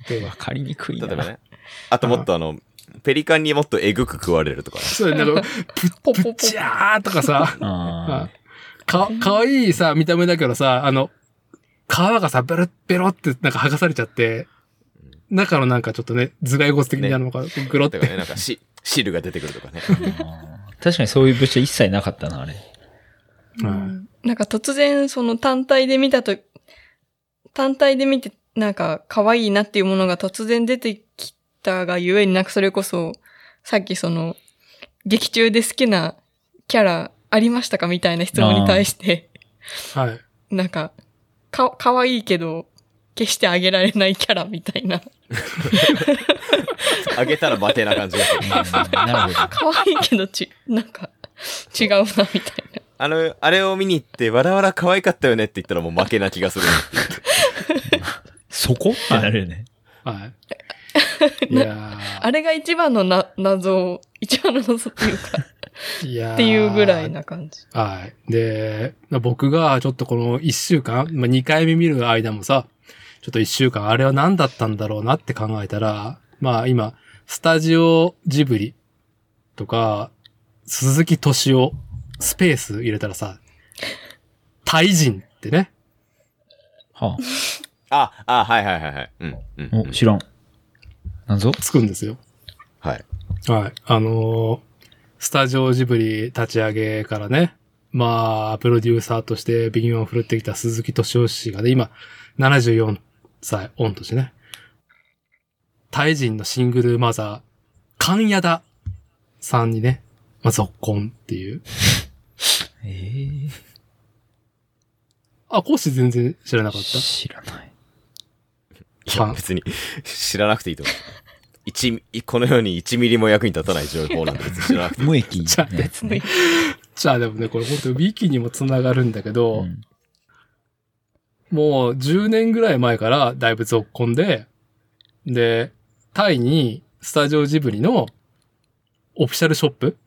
[SPEAKER 1] て
[SPEAKER 3] わかりにくい
[SPEAKER 2] 例
[SPEAKER 3] な。
[SPEAKER 2] えばね。あともっとあの、ペリカンにもっとえぐく食われるとか。
[SPEAKER 1] そう、なんか、
[SPEAKER 4] ポ
[SPEAKER 1] プ
[SPEAKER 4] ポポ
[SPEAKER 1] ッチャーとかさ、
[SPEAKER 3] あ
[SPEAKER 1] か、かわいいさ、見た目だけどさ、あの、皮がさ、ベロッベロってなんか剥がされちゃって、中のなんかちょっとね、頭蓋骨的にあるのか、グ ロっ
[SPEAKER 2] だ
[SPEAKER 1] て
[SPEAKER 2] からね、なんかし、汁が出てくるとかね。
[SPEAKER 3] ー確かにそういう物質は一切なかったな、あれ。
[SPEAKER 1] は
[SPEAKER 4] う
[SPEAKER 1] い
[SPEAKER 4] んなんか突然、その単体で見たと、単体で見て、なんか可愛いなっていうものが突然出てきたがゆえになんかそれこそ、さっきその、劇中で好きなキャラありましたかみたいな質問に対して、
[SPEAKER 1] はい。
[SPEAKER 4] なんか、か、可愛いけど、決してあげられないキャラみたいな。
[SPEAKER 2] あげたらバテな感じがする
[SPEAKER 3] うん。なるほ
[SPEAKER 4] 可愛いけどち、なんか、違うな、みたいな。
[SPEAKER 2] あの、あれを見に行って、わらわら可愛かったよねって言ったらもう負けな気がする。
[SPEAKER 3] ど。そこってなるよね。
[SPEAKER 1] はい。いや
[SPEAKER 4] あれが一番のな、謎、一番の謎っていうか、
[SPEAKER 1] ーいやー
[SPEAKER 4] っていうぐらいな感じ。
[SPEAKER 1] はい。で、まあ僕がちょっとこの一週間、まあ、2回目見る間もさ、ちょっと一週間あれは何だったんだろうなって考えたら、まあ今、スタジオジブリとか、鈴木敏夫、スペース入れたらさ、タイ人ってね。
[SPEAKER 3] は
[SPEAKER 2] あ、あ、はいはいはいはい。うん、うん
[SPEAKER 3] あ、
[SPEAKER 2] う
[SPEAKER 3] お、
[SPEAKER 2] ん。
[SPEAKER 3] 知らん。なんぞ
[SPEAKER 1] つくんですよ。
[SPEAKER 2] はい。
[SPEAKER 1] はい。あのースタジオジブリ立ち上げからね、まあ、プロデューサーとしてビギンを振るってきた鈴木敏夫氏がね、今、74歳、御年ね。タイ人のシングルマザー、カンヤダさんにね、まあ、続婚っていう。
[SPEAKER 3] えー
[SPEAKER 1] あ、講師全然知らなかった。
[SPEAKER 3] 知らない。
[SPEAKER 2] いや
[SPEAKER 1] は
[SPEAKER 2] 別に知らなくていいと思う。一このように1ミリも役に立たない情報なんで別に知らなくて
[SPEAKER 3] 無益
[SPEAKER 1] じゃ
[SPEAKER 3] なやつね。
[SPEAKER 1] じゃあでもね、これ本当にウィキにもつながるんだけど、
[SPEAKER 3] うん
[SPEAKER 1] もう10年ぐらい前からだいぶ続婚で、で、タイにスタジオジブリのオフィシャルショップ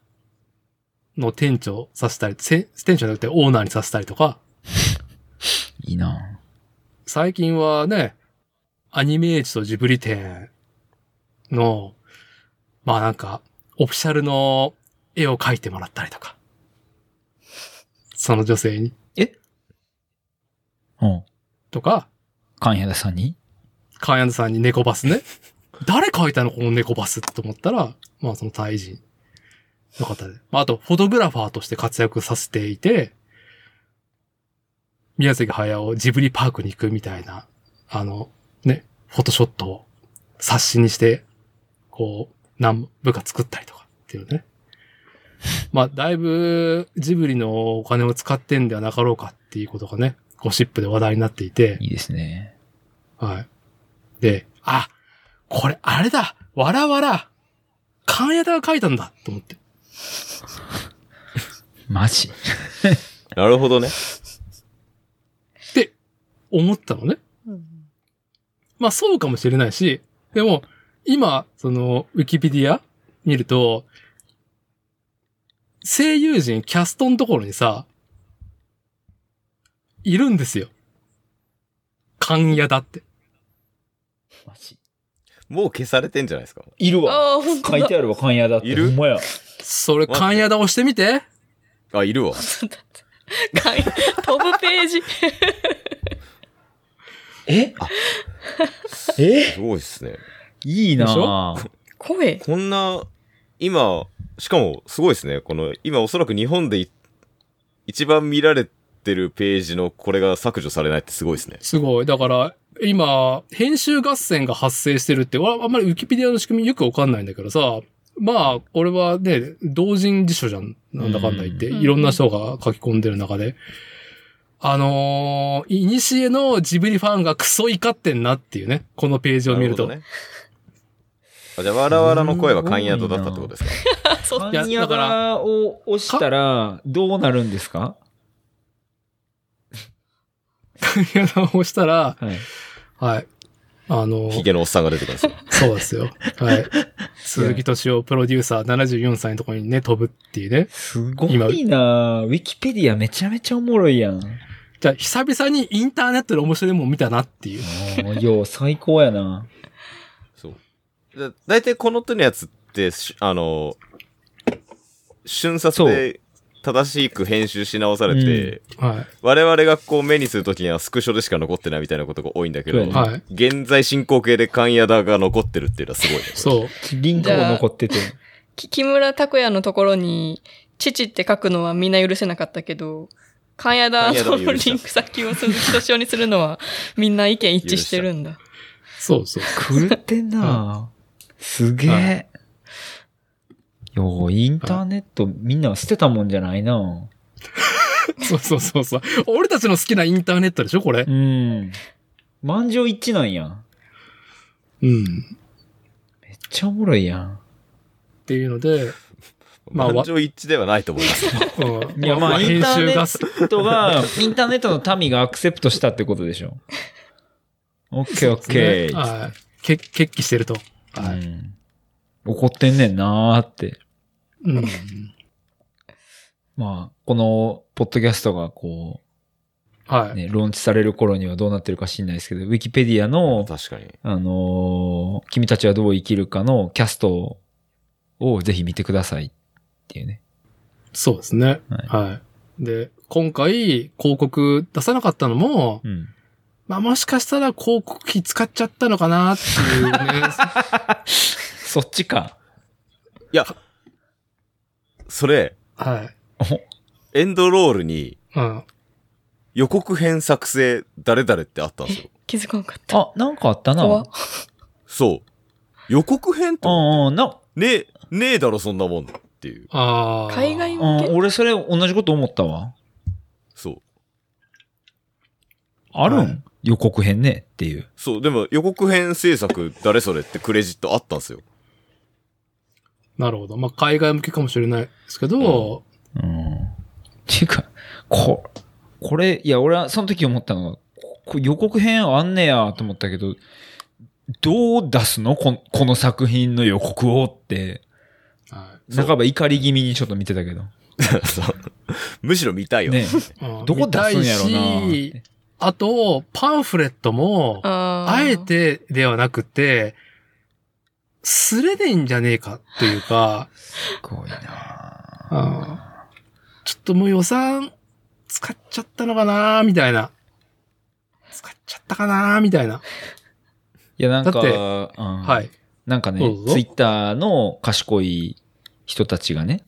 [SPEAKER 1] の店長をさせたり、せ店長じゃなくてオーナーにさせたりとか、
[SPEAKER 3] いいな
[SPEAKER 1] 最近はね、アニメージとジブリ店の、まあなんか、オフィシャルの絵を描いてもらったりとか、その女性に、
[SPEAKER 3] うん。
[SPEAKER 1] とか、
[SPEAKER 3] 関谷田さんに
[SPEAKER 1] カーヤンさんに猫バスね。 誰書いたのこの猫バスって思ったら、まあそのタイ人の方で。まああと、フォトグラファーとして活躍させていて、宮崎駿ジブリパークに行くみたいな、あの、ね、フォトショットを冊子にして、こう、何部か作ったりとかっていうね。まあ、だいぶジブリのお金を使ってんではなかろうかっていうことがね、ゴシップで話題になっていて、
[SPEAKER 3] いいですね。
[SPEAKER 1] はい。で、あ、これあれだわらわらカンヤダが書いたんだと思って。
[SPEAKER 3] マジ。
[SPEAKER 2] なるほどね。
[SPEAKER 1] 思ったのね。まあそうかもしれないし、でも、今、その、ウィキペディア見ると、声優陣、キャストのところにさ、いるんですよ。カンヤダって。
[SPEAKER 3] マジ。
[SPEAKER 2] もう消されてんじゃないですか。
[SPEAKER 5] いるわ。
[SPEAKER 4] ああ、本
[SPEAKER 5] 書
[SPEAKER 4] 当だ。
[SPEAKER 5] いてあるわ、関谷だって。
[SPEAKER 2] いる
[SPEAKER 5] ほんまや。
[SPEAKER 1] それ、カンヤダ押してみて。
[SPEAKER 2] あ、いるわ。
[SPEAKER 4] 本当だ かい飛ぶページ。
[SPEAKER 3] ええ
[SPEAKER 2] すごいですね。
[SPEAKER 3] いい
[SPEAKER 1] でし
[SPEAKER 3] な
[SPEAKER 4] 声。
[SPEAKER 2] こんな、今、しかもすごいですね。この、今おそらく日本でい一番見られてるページのこれが削除されないってすごいですね。
[SPEAKER 1] すごい。だから、今、編集合戦が発生してるって、わあんまりウィキペディアの仕組みよくわかんないんだけどさ、まあ、俺はね、同人辞書じゃん。なんだかんだ言って、
[SPEAKER 4] うん
[SPEAKER 1] いろんな人が書き込んでる中で。あのー、いにしえのジブリファンがクソ怒ってんなっていうね、このページを見ると。
[SPEAKER 2] なほどね。あじゃあ、わらわらの声は関ヤドだったってことですか
[SPEAKER 4] そう
[SPEAKER 1] いや
[SPEAKER 3] カンヤガを押したらどうなるんですか
[SPEAKER 1] いや直したら、
[SPEAKER 3] はい。
[SPEAKER 1] はい。あのー、
[SPEAKER 2] ヒゲのおっさんが出てくる んですよ。
[SPEAKER 1] そうですよ。はい。鈴木敏夫プロデューサー74歳のところにね、飛ぶっていうね。
[SPEAKER 3] すごいなウィキペディアめちゃめちゃおもろいやん。
[SPEAKER 1] じゃあ、久々にインターネットで面白いもん見たなっていう。
[SPEAKER 3] もうよう、最高やな。
[SPEAKER 2] そう。だ大体この手のやつって、しあの、瞬殺で正しく編集し直されて、
[SPEAKER 1] は
[SPEAKER 2] 我々がこう目にするときにはスクショでしか残ってないみたいなことが多いんだけど、
[SPEAKER 3] そう
[SPEAKER 1] い。はい。
[SPEAKER 2] 現在進行形で関ヤダが残ってるっていうのはすごいね。
[SPEAKER 1] そう。
[SPEAKER 3] リンクも残ってて。
[SPEAKER 4] き木村拓哉のところに、父って書くのはみんな許せなかったけど、関谷田
[SPEAKER 2] 神谷田
[SPEAKER 4] の
[SPEAKER 2] は許した
[SPEAKER 4] リンク先を鈴木敏夫にする のは、みんな意見一致してるんだ。
[SPEAKER 1] そうそう。
[SPEAKER 3] 狂ってんなすげ
[SPEAKER 1] は
[SPEAKER 3] え。よう、インターネットみんな捨てたもんじゃないな
[SPEAKER 1] そうそうそうそう。俺たちの好きなインターネットでしょ、これ
[SPEAKER 3] う。ん。満場一致なんや。
[SPEAKER 1] うん。
[SPEAKER 3] めっちゃおもろいやん。
[SPEAKER 1] っていうので、まあわ
[SPEAKER 2] 満場一致ではないと思います。
[SPEAKER 1] うん、
[SPEAKER 3] いやまあイン
[SPEAKER 1] 編
[SPEAKER 3] ターネ
[SPEAKER 1] 集
[SPEAKER 3] ット
[SPEAKER 1] がす、
[SPEAKER 3] 人が、インターネットの民がアクセプトしたってことでしょ。オッケーオッケー。
[SPEAKER 1] はい。け決起してると。はい。
[SPEAKER 3] うん怒ってんねんなーって。
[SPEAKER 1] うん。
[SPEAKER 3] まあ、この、ポッドキャストがこ
[SPEAKER 1] はい。
[SPEAKER 3] う、ね、ローンチされる頃にはどうなってるか知んないですけど、ウィキペディアの、
[SPEAKER 2] 確かに。
[SPEAKER 3] あのー君たちはどう生きるかのキャストをぜひ見てくださいっていうね。
[SPEAKER 1] そうですね。
[SPEAKER 3] はい
[SPEAKER 1] はい。で、今回、広告出さなかったのも、
[SPEAKER 3] うん。
[SPEAKER 1] まあもしかしたら広告費使っちゃったのかなって いうね。
[SPEAKER 3] そっちか。
[SPEAKER 2] いや、それ、
[SPEAKER 1] は
[SPEAKER 2] エンドロールに
[SPEAKER 1] い。うん。
[SPEAKER 2] 予告編作成誰々ってあったんですよ。
[SPEAKER 4] 気づかなかった。
[SPEAKER 3] あ、なんかあったな。
[SPEAKER 4] 怖っ
[SPEAKER 2] そう。予告編と
[SPEAKER 3] うんうん、な、
[SPEAKER 2] ねえ、ねえだろ、そんなもんっていう。
[SPEAKER 1] ああ。
[SPEAKER 4] 海外
[SPEAKER 3] うん
[SPEAKER 4] 向け、
[SPEAKER 3] 俺それ同じこと思ったわ。
[SPEAKER 2] そう。
[SPEAKER 3] あるん、
[SPEAKER 1] はい
[SPEAKER 3] 予告編ねっていう。
[SPEAKER 2] そう、でも予告編制作誰それってクレジットあったん ですよ。
[SPEAKER 1] なるほど。まあ海外向けかもしれないですけど、
[SPEAKER 3] うん。っていうか、こ、これ、いや、俺はその時思ったのが、ここ予告編あんねやと思ったけど、どう出すのこんこの作品の予告をって、
[SPEAKER 1] は
[SPEAKER 2] そう
[SPEAKER 3] 半ば怒り気味にちょっと見てたけど。
[SPEAKER 2] そうむしろ見たいよ。
[SPEAKER 3] ね
[SPEAKER 1] いうん
[SPEAKER 3] どこ出すんやろう
[SPEAKER 1] 見たいしあと、パンフレットも、
[SPEAKER 4] あー
[SPEAKER 1] あえ、てではなくて、すれでいいんじゃねえかっていうか、
[SPEAKER 3] すごいな
[SPEAKER 1] あーちょっともう予算使っちゃったのかなーみたいな。使っちゃったかなーみたいな。
[SPEAKER 3] いや、なん
[SPEAKER 1] だ
[SPEAKER 3] か、
[SPEAKER 1] って
[SPEAKER 3] うん
[SPEAKER 1] はい。
[SPEAKER 3] なんかね
[SPEAKER 1] どう、ぞ
[SPEAKER 3] ツイッターの賢い人たちがね、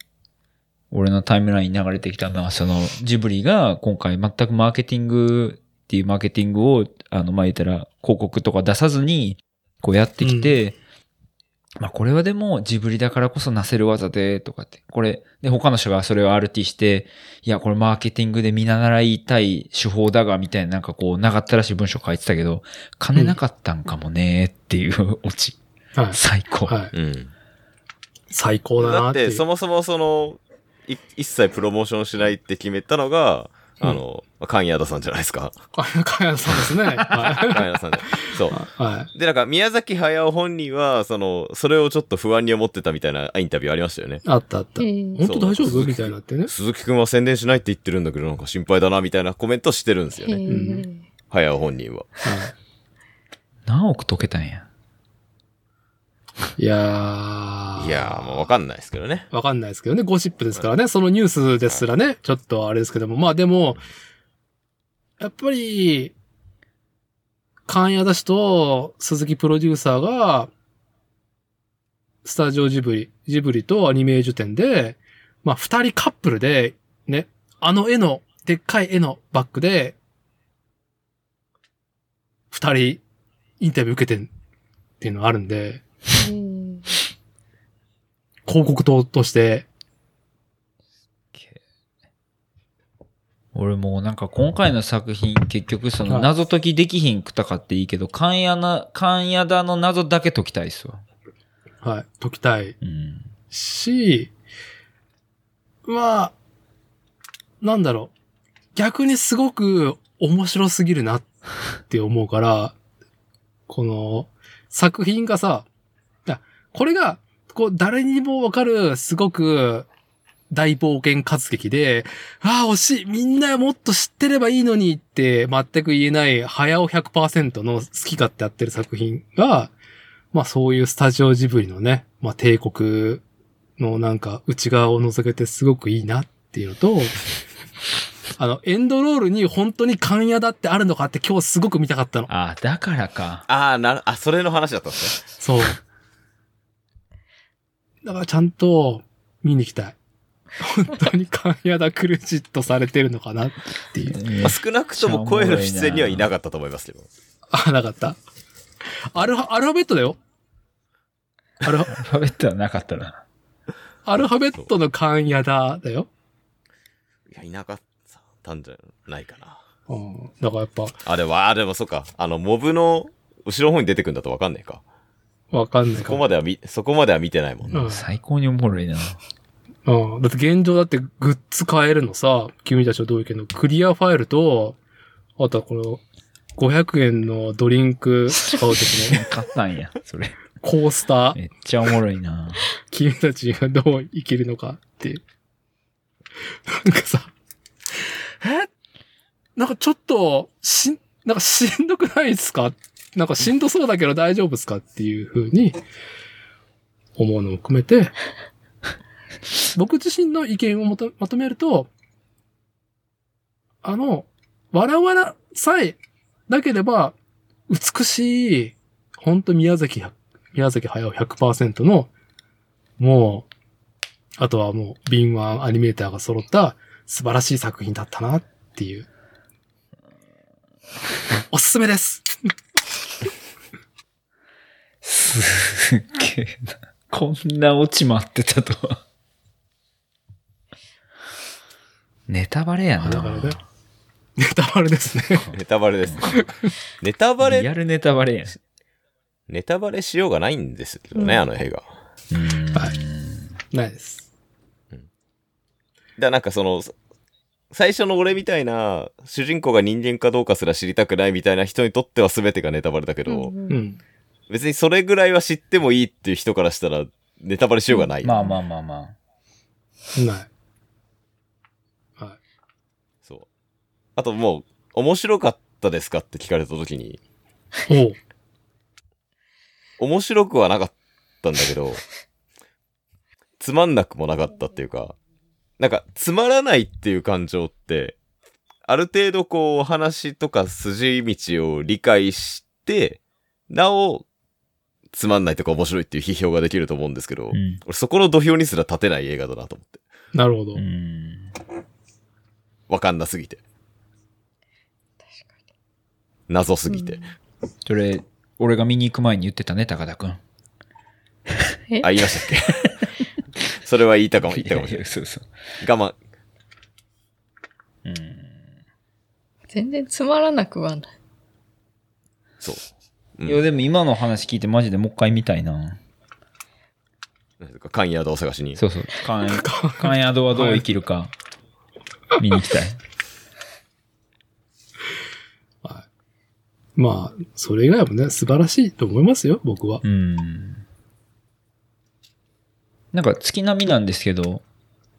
[SPEAKER 3] 俺のタイムラインに流れてきたのは、そのジブリが今回全くマーケティングっていうマーケティングを、あの、まあ、言ったら広告とか出さずに、こうやってきて、まあ、これはでもジブリだからこそなせる技で、とかって。これ、で、他の人がそれを RT して、いや、これマーケティングで見習いたい手法だが、みたいな、なんかこう、長ったらしい文章書いてたけど、金なかったんかもね、っていう オチ。
[SPEAKER 1] はい。
[SPEAKER 3] 最高。
[SPEAKER 1] はい。
[SPEAKER 2] うん。
[SPEAKER 1] 最高だ
[SPEAKER 2] だ
[SPEAKER 1] なー
[SPEAKER 2] っ
[SPEAKER 1] ってい
[SPEAKER 2] て、
[SPEAKER 1] う。
[SPEAKER 2] そもそもその、い一切プロモーションしないって決めたのが、あの、関谷田さんじゃないで すか。
[SPEAKER 1] あかやさんですね。 は
[SPEAKER 2] 関谷田さんじゃそう。
[SPEAKER 1] い。はい。
[SPEAKER 2] で、なんか、宮崎駿本人は、その、それをちょっと不安に思ってたみたいなインタビューありましたよね。
[SPEAKER 1] あったあった
[SPEAKER 4] う。ん
[SPEAKER 1] 本当大丈
[SPEAKER 2] そう
[SPEAKER 1] 夫みたいなってね。
[SPEAKER 2] 鈴木くんは宣伝しないって言ってるんだけど、なんか心配だな、みたいなコメントしてるんですよ
[SPEAKER 4] へ
[SPEAKER 2] ね。
[SPEAKER 4] ー
[SPEAKER 2] 駿本人は。
[SPEAKER 1] は
[SPEAKER 3] 何億解けたんや。
[SPEAKER 1] い。いやー。
[SPEAKER 2] いやー、もうわかんないですけどね。
[SPEAKER 1] わかんないですけどね、ゴシップですからね、そのニュースですらね、ちょっとあれですけども、まあでも、やっぱり、関谷だしと鈴木プロデューサーが、スタジオジブリ、ジブリとアニメージュ展で、まあ二人カップルで、ね、あの絵の、でっかい絵のバックで、二人インタビュー受けてんっていうのがあるんで、
[SPEAKER 4] うん
[SPEAKER 1] 広告塔として、
[SPEAKER 3] 俺もうなんか今回の作品結局そ
[SPEAKER 1] は
[SPEAKER 3] の
[SPEAKER 1] い
[SPEAKER 3] 謎解きできひんくたかっていいけど、カンヤな、カンヤだの謎だけ解きたいっすわ。
[SPEAKER 1] はい。解きたい
[SPEAKER 3] うん。
[SPEAKER 1] し、まあ、なんだろう。逆にすごく面白すぎるなって思うから、この作品がさ、だこれが、こう、誰にもわかる、すごく、大冒険活劇で、ああ、惜しいみんなもっと知ってればいいのにって、全く言えない、早尾100%の好き勝手やってる作品が、まあそういうスタジオジブリのね、まあ帝国のなんか内側を覗けてすごくいいなっていうのと、あの、エンドロールに本当に勘屋だってあるのかって今日すごく見たかったの。
[SPEAKER 3] ああ、だからか。
[SPEAKER 2] ああ、なる、あ、それの話だったんですね。
[SPEAKER 1] そう。だからちゃんと見に行きたい。本当に勘屋だクレジットされてるのかなっていう。
[SPEAKER 3] うん
[SPEAKER 2] まあ、少なくとも声の出演にはいなかったと思いますけど。
[SPEAKER 1] あ、なかった。アルファ、アルファベットだよ。アルファ、
[SPEAKER 3] アルファベットはなかったな。
[SPEAKER 1] アルファベットの勘屋だだよ。
[SPEAKER 2] いや、いなかったんじゃないかな。
[SPEAKER 1] うん。だからやっぱ、
[SPEAKER 2] あ、でも、あ、でもそっか。あの、モブの後ろの方に出てくんだとわかんねえか。
[SPEAKER 1] わかんない
[SPEAKER 2] そ
[SPEAKER 1] か
[SPEAKER 2] こ
[SPEAKER 1] ら。
[SPEAKER 2] までは見、そこまでは見てないもんね。
[SPEAKER 1] うん
[SPEAKER 3] 最高におもろいな。
[SPEAKER 1] うん。だって現状だってグッズ買えるのさ、君たちはどういうけど、クリアファイルと、あとはこの、500円のドリンク買うときの
[SPEAKER 3] 買ったんや、それ。
[SPEAKER 1] コースター、
[SPEAKER 3] めっちゃおもろいな。
[SPEAKER 1] 君たちがどう生きるのかっていう。なんかさ、えなんかちょっと、しん、なんかしんどくないですかなんかしんどそうだけど大丈夫ですかっていうふうに思うのも含めて、僕自身の意見をまとまとめると、あの、笑わなさえなければ、美しい、本当宮崎100、宮崎駿100%の、もう、あとはもう、敏腕アニメーターが揃った素晴らしい作品だったなっていう。おすすめです
[SPEAKER 3] すっげえな。こんなオチ待ってたとは。ネタバレやな。
[SPEAKER 1] だからね。ネタバレですね。
[SPEAKER 2] ネタバレです。ネタバ
[SPEAKER 3] リア
[SPEAKER 2] レ、
[SPEAKER 3] ルネタバレやん。
[SPEAKER 2] ネタバレしようがないんですけどね、
[SPEAKER 4] うん
[SPEAKER 2] あの映画。
[SPEAKER 1] は
[SPEAKER 3] うーん
[SPEAKER 1] ないです。
[SPEAKER 2] だなんかその、最初の俺みたいな、主人公が人間かどうかすら知りたくないみたいな人にとっては全てがネタバレだけ
[SPEAKER 1] う
[SPEAKER 2] ど、
[SPEAKER 4] うん
[SPEAKER 1] ん。
[SPEAKER 2] 別にそれぐらいは知ってもいいっていう人からしたら、ネタバレしようがない。
[SPEAKER 3] まあまあまあまあ。
[SPEAKER 1] ない。は
[SPEAKER 2] そう。あともう、面白かったですかって聞かれた時に、
[SPEAKER 1] い。おう。
[SPEAKER 2] 面白くはなかったんだけど、 つまんなくもなかったっていうか、なんか、つまらないっていう感情って、ある程度こう、お話とか筋道を理解して、なお、つまんないとか面白いっていう批評ができると思うんですけど、
[SPEAKER 3] うん。
[SPEAKER 2] 俺そこの土俵にすら立てない映画だなと思って。
[SPEAKER 1] なるほど
[SPEAKER 3] う。ん。
[SPEAKER 2] わかんなすぎて。謎すぎて。
[SPEAKER 3] それ、俺が見に行く前に言ってたね、高田くん。
[SPEAKER 2] あ、言いましたっけ それは言いたかも、言ったかもしれ
[SPEAKER 3] いやいやそうそう。
[SPEAKER 2] ない。我慢、
[SPEAKER 3] うん。
[SPEAKER 4] 全然つまらなくはない。
[SPEAKER 2] そう。
[SPEAKER 3] いや、でも今の話聞いてマジでもう一回見たいな。
[SPEAKER 2] なんですか、関宿を探しに。
[SPEAKER 3] そうそう。カン、カンヤドはどう生きるか、見に行きたい。
[SPEAKER 1] まあ、それ以外もね、素晴らしいと思いますよ、僕は。
[SPEAKER 3] うん。なんか月並みなんですけど、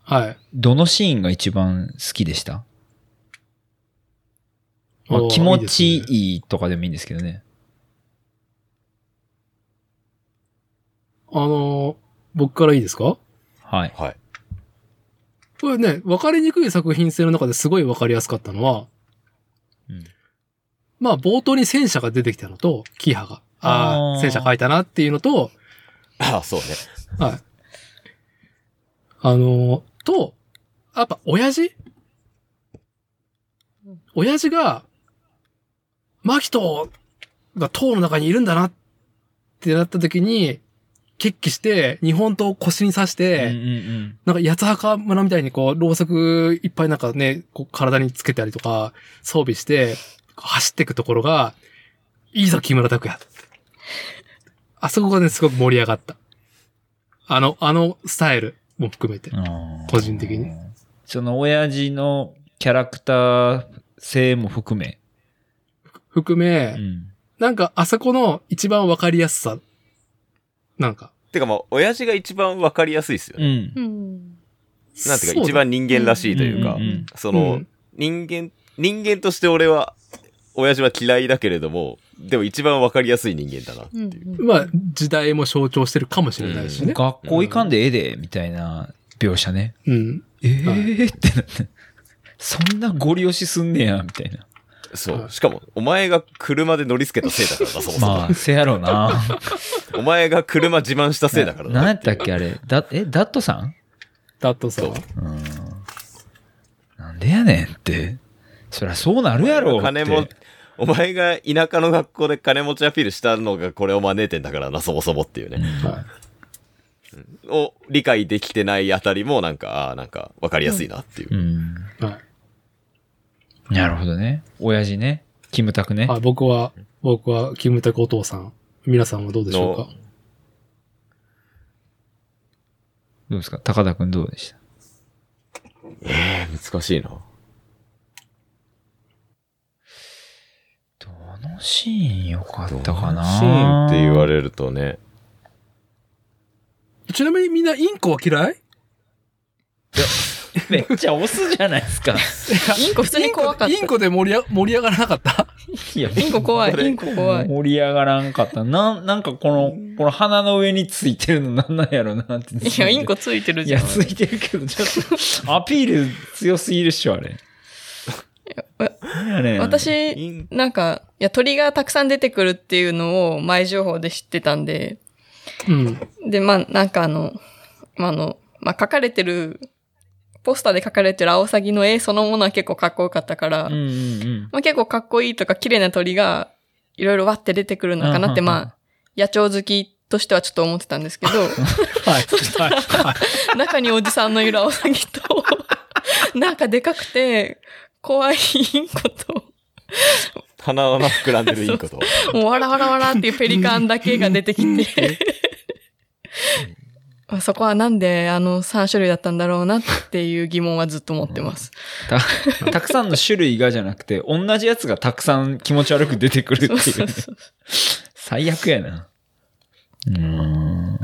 [SPEAKER 1] はい。
[SPEAKER 3] どのシーンが一番好きでした、まあ
[SPEAKER 1] おー
[SPEAKER 3] 気持
[SPEAKER 1] い
[SPEAKER 3] ち
[SPEAKER 1] いですね
[SPEAKER 3] いいとかでもいいんですけどね。
[SPEAKER 1] あの、僕からいいですか
[SPEAKER 3] はい。
[SPEAKER 2] はい。
[SPEAKER 1] これね、分かりにくい作品性の中ですごい分かりやすかったのは、
[SPEAKER 3] うん
[SPEAKER 1] まあ冒頭に戦車が出てきたのと、キーハが。あ
[SPEAKER 3] あ
[SPEAKER 1] あ、
[SPEAKER 3] ー
[SPEAKER 1] 戦車書いたなっていうのと、
[SPEAKER 2] ああ、そうね。
[SPEAKER 1] はい。あのーと、やっぱ親父親父が、マキトが塔の中にいるんだなってなった時に、決起して、日本刀を腰に刺して、
[SPEAKER 3] うんうん
[SPEAKER 1] なんか八つ墓村みたいにこう、ろうそくいっぱいなんかね、こう体につけたりとか、装備して、走っていくところが、いいぞ、木村拓哉。あそこがね、すごく盛り上がった。あの、あのスタイルも含めて
[SPEAKER 3] う。んあー
[SPEAKER 1] 個人的に
[SPEAKER 3] その親父のキャラクター性も含め。
[SPEAKER 1] 含め、
[SPEAKER 3] うん。
[SPEAKER 1] なんかあそこの一番わかりやすさ。なんか。
[SPEAKER 2] てかまあ、親父が一番わかりやすいですよ
[SPEAKER 3] う
[SPEAKER 2] ね。
[SPEAKER 3] ん。
[SPEAKER 4] うん。
[SPEAKER 2] なんてい
[SPEAKER 1] そ
[SPEAKER 2] うか、
[SPEAKER 1] だ
[SPEAKER 2] 一番人間らしいというか、
[SPEAKER 3] うんうんうん
[SPEAKER 2] そうの
[SPEAKER 1] ん、
[SPEAKER 2] 人間、人間として俺は、親父は嫌いだけれども、でも一番わかりやすい人間だなって
[SPEAKER 4] う
[SPEAKER 2] い
[SPEAKER 4] ん
[SPEAKER 2] う。
[SPEAKER 1] まあ、時代も象徴してるかもしれないしね。
[SPEAKER 3] 学校行かんでええで、みたいな描写ね。
[SPEAKER 1] うん。
[SPEAKER 3] ええー、 ってなって。そんなゴリ押しすんねや、みたいな。
[SPEAKER 2] そ
[SPEAKER 1] は
[SPEAKER 2] う。
[SPEAKER 1] い
[SPEAKER 2] しかも、お前が車で乗りつけたせいだからな、そもそも。
[SPEAKER 3] まあ、 せやろうな。
[SPEAKER 2] お前が車自慢したせいだから
[SPEAKER 3] な。
[SPEAKER 2] な。
[SPEAKER 3] 何やったっけ、あれ。だ、え、ダットさん
[SPEAKER 1] だとさ
[SPEAKER 2] そう、
[SPEAKER 3] うん。なんでやねんって。そりゃそうなるやろって。
[SPEAKER 2] 金も、お前が田舎の学校で金持ちアピールしたのがこれを招いてんだからな、そもそもっていうね。
[SPEAKER 1] は
[SPEAKER 2] を理解できてないあたりも、なんか、ああ、なんか、わかりやすいなっていう
[SPEAKER 3] う。ん。
[SPEAKER 1] い。はい
[SPEAKER 3] なるほどね。親父ね。キムタクね。
[SPEAKER 1] あ僕は、僕は、キムタクお父さん。皆さんはどうでしょうか
[SPEAKER 3] どうですか高田くんどうでした
[SPEAKER 2] えー難しいな。
[SPEAKER 3] どのシーン良かったかな
[SPEAKER 2] シーンって言われるとね。
[SPEAKER 1] ちなみにみんなインコは嫌い
[SPEAKER 3] めっちゃ押すじゃないですか。
[SPEAKER 4] インコ普通に怖かった。
[SPEAKER 1] インコで盛りあ盛り上がらなかった
[SPEAKER 3] いや、
[SPEAKER 4] インコ 怖い。
[SPEAKER 2] これ
[SPEAKER 4] インコ怖い。
[SPEAKER 3] 盛り上がらんかった。なん、なんかこの、この鼻の上についてるのなんなんやろなって。い
[SPEAKER 4] いや、インコついてる
[SPEAKER 3] い
[SPEAKER 4] じゃ
[SPEAKER 3] や、
[SPEAKER 4] ん。
[SPEAKER 3] ついてるけど、ちょっ と、アピール強すぎるっしょ、あれ。
[SPEAKER 4] わ
[SPEAKER 3] 何やねん、
[SPEAKER 4] 私、
[SPEAKER 2] イン
[SPEAKER 4] なんか、いや、鳥がたくさん出てくるっていうのを前情報で知ってたんで、
[SPEAKER 1] うん。
[SPEAKER 4] で、まあ、なんかあの、まあ、あの、まあ、書かれてる、ポスターで書かれてるアオサギの絵そのものは結構かっこよかったから、
[SPEAKER 3] うんうんうん。
[SPEAKER 4] まあ、結構かっこいいとか綺麗な鳥がいろいろわって出てくるのかなって、
[SPEAKER 3] うんうんうん
[SPEAKER 4] まあ、野鳥好きとしてはちょっと思ってたんですけど、
[SPEAKER 1] はい。はい。
[SPEAKER 4] 中におじさんのいるアオサギと、なんかでかくて、怖いインコと、
[SPEAKER 2] 鼻の穴膨らんでるインコと。
[SPEAKER 4] もうわらわらわらっていうペリカンだけが出てきて、まあそこはなんであの3種類だったんだろうなっていう疑問はずっと持ってます。
[SPEAKER 3] た、たくさんの種類がじゃなくて、同じやつがたくさん気持ち悪く出てくるって
[SPEAKER 4] そ
[SPEAKER 3] いうう。
[SPEAKER 4] そうそう。
[SPEAKER 3] 最悪やな。うーん。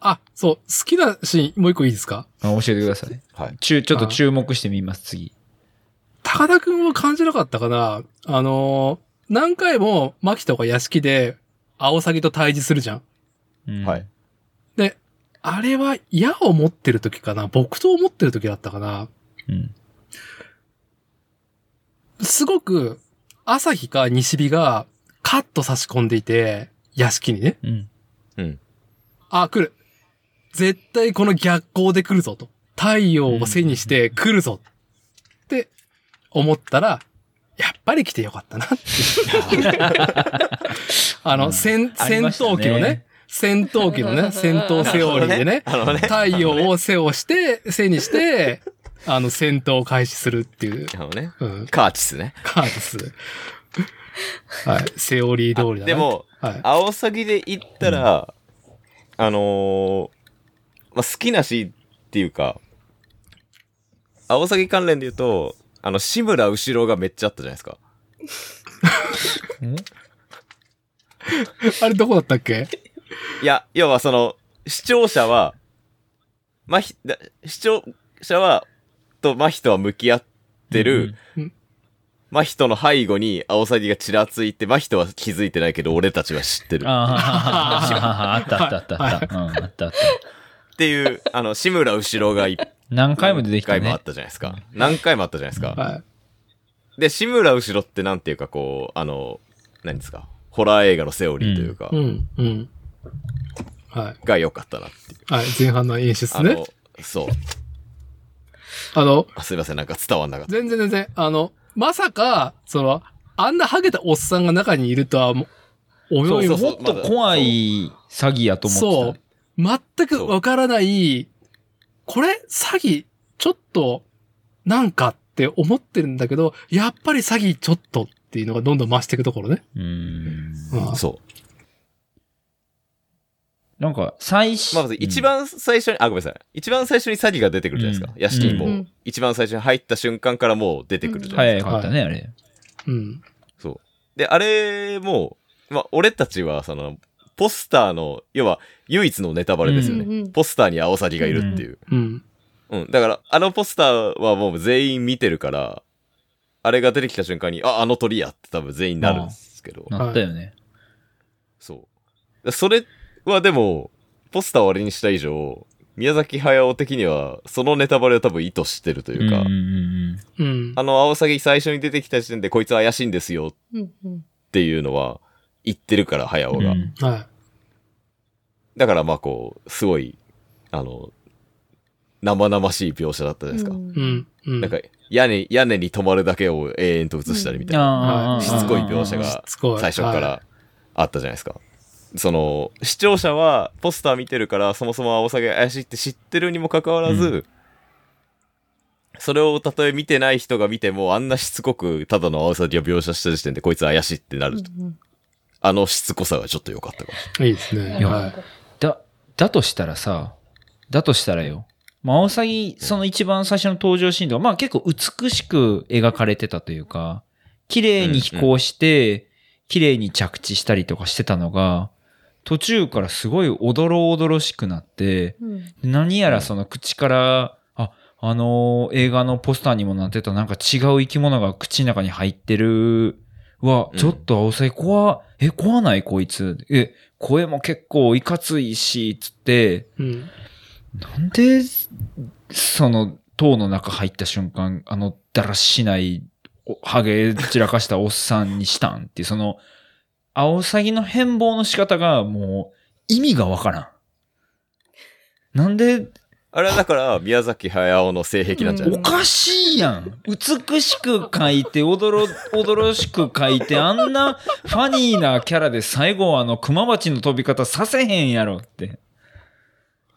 [SPEAKER 1] あ、そう、好きなシーン、もう一個いいですか
[SPEAKER 3] あ教えてください。
[SPEAKER 2] はい。
[SPEAKER 3] 注ちょっと注目してみます、次。
[SPEAKER 1] 高田くんは感じなかったかなあのー何回も、牧とか屋敷で、アオサギと対峙するじゃん。
[SPEAKER 3] うん
[SPEAKER 2] はい。
[SPEAKER 1] で、あれは矢を持ってる時かな木刀を持ってる時だったかな
[SPEAKER 3] うん。
[SPEAKER 1] すごく、朝日か西日が、カッと差し込んでいて、屋敷にね。
[SPEAKER 3] うん。
[SPEAKER 1] あ、来る。絶対この逆光で来るぞと。太陽を背にして来るぞって思ったら、やっぱり来てよかったなっていうあ
[SPEAKER 3] う
[SPEAKER 1] の、
[SPEAKER 3] ん
[SPEAKER 1] 戦、
[SPEAKER 3] あり
[SPEAKER 1] 戦
[SPEAKER 3] ましたね
[SPEAKER 1] 闘機のね、戦闘機のね、戦闘セオリーでね、
[SPEAKER 2] あのね。
[SPEAKER 1] 太陽を背をして、背にして、あの、戦闘を開始するっていう、
[SPEAKER 2] あのね。
[SPEAKER 1] うん、
[SPEAKER 2] カーチスね。
[SPEAKER 1] カードス。はい、セオリー通りだな。
[SPEAKER 2] でも、
[SPEAKER 1] はい、
[SPEAKER 2] アオサギで言ったら、あのーまあ、好きなしっていうか、アオサギ関連で言うと、あの、志村後ろがめっちゃあったじゃないですか。
[SPEAKER 1] あれどこだったっけ
[SPEAKER 2] いや、要はその、視聴者は、まひ、だ視聴者は、と真人は向き合ってる、
[SPEAKER 1] うんうん
[SPEAKER 2] 真人の背後にアオサギがちらついて、真人は気づいてないけど、俺たちは知ってる。
[SPEAKER 3] ああ、あったあったあったあった。うん、あったあった。
[SPEAKER 2] っていう、あの、志村後ろが一
[SPEAKER 3] 何回も出てきた
[SPEAKER 2] 何回もあ
[SPEAKER 3] ね
[SPEAKER 2] っ。たじゃないですか。何回もあったじゃないですか。
[SPEAKER 1] はい。
[SPEAKER 2] で、志村後ろってなんていうかこう、あの、何ですか、ホラー映画のセオリーというか
[SPEAKER 1] う、ん、うん。はい。
[SPEAKER 2] が良かったなっていう。
[SPEAKER 1] はい、前半の演出
[SPEAKER 2] あ
[SPEAKER 1] ね
[SPEAKER 2] の。、そう。
[SPEAKER 1] あの、
[SPEAKER 2] あすいません、なんか伝わんなかった。
[SPEAKER 1] 全然全然、あの、まさか、その、あんなハゲたおっさんが中にいるとはも、泳い
[SPEAKER 2] そ
[SPEAKER 1] も
[SPEAKER 2] うそう
[SPEAKER 3] もっと怖い詐欺やと思
[SPEAKER 1] そ
[SPEAKER 3] っ
[SPEAKER 1] う
[SPEAKER 3] て。
[SPEAKER 1] 全くわからない、これ詐欺、ちょっと、なんかって思ってるんだけど、やっぱり詐欺ちょっとっていうのがどんどん増していくところね。
[SPEAKER 3] た。うん。
[SPEAKER 1] うん
[SPEAKER 2] そう。
[SPEAKER 3] なんか、最初、
[SPEAKER 2] まあまず一番最初に、あ、ごめんなさい。一番最初に詐欺が出てくるじゃないですか。
[SPEAKER 3] うん
[SPEAKER 2] 屋敷にも、
[SPEAKER 3] うん
[SPEAKER 2] 一番最初に入った瞬間からもう出てくるじゃないですか。
[SPEAKER 3] 早かったね、あれ。
[SPEAKER 1] うん。
[SPEAKER 2] で、あれも、まあ、俺たちは、その、ポスターの、要は、唯一のネタバレですよね。
[SPEAKER 4] うんうん
[SPEAKER 2] ポスターにアオサギがいるっていう。
[SPEAKER 1] うん。
[SPEAKER 2] うん。だから、あのポスターはもう全員見てるから、あれが出てきた瞬間に、あ、あの鳥やって多分全員なるんですけど。
[SPEAKER 3] なったよね。
[SPEAKER 2] そう。それはでも、ポスターをあれにした以上、宮崎駿的には、そのネタバレを多分意図してるというか、
[SPEAKER 3] うんうんうん
[SPEAKER 1] うん。
[SPEAKER 2] あの、アオサギ最初に出てきた時点で、こいつ怪しいんですよ
[SPEAKER 4] うんうん
[SPEAKER 2] っていうのは、言ってるから、駿
[SPEAKER 3] うん
[SPEAKER 2] が。
[SPEAKER 3] うん
[SPEAKER 1] は
[SPEAKER 2] だからまあこう、すごい、あの、生々しい描写だったじゃないです
[SPEAKER 1] い。
[SPEAKER 2] か。
[SPEAKER 1] うん。うん。
[SPEAKER 2] なんか、屋根、屋根に泊まるだけを永遠と映したりみたいな、
[SPEAKER 3] あー
[SPEAKER 2] しつこい描写が
[SPEAKER 1] しつこい
[SPEAKER 2] 最初か
[SPEAKER 1] は
[SPEAKER 2] らあったじゃないですか。その、視聴者はポスター見てるから、そもそも青サギが怪しいって知ってるにもかかわらず、
[SPEAKER 3] う
[SPEAKER 2] それをたとえ見てない人が見ても、あんなしつこくただの青サギを描写した時点で、こいつ怪しいってなる。あのしつこさがちょっと良かったかもし
[SPEAKER 1] いいですね。
[SPEAKER 3] いや
[SPEAKER 1] は
[SPEAKER 3] だ、だとしたらさ、だとしたらよ。まあ、アオサギ、その一番最初の登場シーンとか、まあ結構美しく描かれてたというか、綺麗に飛行して、綺麗に着地したりとかしてたのが、途中からすごいおどろおどろしくなって、
[SPEAKER 4] うん
[SPEAKER 3] 何やらその口から、あ、あのー映画のポスターにもなってたなんか違う生き物が口の中に入ってる。うわ、
[SPEAKER 2] うん
[SPEAKER 3] ちょっと青サギ怖、え、怖ないこいつ。え、声も結構いかついし、つって、
[SPEAKER 1] い。うん。
[SPEAKER 3] なんで、その、塔の中入った瞬間、あの、だらしない、おハゲ散らかしたおっさんにしたんっていう、その、青サギの変貌の仕方がもう、意味がわからん。なんで、
[SPEAKER 2] れない。あれはだから、宮崎駿の性癖なんじゃない、
[SPEAKER 3] おかしいやん美しく描いて、おどろ、おどろしく描いて、あんなファニーなキャラで最後はあの熊鉢の飛び方させへんやろって。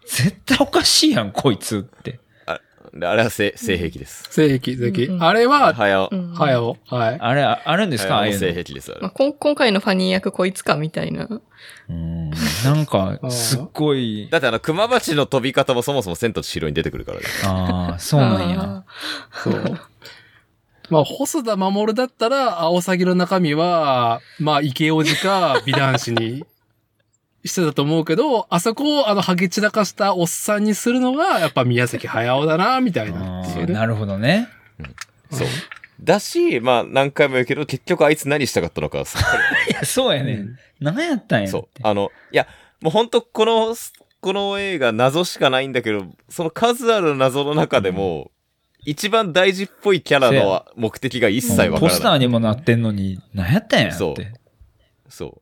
[SPEAKER 3] 絶対おかしいやん、こいつって。
[SPEAKER 2] であれは性性癖です。
[SPEAKER 1] 正規、正規
[SPEAKER 4] う。んうん
[SPEAKER 1] あれは、
[SPEAKER 2] はや、
[SPEAKER 4] うん
[SPEAKER 1] はやお。はい。
[SPEAKER 3] あれ、ああるんですかああ
[SPEAKER 2] は
[SPEAKER 3] いう
[SPEAKER 2] や
[SPEAKER 3] の。
[SPEAKER 2] 性癖です。あ
[SPEAKER 4] まあ、
[SPEAKER 2] れ
[SPEAKER 4] こん今回のファニー役こいつかみたいな。
[SPEAKER 3] うんなんか、すっごい、
[SPEAKER 2] だってあの、熊鉢の飛び方もそもそも千と千尋に出てくるからね。
[SPEAKER 3] ああ、そうなんや。
[SPEAKER 1] そう。 まあ、細田守だったら、アオサギの中身は、まあ、池王子か美男子にしてたと思うけど、あそこをあの、ハゲ散らかしたおっさんにするのが、やっぱ宮崎駿だな、みたいな
[SPEAKER 3] あ
[SPEAKER 1] っていう
[SPEAKER 3] ー
[SPEAKER 1] ね。
[SPEAKER 3] なるほどね。
[SPEAKER 2] そう。だし、まあ何回も言うけど、結局あいつ何したかったのか、さっぱりわかんない
[SPEAKER 3] いやそうや
[SPEAKER 1] う
[SPEAKER 3] ね
[SPEAKER 1] ん。
[SPEAKER 3] 何やったんやって。
[SPEAKER 2] そう。あの、いや、もう本当この、この映画謎しかないんだけど、その数ある謎の中でも、一番大事っぽいキャラ
[SPEAKER 3] そう
[SPEAKER 2] の
[SPEAKER 3] や
[SPEAKER 2] 目的が一切わか
[SPEAKER 3] ポス
[SPEAKER 2] ら
[SPEAKER 3] タ
[SPEAKER 2] な
[SPEAKER 3] ー
[SPEAKER 2] い。
[SPEAKER 3] にもなってんのに、何やったんや
[SPEAKER 2] そ
[SPEAKER 3] っ
[SPEAKER 2] う
[SPEAKER 3] て。
[SPEAKER 2] そう。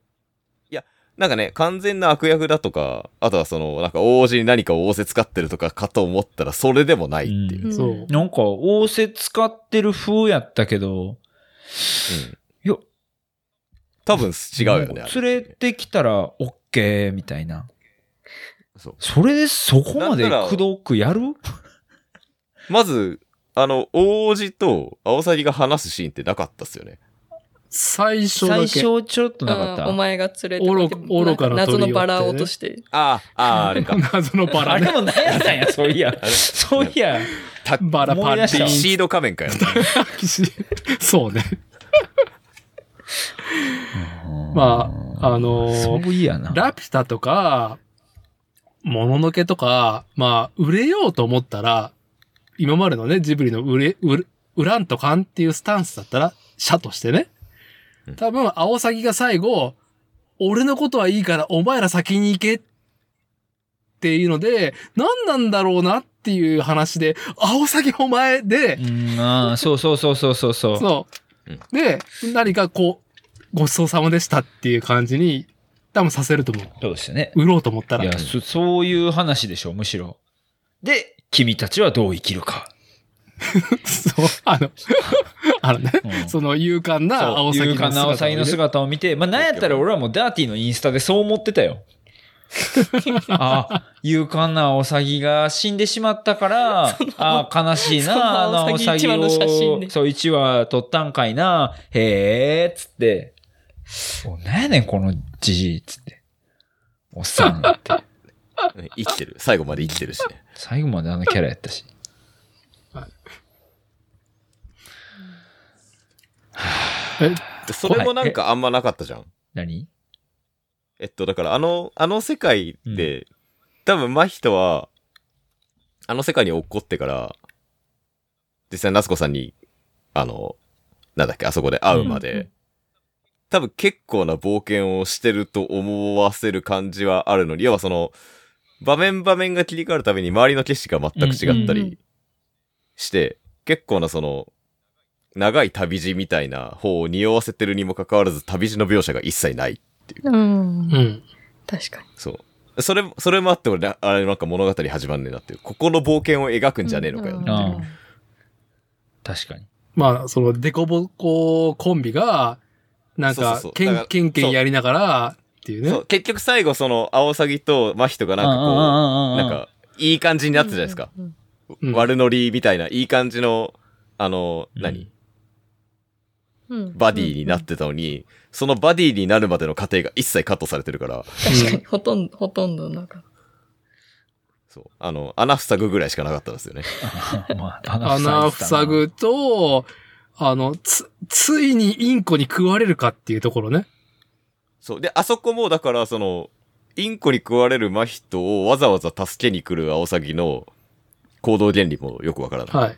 [SPEAKER 2] いや、なんかね、完全な悪役だとか、あとはその、なんか王子に何かを仰せつかってるとかかと思ったら、それでもないっていう。
[SPEAKER 4] うん
[SPEAKER 1] そう。
[SPEAKER 3] なんか、仰せ使ってる風やったけど、いや、
[SPEAKER 2] 多分違うよね、あれ。
[SPEAKER 3] 連れてきたら OK みたいな。
[SPEAKER 2] そう。
[SPEAKER 3] それでそこまで
[SPEAKER 2] なんなら
[SPEAKER 3] くどくやる
[SPEAKER 2] まず、あの、王子とアオサギが話すシーンってなかったっすよね。
[SPEAKER 1] 最初だ
[SPEAKER 3] 最
[SPEAKER 1] け。
[SPEAKER 3] 初ちょっとなかっ
[SPEAKER 4] あーお
[SPEAKER 3] た。
[SPEAKER 4] 前が連れてこいって
[SPEAKER 1] 愚愚かな鳥をっ
[SPEAKER 4] 謎
[SPEAKER 1] てね
[SPEAKER 4] のバラを落として。
[SPEAKER 2] ああ、ああ、あれ か。
[SPEAKER 1] 謎のバラ
[SPEAKER 3] あれ
[SPEAKER 1] ね。
[SPEAKER 3] も何やったんや、そういや。
[SPEAKER 2] あれ
[SPEAKER 3] そういや。
[SPEAKER 2] た
[SPEAKER 1] バラパンテ
[SPEAKER 3] 思い出し
[SPEAKER 1] ィ
[SPEAKER 2] シード仮面かよ。
[SPEAKER 1] ー。 そうね。まあ、あのー
[SPEAKER 3] そういやな。
[SPEAKER 1] ラピュタとか、もののけとか、まあ、売れようと思ったら、今までのね、ジブリの売れ、売れ売らんとかんっていうスタンスだったら、社としてね
[SPEAKER 2] うん。
[SPEAKER 1] 多分、アオサギが最後、俺のことはいいから、お前ら先に行けっていうので、何なんだろうなっていう話で、アオサギお前で、
[SPEAKER 3] うん、ああ、そうそうそうそうそうそう。
[SPEAKER 1] そう
[SPEAKER 2] うん。
[SPEAKER 1] で、何かこう、ごちそうさまでしたっていう感じに、多分させると思う。
[SPEAKER 3] そうですね。
[SPEAKER 1] 売ろうと思ったら。
[SPEAKER 3] いや、そそういう話でしょ、むしろ。で、君たちはどう生きるか。
[SPEAKER 1] そう、あの、 あのね、
[SPEAKER 3] うん
[SPEAKER 1] その勇敢な
[SPEAKER 3] そ
[SPEAKER 1] 青
[SPEAKER 3] う、
[SPEAKER 1] 崎の姿を
[SPEAKER 3] 勇敢なアオサギの姿を見て、まあ、なんやったら俺はもうダーティーのインスタでそう思ってたよ。あ、勇敢なアオサギが死んでしまったから、あ、悲しい
[SPEAKER 4] その
[SPEAKER 3] な、あのア
[SPEAKER 4] ア
[SPEAKER 3] オ
[SPEAKER 4] オ
[SPEAKER 3] サ
[SPEAKER 4] サ
[SPEAKER 3] ギを、
[SPEAKER 4] ギ一話の写真で
[SPEAKER 3] そう、1話撮ったんかいな、へえ、つって、お、なんやねん、このじじい、つって。おっさんって。
[SPEAKER 2] 生きてる。最後まで生きてるしね。
[SPEAKER 3] 最後まであのキャラやったし。
[SPEAKER 2] でそれもなんかあんまなかったじゃん。
[SPEAKER 3] 何
[SPEAKER 2] えっと、だからあの、あの世界で、多分真人は、あの世界に落っこってから、実際ナスコさんに、あの、なんだっけ、あそこで会うまで、
[SPEAKER 4] うんう
[SPEAKER 2] 多分結構な冒険をしてると思わせる感じはあるのに、要はその、場面場面が切り替わるたびに周りの景色が全く違った
[SPEAKER 4] うんうんうん
[SPEAKER 2] りして、結構なその、長い旅路みたいな方を匂わせてるにもかかわらず旅路の描写が一切ない。
[SPEAKER 4] うん
[SPEAKER 1] う。ん。
[SPEAKER 4] 確かに。
[SPEAKER 2] そう。それ、それもあって俺な、あれなんか物語始まんねえなっていう。ここの冒険を描くんじゃねえのかよ。
[SPEAKER 4] うん
[SPEAKER 3] あ確かに。
[SPEAKER 1] まあ、その、デコボココンビが、なん
[SPEAKER 2] そうそ
[SPEAKER 1] か
[SPEAKER 2] うそう、
[SPEAKER 1] ケ
[SPEAKER 2] だか
[SPEAKER 1] ン
[SPEAKER 2] ら
[SPEAKER 1] ケンケンやりながら、っていう
[SPEAKER 2] そ
[SPEAKER 1] ね
[SPEAKER 2] う。結局最後その、アオサギとマヒトがなんかこ
[SPEAKER 3] う
[SPEAKER 2] う、
[SPEAKER 3] んうんうんうん
[SPEAKER 2] なんか、いい感じになってたじゃないですか。。
[SPEAKER 4] うん
[SPEAKER 1] うん
[SPEAKER 2] 悪ノリみたいな、いい感じの、あの、
[SPEAKER 3] うん
[SPEAKER 2] 何
[SPEAKER 4] うん
[SPEAKER 2] バディになってたのに、そのバディになるまでの過程が一切カットされてるから、
[SPEAKER 4] 確かに、ほとんど、ほとんどなんか。
[SPEAKER 2] そう。あの、穴塞ぐぐらいしかなかったんですよね。
[SPEAKER 3] まあ
[SPEAKER 1] 穴
[SPEAKER 3] てたな
[SPEAKER 1] 塞ぐと、あの、つ、ついにインコに食われるかっていうところね。
[SPEAKER 2] そう。で、あそこも、だから、その、インコに食われる真人をわざわざ助けに来るアオサギの行動原理もよくわからない。
[SPEAKER 1] はい。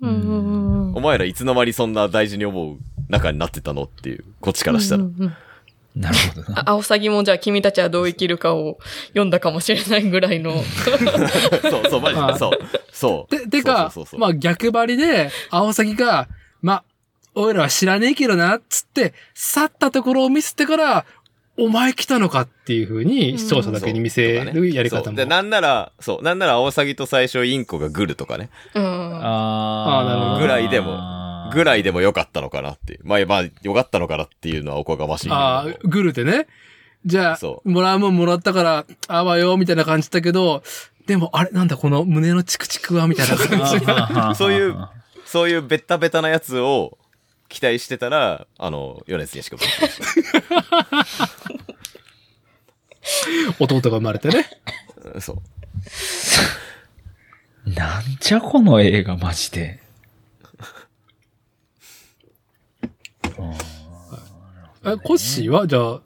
[SPEAKER 3] うん
[SPEAKER 4] ん
[SPEAKER 2] お前らいつの間にそんな大事に思う仲になってたのっていう、こっちからしたら。
[SPEAKER 4] うんうんうん
[SPEAKER 3] なるほどな。
[SPEAKER 4] あアオサギもじゃあ君たちはどう生きるかを読んだかもしれないぐらいの。
[SPEAKER 2] そうそう、マジ
[SPEAKER 1] は
[SPEAKER 2] で、
[SPEAKER 1] い
[SPEAKER 2] そう。そう。
[SPEAKER 1] で、でか
[SPEAKER 2] そうそうそうそ、う
[SPEAKER 1] まあ逆張りで、アオサギが、まあ、おいらは知らねえけどな、つって、去ったところを見せてから、お前来たのかっていうふうに、視聴者だけに見せるやり
[SPEAKER 2] そ
[SPEAKER 1] 方
[SPEAKER 2] う
[SPEAKER 1] も。
[SPEAKER 2] で、なんなら、そう、なんならアオサギと最初インコがグルとかね、
[SPEAKER 4] うん。
[SPEAKER 3] あ
[SPEAKER 1] あーなるほど
[SPEAKER 2] ぐらいでもぐ
[SPEAKER 3] い。
[SPEAKER 2] らいでもよかったのかなっていう。まあ、まあ、よかったのかなっていうのはおこがましいけど。
[SPEAKER 1] ああ、グルでね。じゃあ
[SPEAKER 2] そ、
[SPEAKER 1] もらうもんもらったから、あわよ、みたいな感じだけど、でも、あれ、なんだ、この胸のチクチクは、みたいな感じ。
[SPEAKER 3] あー
[SPEAKER 2] そういうそういうベッタベタなやつを期待してたら、あの、米津玄師君。
[SPEAKER 1] 弟が生まれてね。
[SPEAKER 2] うん そう。
[SPEAKER 3] なんじゃこの映画、マジで。うん
[SPEAKER 1] え、コッシーは、じゃあ、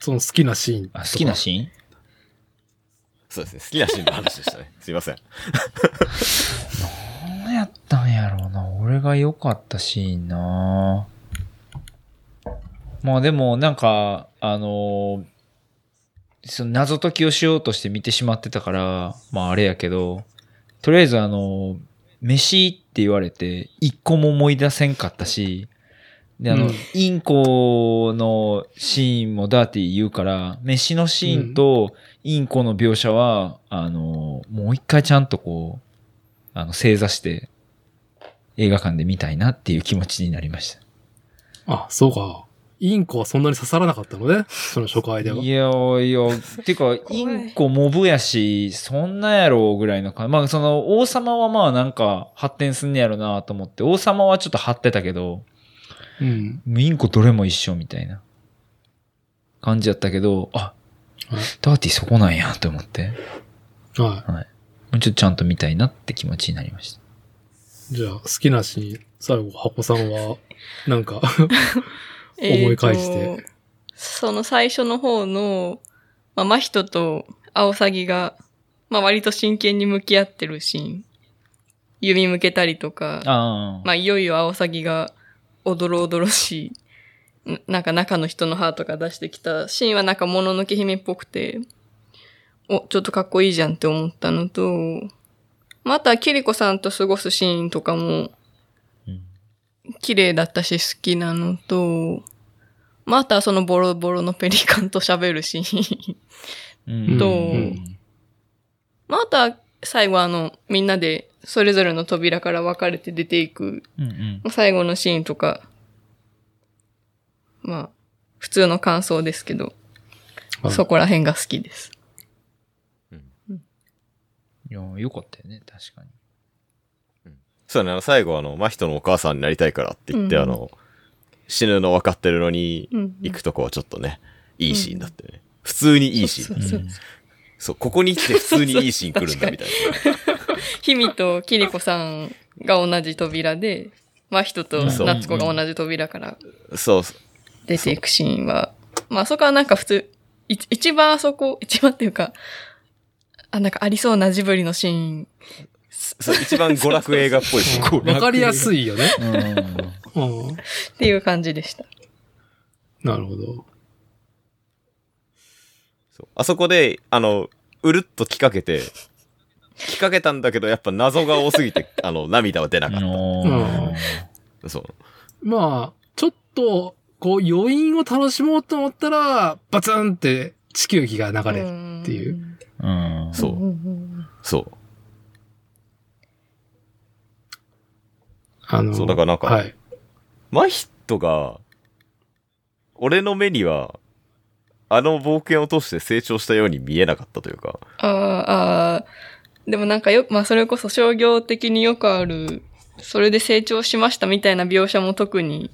[SPEAKER 1] その好きなシーンとか。
[SPEAKER 3] あ好きなシ
[SPEAKER 2] そうですね。好きなシーンの話でしたね。 すいません。
[SPEAKER 3] ーン何やったんやろうな。俺が良かったシーンな。まあでも、なんか、あのーその謎解きをしようとして見てしまってたから、まああれやけど、とりあえずあのー飯って言われて、一個も思い出せんかったし、で、あの、
[SPEAKER 1] うん
[SPEAKER 3] インコのシーンもダーティー言うから、飯のシーンとインコの描写は、あの、もう一回ちゃんとこう、あの、正座して、映画館で見たいなっていう気持ちになりまし
[SPEAKER 1] あ、そうか。インコはそんなに刺さらなかったのね。その初
[SPEAKER 3] た。
[SPEAKER 1] 回では。
[SPEAKER 3] いやいや、て いうか、
[SPEAKER 4] い
[SPEAKER 3] インコモブやし、そんなやろぐらいの感じ。まあ、その、王様はまあなんか発展すんねやろなと思って、王様はちょっと張ってたけど、
[SPEAKER 1] うん。
[SPEAKER 3] インコどれも一緒みたいな感じやったけど、あ
[SPEAKER 1] はい、
[SPEAKER 3] ダーティーそこなんやと思って、
[SPEAKER 1] は
[SPEAKER 3] もうちょっとちゃんと見たいなって気持ちになりました。
[SPEAKER 1] い。じゃあ、好きなシーン、最後、箱さんは、なん か、
[SPEAKER 4] えーと
[SPEAKER 1] 思い返して。
[SPEAKER 4] その最初の方の、まあ、真人とアオサギが、まあ、割と真剣に向き合ってるシーン。弓向けたりとか。
[SPEAKER 3] ああ。
[SPEAKER 4] まあ、いよいよアオサギが、おどろおどろしい、ななんか中の人のハートが出してきたシーンはなんかもののけ姫っぽくて、お、ちょっとかっこいいじゃんって思ったのと、まあ、あとはキリコさんと過ごすシーンとかも
[SPEAKER 3] うん、
[SPEAKER 4] 綺麗だったし好きなのと、まあ、あとはそのボロボロのペリカンと喋るシーン。
[SPEAKER 3] うん
[SPEAKER 4] と
[SPEAKER 3] うん
[SPEAKER 4] まあ、あとは、最後あの、みんなでそれぞれの扉から分かれて出ていく
[SPEAKER 3] うんうん。
[SPEAKER 4] 最後のシーンとか、まあ、普通の感想ですけど、
[SPEAKER 1] はい
[SPEAKER 4] そこら辺が好きです。
[SPEAKER 3] いや、よかったよね、確かに。
[SPEAKER 2] そうだね、あの最後あの、真人のお母さんになりたいからって言って、
[SPEAKER 4] うん
[SPEAKER 2] あの、死ぬの分かってるのに、
[SPEAKER 4] うん
[SPEAKER 2] 行くとこはちょっとね、いいシーンだったよね。普通にいいシーンだ
[SPEAKER 4] そう
[SPEAKER 2] ね。
[SPEAKER 4] そうそう
[SPEAKER 2] そう、ここに来て普通にいいシーン来るんだみたい
[SPEAKER 4] ひみときりこさんが同じ扉で、まあ人と
[SPEAKER 2] そう
[SPEAKER 4] 夏子が同じ扉から
[SPEAKER 2] な。そう、
[SPEAKER 4] 出ていくシーンは、まああそこはなんか普通、い一番あそこ、一番っていうか、あ、なんかありそうなジブリのシーン。
[SPEAKER 2] そう一番娯楽映画っぽいシーン。
[SPEAKER 1] わかりやす
[SPEAKER 3] い。
[SPEAKER 1] いよね。
[SPEAKER 3] うん。
[SPEAKER 1] うん。
[SPEAKER 4] っていう感じでした。
[SPEAKER 1] なるほど。
[SPEAKER 2] そうあそこで、あの、うるっときかけて、きかけたんだけど、やっぱ謎が多すぎて、 あの、涙は出なかっ
[SPEAKER 3] うん
[SPEAKER 2] た。そう。
[SPEAKER 1] まあ、ちょっと、こう、余韻を楽しもうと思ったら、バツンって地球儀が流れる。
[SPEAKER 4] ん。
[SPEAKER 1] っていう
[SPEAKER 3] うん。
[SPEAKER 2] そ
[SPEAKER 4] ん
[SPEAKER 2] う、
[SPEAKER 4] ん
[SPEAKER 2] そう。
[SPEAKER 1] あの、
[SPEAKER 2] そうだからなんか
[SPEAKER 1] はい。
[SPEAKER 2] マヒットが、俺の目には、あの冒険を通して成長したように見えなかったというか、
[SPEAKER 4] あーあー、でもなんかよ、まあそれこそ商業的によくある、それで成長しましたみたいな描写も特に、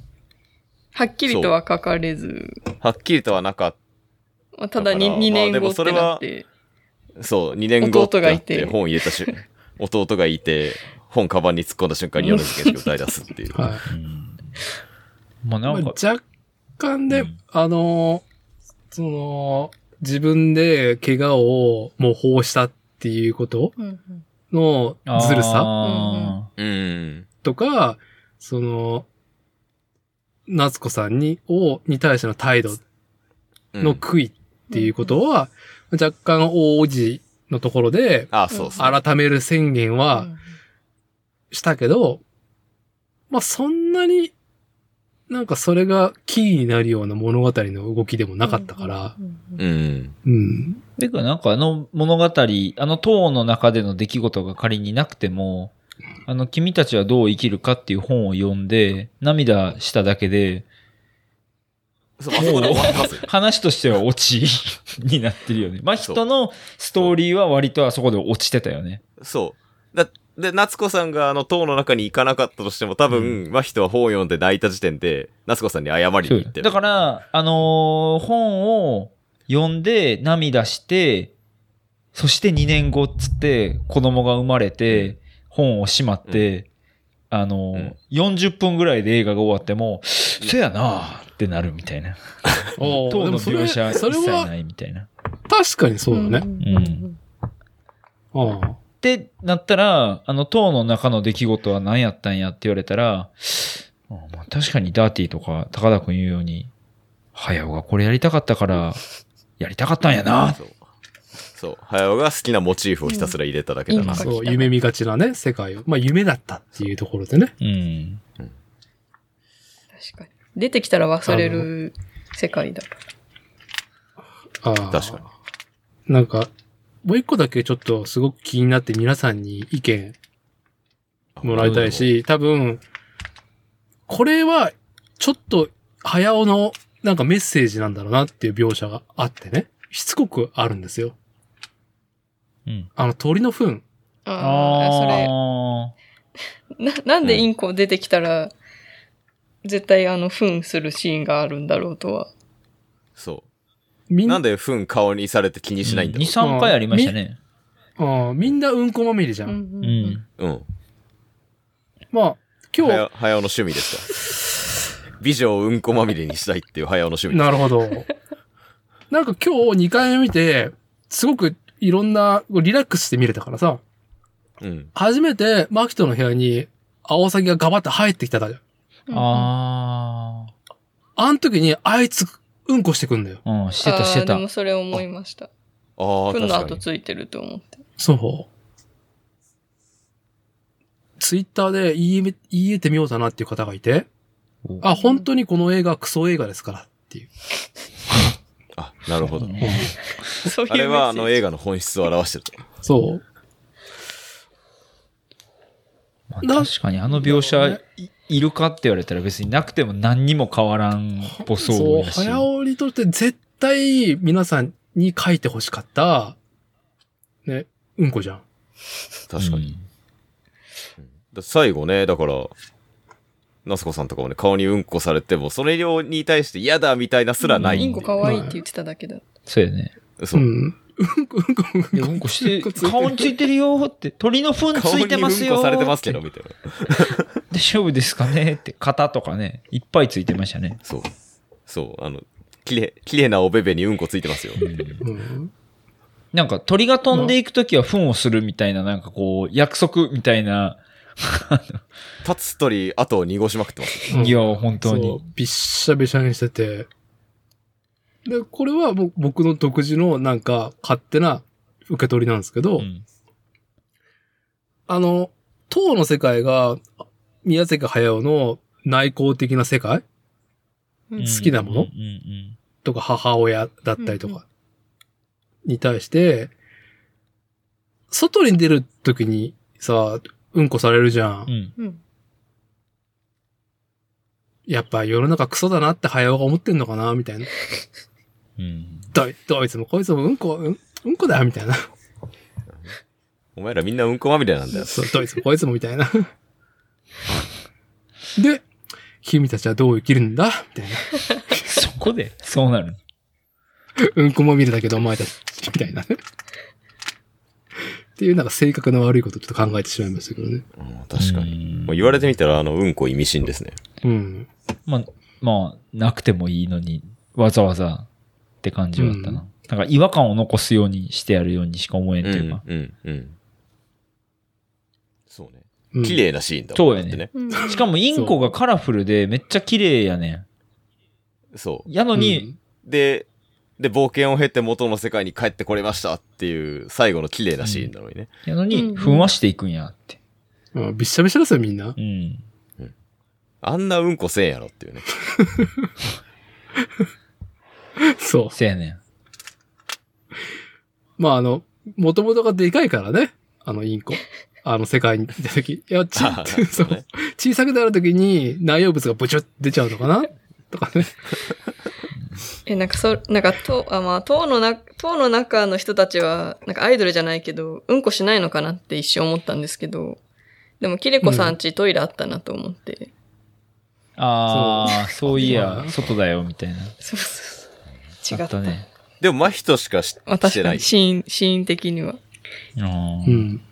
[SPEAKER 4] はっきりとは書かれず、
[SPEAKER 2] はっきりとはなかっ
[SPEAKER 4] まあ、ただ
[SPEAKER 2] だから
[SPEAKER 4] に2年
[SPEAKER 2] まあで
[SPEAKER 4] 後
[SPEAKER 2] も
[SPEAKER 4] っ
[SPEAKER 2] そ
[SPEAKER 4] て
[SPEAKER 2] れ
[SPEAKER 4] な
[SPEAKER 2] は
[SPEAKER 4] って、
[SPEAKER 2] そう、2年後って
[SPEAKER 4] 弟が
[SPEAKER 2] なっ
[SPEAKER 4] いて
[SPEAKER 2] て本入れたし、 弟がいて、本カバンに突っ込んだ瞬間に夜の事件で歌い出すっていう。
[SPEAKER 1] はい。
[SPEAKER 3] うんまあなん
[SPEAKER 1] まあ
[SPEAKER 3] か、
[SPEAKER 1] 若干で、
[SPEAKER 3] うん
[SPEAKER 1] あの、その、自分で怪我を模倣したっていうことのずるさ
[SPEAKER 3] あ
[SPEAKER 2] うん。
[SPEAKER 1] とか、その、夏子さんに、を、に対しての態度
[SPEAKER 2] うん
[SPEAKER 1] の悔いっていうことは、若干大王子のところで、
[SPEAKER 2] あ、そうそう。
[SPEAKER 1] 改める宣言はしたけど、まあそんなに、なんかそれがキーになるような物語の動きでもなかったから、
[SPEAKER 2] うん。
[SPEAKER 1] うん。
[SPEAKER 3] ー。てかなんかあの物語、あの塔の中での出来事が仮になくても、あの、君たちはどう生きるかっていう本を読んで、涙しただけで、
[SPEAKER 2] そう、あそこで終わってますよ。
[SPEAKER 3] 話としてはオチになってるよね。まあ、
[SPEAKER 2] そう
[SPEAKER 3] 人のストーリーは割とあそこで落ちてたよね。
[SPEAKER 2] そう。だで、夏子さんがあの塔の中に行かなかったとしても、多分、真人は本を読んで泣いた時点で、夏子さんに謝りに
[SPEAKER 3] そう
[SPEAKER 2] 行ってる。
[SPEAKER 3] だから、あのー本を読んで涙して、そして2年後っつって子供が生まれて、本をしまって、あのー40分ぐらいで映画が終わっても、せやなってなるみたい な。
[SPEAKER 1] お
[SPEAKER 3] 当の描写
[SPEAKER 1] そ
[SPEAKER 3] 一
[SPEAKER 1] れ
[SPEAKER 3] 切
[SPEAKER 1] は
[SPEAKER 3] ないみたいな。
[SPEAKER 1] 確かにそうだね。
[SPEAKER 3] ん
[SPEAKER 1] うん。
[SPEAKER 3] ってなったら、あの塔の中の出来事は何やったんやって言われたら、あまあ、確かにダーティーとか高田君言うように、早尾がこれやりたかったから、やりたかったんやな。
[SPEAKER 2] そう。そう。早尾が好きなモチーフをひたすら入れただけだな。
[SPEAKER 4] うん
[SPEAKER 2] そう
[SPEAKER 1] そう、夢見がちなね、世界を。まあ、夢だったっていうところでね。
[SPEAKER 3] うん。
[SPEAKER 4] 確かに。出てきたら忘れる世界だか
[SPEAKER 1] ああ。
[SPEAKER 2] 確か
[SPEAKER 1] に。なんか、もう一個だけちょっとすごく気になって皆さんに意見もらいたい。し、多分、これは、ちょっと、早尾の、なんかメッセージなんだろうなっていう描写があってね。しつこくあるんですよ。
[SPEAKER 3] うん。
[SPEAKER 1] あの、鳥の糞。
[SPEAKER 4] ら。ああ、
[SPEAKER 3] あ
[SPEAKER 4] それ、な、なんでインコ出てきたら、絶対あの、ふんするシーンがあるんだろうとは。
[SPEAKER 2] そ
[SPEAKER 1] み
[SPEAKER 2] う。
[SPEAKER 1] ん
[SPEAKER 2] な、
[SPEAKER 1] なん
[SPEAKER 2] で糞顔にされて気にしないんだろ
[SPEAKER 3] 2、3回ありましたね。
[SPEAKER 1] うんみんなうんこまみれじゃん。
[SPEAKER 3] うんん。
[SPEAKER 2] う。うん。
[SPEAKER 1] まあ、今日
[SPEAKER 2] 早、早尾の趣味ですか美女をうんこまみれにしたいっていう早尾の趣味です。
[SPEAKER 1] なるほど。なんか今日2回目見て、すごくいろんな、リラックスして見れたからさ、
[SPEAKER 2] うん。
[SPEAKER 1] 初めてマキトの部屋にアオサギがガバッと入ってきただけ。
[SPEAKER 3] あ
[SPEAKER 1] あの時にあいつ、うんこしてくんだよ。
[SPEAKER 3] あ。うん、してたして
[SPEAKER 4] あ
[SPEAKER 3] た
[SPEAKER 4] ーで。もそれ思いました。
[SPEAKER 2] ああ、
[SPEAKER 4] ふん
[SPEAKER 2] 確
[SPEAKER 4] の
[SPEAKER 2] か
[SPEAKER 4] 後
[SPEAKER 2] に。
[SPEAKER 4] ついてると思って。
[SPEAKER 1] そう。ツイッターで言いめ言い得てみようだなっていう方がいて
[SPEAKER 3] お、
[SPEAKER 1] あ、本当にこの映画はクソ映画ですからっていう。
[SPEAKER 2] あ、なるほど。
[SPEAKER 1] うん
[SPEAKER 4] そういう
[SPEAKER 2] あれはあの映
[SPEAKER 4] 画。
[SPEAKER 2] 画の本質を表してると。
[SPEAKER 1] そう。
[SPEAKER 3] まあ
[SPEAKER 1] な
[SPEAKER 3] 確かにあの描
[SPEAKER 1] なんだ
[SPEAKER 3] 写
[SPEAKER 1] ろ
[SPEAKER 3] いいるかって言われたら別になくても何にも変わらんっぽそうやし。
[SPEAKER 1] 早尾にとって絶対皆さんに書いてほしかった、ね、うんこじゃん。
[SPEAKER 2] 確かに。
[SPEAKER 3] うん
[SPEAKER 2] だ最後ね、だから、ナスコさんとかもね、顔にうんこされても、それ量に対して嫌だみたいなすらない。
[SPEAKER 4] インコ可愛いって言ってただけだ。
[SPEAKER 3] そうやね。
[SPEAKER 2] そうう。
[SPEAKER 1] ん。うんこ、うんこ、うんこ
[SPEAKER 3] いやうんこして
[SPEAKER 1] うんこついて、る
[SPEAKER 3] 顔についてるよーって、鳥の糞つ
[SPEAKER 2] 顔に
[SPEAKER 3] いて
[SPEAKER 2] うん
[SPEAKER 3] ますよーっ
[SPEAKER 2] こ
[SPEAKER 3] て。
[SPEAKER 2] されてますけど、みたいな。
[SPEAKER 3] 大丈夫ですかねって、型とかね、いっぱいついてましたね。
[SPEAKER 2] そう。そう。あの、綺麗、綺麗なおべべにうんこついてますよ。
[SPEAKER 1] うん
[SPEAKER 3] なんか鳥が飛んでいくときは糞をするみたいな、なんかこう、約束みたいな、
[SPEAKER 2] 立つ鳥、後を濁しまくってます。
[SPEAKER 1] うん
[SPEAKER 3] いや、本当
[SPEAKER 1] そう
[SPEAKER 3] に。
[SPEAKER 1] びっしゃびしゃにしてて。で、これはもう僕の独自のなんか勝手な受け取りなんですけど、
[SPEAKER 3] うん
[SPEAKER 1] あの、唐の世界が宮崎駿の内向的な世界
[SPEAKER 4] うん
[SPEAKER 1] 好きなもの
[SPEAKER 3] うんうん
[SPEAKER 1] とか母親だったりとかに対して、外に出るときにさ、うんこされるじゃん。
[SPEAKER 3] うんうん。
[SPEAKER 4] うん。
[SPEAKER 1] やっぱ世の中クソだなって早尾が思ってんのかなみたいな。
[SPEAKER 3] うん
[SPEAKER 1] どい、どいつもこいつもうんこ、うん、うんこだよみたいな。
[SPEAKER 2] お前らみんなうんこまみれなんだよ。
[SPEAKER 1] そう、どいつもこいつもみたいな。で、君たちはどう生きるんだみたいな。
[SPEAKER 3] そこで、そうなる。
[SPEAKER 1] うんこまみれだけどお前たち、みたいなね。っていうなんか性格の悪いことをちょっと考えてしまいましたけどね。
[SPEAKER 2] うん、確かに。
[SPEAKER 3] に
[SPEAKER 2] もう言われてみたら、あの、うんこ意味深ですね。
[SPEAKER 1] うん。
[SPEAKER 3] まあ、まあ、なくてもいいのに、わざわざって感じはあったな。なんか違和感を残すようにしてやるようにしか思えん
[SPEAKER 2] う
[SPEAKER 3] というか
[SPEAKER 2] ん、。うん、うん。そうね。
[SPEAKER 1] うん
[SPEAKER 2] 綺。麗なシーンだ
[SPEAKER 3] そ
[SPEAKER 2] もん
[SPEAKER 3] うやね
[SPEAKER 2] だって
[SPEAKER 4] うん
[SPEAKER 3] しかもインコがカラフルでめっちゃ綺麗やね
[SPEAKER 2] そ
[SPEAKER 3] ん。やのに、
[SPEAKER 2] う。で、で、冒険を経て元の世界に帰ってこれましたっていう最後の綺麗なシーンなのにね。
[SPEAKER 3] やの
[SPEAKER 4] うんう
[SPEAKER 3] に、
[SPEAKER 4] ん
[SPEAKER 3] ふんわしていくんやって。
[SPEAKER 1] うん、うんびっしゃびしゃですよ、みん な。
[SPEAKER 3] うん。
[SPEAKER 2] あんなうんこせんやろっていうね。
[SPEAKER 1] そう。
[SPEAKER 3] せやねん。
[SPEAKER 1] まあ、あの、元々がでかいからね。あの、インコ。あの、世界に出た時。いや、ち
[SPEAKER 2] あー
[SPEAKER 1] そう
[SPEAKER 2] ね
[SPEAKER 1] 小さくなる時に内容物がブチュッて出ちゃうのかなとかね。
[SPEAKER 4] え、なんかそ、なんか、党、あ、まあ、党のな、党の中の人たちは、なんかアイドルじゃないけど、うんこしないのかなって一瞬思ったんですけど、でも、キリコさんちトイレあったなと思って。
[SPEAKER 3] ああ、そうい
[SPEAKER 1] ま
[SPEAKER 3] や、
[SPEAKER 1] あ
[SPEAKER 3] 外だよ、みたいな。
[SPEAKER 4] そうそうそう。違
[SPEAKER 3] あ
[SPEAKER 4] っ。
[SPEAKER 3] ったたね。
[SPEAKER 2] でも、真人しかし
[SPEAKER 4] まあ、
[SPEAKER 2] して
[SPEAKER 4] 確か
[SPEAKER 2] ない
[SPEAKER 4] に、。シーン、シーン的には。
[SPEAKER 1] う
[SPEAKER 3] あー
[SPEAKER 1] ん。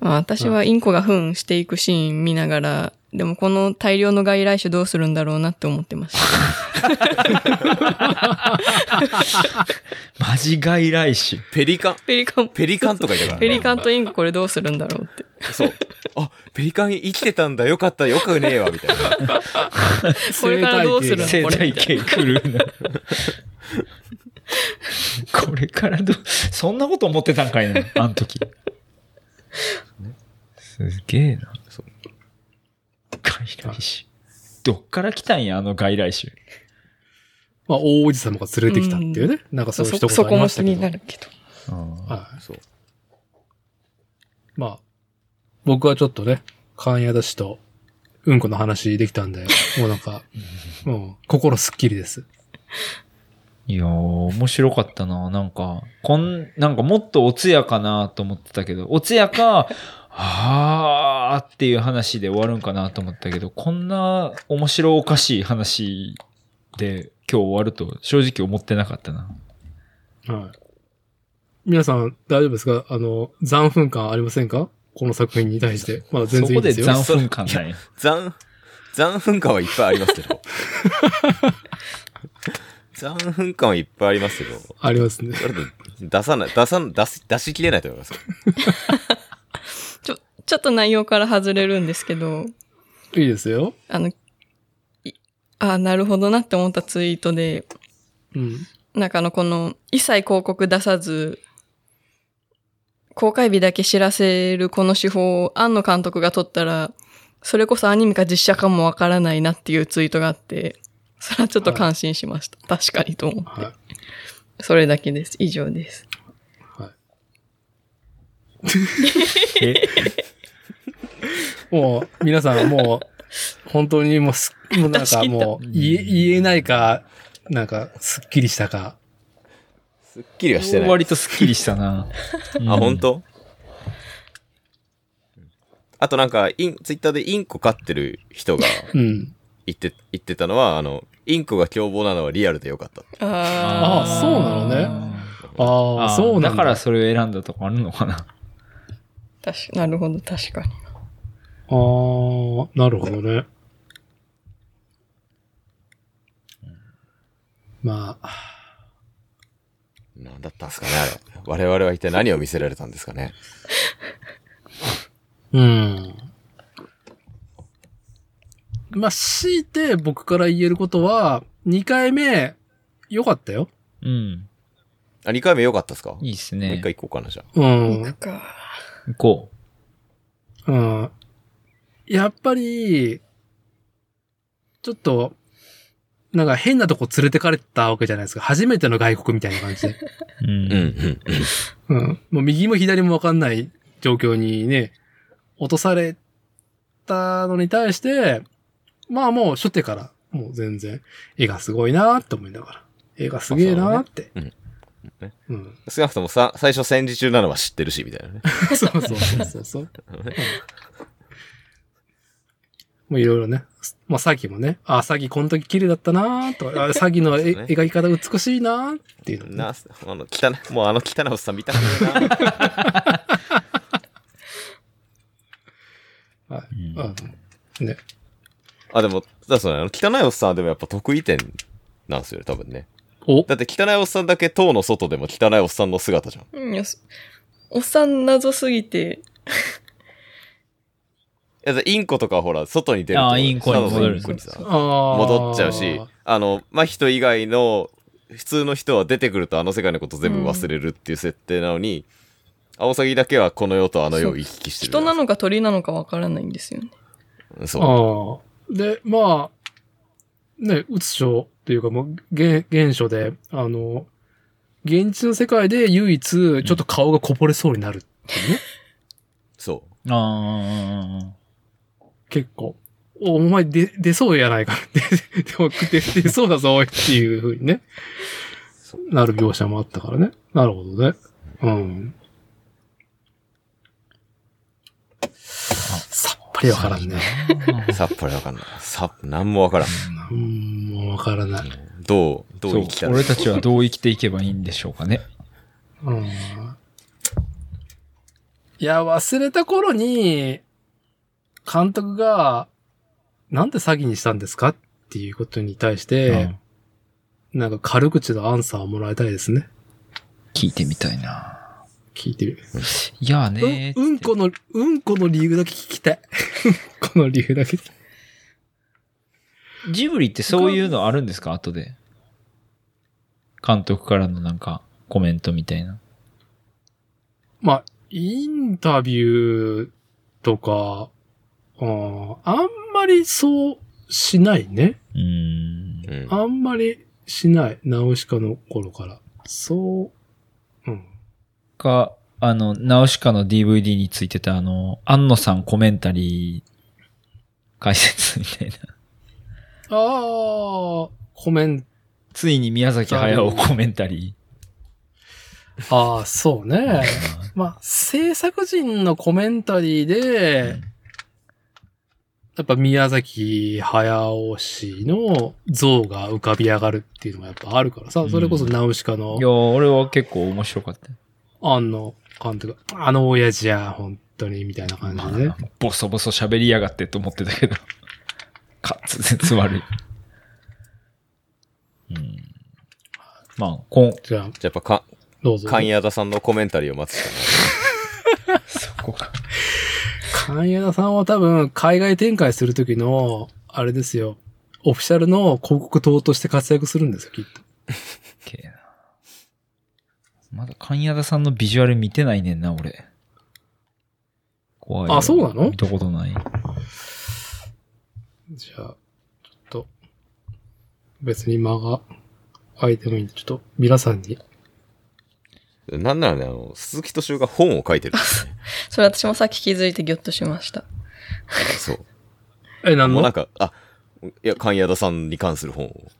[SPEAKER 4] まあ、私はインコがフンしていくシーン見ながら、でもこの大量の外来種どうするんだろうなって思ってました。
[SPEAKER 3] マジ外来種。
[SPEAKER 2] ペリカン。
[SPEAKER 4] ペリカン、
[SPEAKER 2] ペリカンとかいたからね。
[SPEAKER 4] ペリカンとインコこれどうするんだろうって。
[SPEAKER 2] そう。あ、ペリカン生きてたんだ。よかった。よくねえわ。みたいな。
[SPEAKER 4] これからどうするの
[SPEAKER 3] 生
[SPEAKER 4] これ
[SPEAKER 3] 態
[SPEAKER 4] みたい
[SPEAKER 3] 系狂うな。これからどう、そんなこと思ってたんかいな、あの時。すげえな。
[SPEAKER 2] そう
[SPEAKER 3] 外来種。どっから来たんや、あの外来種。
[SPEAKER 1] まあ、大おじ様が連れてきたっていうね。なんかそう
[SPEAKER 4] な。
[SPEAKER 1] いう一
[SPEAKER 4] そ、
[SPEAKER 1] 言
[SPEAKER 4] そ
[SPEAKER 1] あ
[SPEAKER 4] こ
[SPEAKER 1] り
[SPEAKER 4] も
[SPEAKER 1] まし
[SPEAKER 4] 気
[SPEAKER 1] たけ
[SPEAKER 4] に
[SPEAKER 1] ど
[SPEAKER 4] な。るけど。
[SPEAKER 1] はい。
[SPEAKER 2] そう。
[SPEAKER 1] まあ、僕はちょっとね、関谷だしと、うんこの話できたんで、 もうなんか、もう、心すっきりです。
[SPEAKER 3] いやー、面白かったな。なんか、こん、なんかもっとおつやかなと思ってたけど、おつやか、あーっていう話で終わるんかなと思ったけど、こんな面白おかしい話で今日終わると正直思ってなかったな。
[SPEAKER 1] はい。皆さん、大丈夫ですかあの、残憤感ありませんかこの作品に対して。まだ全然いいですよ。
[SPEAKER 3] そこで残憤感ない。
[SPEAKER 2] 残、残噴火はいっぱいあります けど。残噴火はいっぱいありますけど。
[SPEAKER 1] ありますね。
[SPEAKER 2] これで出さない、出さん、出し、出しきれないと思いますよ。
[SPEAKER 4] ちょ、ちょっと内容から外れるんですけど、
[SPEAKER 1] いいですよ。
[SPEAKER 4] あの、いあなるほどなって思ったツイートで、
[SPEAKER 1] うん。
[SPEAKER 4] なんかあの、この、一切広告出さず、公開日だけ知らせるこの手法を、庵野監督が撮ったら、それこそアニメか実写かもわからないなっていうツイートがあって、それはちょっと感心しました。確かにと思って。
[SPEAKER 1] は
[SPEAKER 4] それだけです。以上です。
[SPEAKER 1] い。はい。もう、皆さんもう、本当にもうす、もうなんか もう、言え、言えないか、なんか、すっきりしたか。
[SPEAKER 2] すっきりはしてない。
[SPEAKER 3] 割とスッキリしたな。
[SPEAKER 2] あ、本当？あとなんか、イン、ツイッターでインコ飼ってる人が
[SPEAKER 1] うん。
[SPEAKER 2] 言って、言ってたのは、あの、インコが凶暴なのはリアルでよかったって。
[SPEAKER 4] あ
[SPEAKER 1] ああ、そうなのね。ああ、そうなんだ。
[SPEAKER 3] だからそれを選んだとかあるのかな。
[SPEAKER 4] あ、確かなるほど、確かに。
[SPEAKER 1] ああ、なるほどね。まあ、
[SPEAKER 2] なんだったんですかね、あれ。我々は一体何を見せられたんですかね。
[SPEAKER 1] うん。まあ、強いて僕から言えることは、2回目、良かったよ。
[SPEAKER 3] うん。
[SPEAKER 2] あ、2回目良かったですかもう
[SPEAKER 3] いいっす
[SPEAKER 2] 一
[SPEAKER 3] ね。
[SPEAKER 2] 回行こうかな、じゃあ。
[SPEAKER 1] う
[SPEAKER 4] 行
[SPEAKER 1] ん
[SPEAKER 4] く。か。
[SPEAKER 3] 行こ
[SPEAKER 1] うん。やっぱり、ちょっと、なんか変なとこ連れてかれたわけじゃないですか。初めての外国みたいな感じで。
[SPEAKER 3] う。う。
[SPEAKER 2] うん、うんん、
[SPEAKER 1] うん。もう右も左もわかんない状況にね、落とされたのに対して、まあもう初手から、もう全然、絵がすごいなーって思いながら。絵がすげえなーって。
[SPEAKER 2] まあそうだね
[SPEAKER 1] うん。
[SPEAKER 2] 少なくともさ、最初戦時中なのは知ってるし、みたいなね。
[SPEAKER 1] そうそうそうそうそう。もういろいろね。まあ、詐欺もね。あ、詐欺この時綺麗だったなーと か、あ詐欺の絵
[SPEAKER 2] そうね
[SPEAKER 1] 描き方美しいなーっていうのね、
[SPEAKER 2] な、あの、汚い、もうあの汚いおっさん見たくないな。
[SPEAKER 1] うん。
[SPEAKER 2] あ、でも、だそうね、あの汚いおっさんはでもやっぱ得意点なんですよね、多分ね。
[SPEAKER 1] お、
[SPEAKER 2] だって汚いおっさんだけ塔の外でも汚いおっさんの姿じゃん。
[SPEAKER 4] うん、よし。おっさん謎すぎて、
[SPEAKER 2] いやインコとかほら、外に出ると、
[SPEAKER 3] あーインコに戻る
[SPEAKER 2] ただのインコにさ
[SPEAKER 1] あー
[SPEAKER 2] 戻っちゃうし、あの、真人以外の普通の人は出てくるとあの世界のこと全部忘れるっていう設定なのに、アオサギだけはこの世とあの世を行き来してるじゃ
[SPEAKER 4] 人
[SPEAKER 2] い
[SPEAKER 4] なのか鳥なのかわからないんですよね。
[SPEAKER 2] うんそ
[SPEAKER 1] ああ。
[SPEAKER 2] う。
[SPEAKER 1] で、まあ、ね、うつ症っていうかもう、現、現象で、あの、現実の世界で唯一、ちょっと顔がこぼれそうになるっていうね。
[SPEAKER 2] そ
[SPEAKER 3] ああ。
[SPEAKER 1] 結構。お、お前出、出そうやないか。 出、でも出、出そうだぞ、っていう風にね。なる描写もあったからね。なるほどね。うん。さっぱりわからんね。
[SPEAKER 2] う。さっぱりわかんない。さ、なんもわからん。
[SPEAKER 1] うん、もうわからない。
[SPEAKER 2] どう、どう
[SPEAKER 3] そう
[SPEAKER 2] 生きたらいい
[SPEAKER 3] 俺たちはどう生きていけばいいんでしょうかね。
[SPEAKER 1] うんいや、忘れた頃に、監督が、なんで詐欺にしたんですかっていうことに対して、なんか軽口のアンサーをもらいたいですね。
[SPEAKER 3] 聞いてみたいな。
[SPEAKER 1] 聞いてみる。
[SPEAKER 3] いやーね
[SPEAKER 1] う
[SPEAKER 3] ー
[SPEAKER 1] んうんこの、うんこの理由だけ聞きたい。 うんこの理由だけ。
[SPEAKER 3] ジブリってそういうのあるんですか後で。監督からのなんかコメントみたいな。
[SPEAKER 1] まあ、インタビューとか、うんあんまりそうしないね。
[SPEAKER 3] うーん。
[SPEAKER 2] うん
[SPEAKER 1] あんまりしない。ナウシカの頃から。そう。うん。
[SPEAKER 3] か、あの、ナウシカの DVD についてたあの、安野さんコメンタリー解説みたいな。
[SPEAKER 1] ああ、コメント。
[SPEAKER 3] ついに宮崎駿コメンタリ
[SPEAKER 1] ああ、そうね
[SPEAKER 3] ー。。
[SPEAKER 1] まあ、制作人のコメンタリーで、やっぱ宮崎駿氏の像が浮かび上がるっていうのがやっぱあるからさ、それこそナウシカの
[SPEAKER 3] いや、俺は結構面白かった。
[SPEAKER 1] あの監督が、あの親父や、本当に、みたいな感じでね。
[SPEAKER 3] ボソボソ喋りやがってと思ってたけど。 滑舌悪い。うん。まあ、こん、
[SPEAKER 1] じゃあ、
[SPEAKER 2] じゃあやっぱか、
[SPEAKER 1] どうぞ。
[SPEAKER 2] 関谷田さんのコメンタリーを待つしかない。
[SPEAKER 3] そこか。
[SPEAKER 1] 関谷田さんは多分、海外展開する時の、あれですよ。オフィシャルの広告塔として活躍するんですよ、きっと。
[SPEAKER 3] けえなまだ神谷田さんのビジュアル見てないねんな、俺。怖いよ。
[SPEAKER 1] あそうなの
[SPEAKER 3] 見たことない。
[SPEAKER 1] じゃあ、ちょっと、別に間が空いてもいいんで、ちょっと皆さんに。
[SPEAKER 2] なんならね、あの、鈴木敏夫が本を書いてるんですね。
[SPEAKER 4] それ私もさっき気づいてギョッとしました。
[SPEAKER 2] そう。
[SPEAKER 1] え、何
[SPEAKER 2] もうなん
[SPEAKER 1] の
[SPEAKER 2] か、あ、いや、関谷田さんに関する本を。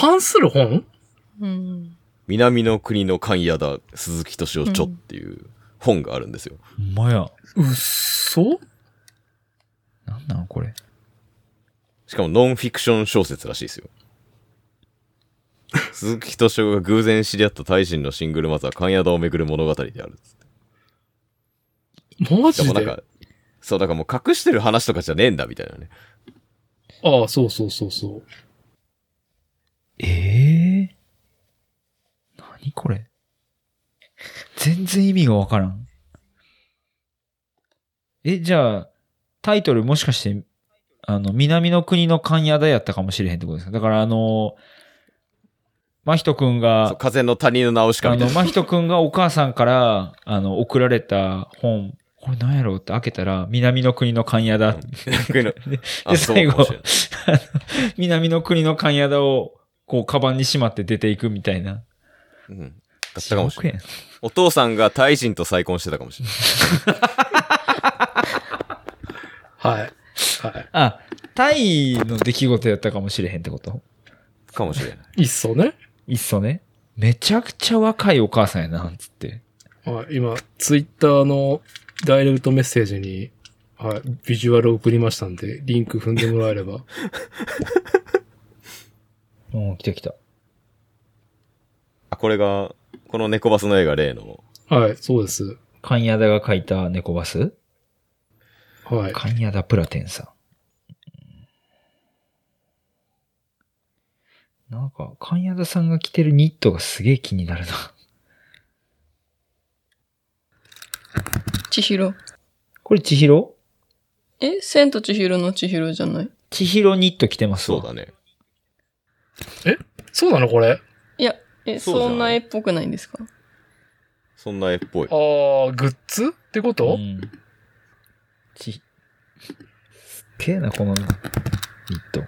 [SPEAKER 1] 関する本
[SPEAKER 4] うん。
[SPEAKER 2] 南の国の関谷田鈴木敏夫著っていう本があるんですよ。
[SPEAKER 3] ほんまや。
[SPEAKER 1] うっそ
[SPEAKER 3] なんなんこれ。
[SPEAKER 2] しかもノンフィクション小説らしいですよ。鈴木敏夫が偶然知り合ったタイ人のシングルマザー関谷田を巡る物語であるっつって。
[SPEAKER 1] マ
[SPEAKER 2] しか
[SPEAKER 1] ジ
[SPEAKER 2] もな
[SPEAKER 1] で
[SPEAKER 2] んか、そう、だからもう隠してる話とかじゃねえんだみたいなね。
[SPEAKER 1] ああ、そうそうそうそう。
[SPEAKER 3] ええー。何これ。全然意味がわからん。え、じゃあ、タイトルもしかして、あの、南の国の関谷だやったかもしれへんってことですかだからあの、真人くん
[SPEAKER 2] そう
[SPEAKER 3] が、
[SPEAKER 2] 風の谷の直しか
[SPEAKER 3] あ
[SPEAKER 2] みたい
[SPEAKER 3] の、
[SPEAKER 2] な。
[SPEAKER 3] 真人くんがお母さんから、あの、送られた本、これ何やろうって開けたら、南の国の関谷だ。
[SPEAKER 2] 国の
[SPEAKER 3] で
[SPEAKER 2] あ
[SPEAKER 3] で、
[SPEAKER 2] そう
[SPEAKER 3] 最
[SPEAKER 2] かも
[SPEAKER 3] 後
[SPEAKER 2] しれない、
[SPEAKER 3] 南の国の神宿を、こう、カバンにしまって出ていくみたいな。
[SPEAKER 2] うん。だったかもしれない。
[SPEAKER 3] 地獄
[SPEAKER 2] お父さんがタイ人と再婚してたかもしれない。
[SPEAKER 1] はい。は
[SPEAKER 3] やんあ、タイの出来事やったかもしれへんってこと
[SPEAKER 2] かもしれない。
[SPEAKER 1] い。いっそね。
[SPEAKER 3] いっそね。めちゃくちゃ若いお母さんやな、つって。
[SPEAKER 1] はい。今、ツイッターのダイレクトメッセージに、はい。ビジュアルを送りましたんで、リンク踏んでもらえれば。
[SPEAKER 3] うん、来た来た。
[SPEAKER 2] あ、これが、この猫バスの映画例の、
[SPEAKER 1] はい。そうです。
[SPEAKER 3] 神宿が書いた猫バス
[SPEAKER 1] はい。
[SPEAKER 3] 神宿プラテンさん。なんか、神宿さんが着てるニットがすげえ気になるな。
[SPEAKER 4] 千尋。
[SPEAKER 3] これ千尋
[SPEAKER 4] え千と千尋の千尋じゃない
[SPEAKER 3] 千尋ニット着てます
[SPEAKER 2] そう
[SPEAKER 3] わ。
[SPEAKER 2] だね。
[SPEAKER 1] そうなのこれ。
[SPEAKER 4] え、
[SPEAKER 2] そうじゃ
[SPEAKER 4] そ
[SPEAKER 2] ない
[SPEAKER 4] んな絵っぽくないんですか
[SPEAKER 2] そんな絵っぽい。
[SPEAKER 1] ああ、グッズってこと、
[SPEAKER 3] うん、ち、すっげえな、このニット。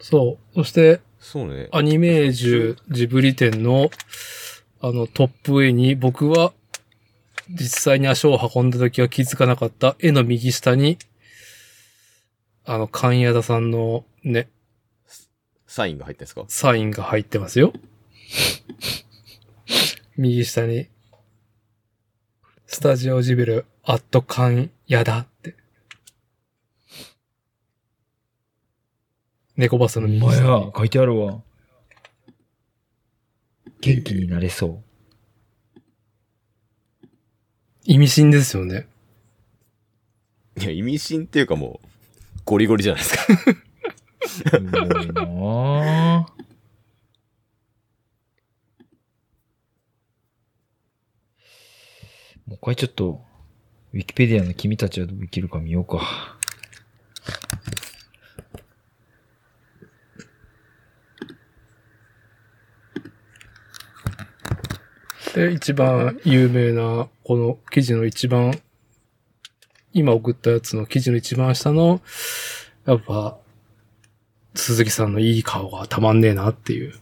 [SPEAKER 1] そう。そして、
[SPEAKER 2] そうね。
[SPEAKER 1] アニメージュジブリ展の、あの、トップ絵に、僕は、実際に足を運んだ時は気づかなかった絵の右下に、あの、関谷田さんのね、
[SPEAKER 2] サインが入ってんですか
[SPEAKER 1] サインが入ってます よ。右下に、スタジオジビル、アット関谷田って。猫バスの右
[SPEAKER 3] ま
[SPEAKER 1] 下に
[SPEAKER 3] や、。書いてあるわ。元気になれそう。
[SPEAKER 1] 意味深ですよね。
[SPEAKER 2] いや、意味深っていうかもう、ゴリゴリじゃないですか。
[SPEAKER 3] すごいなぁもう一回ちょっと、ウィキペディアの君たちはどう生きるか見ようか。
[SPEAKER 1] で、一番有名な、この記事の一番、今送ったやつの記事の一番下の、やっぱ、鈴木さんのいい顔がたまんねえなっていう。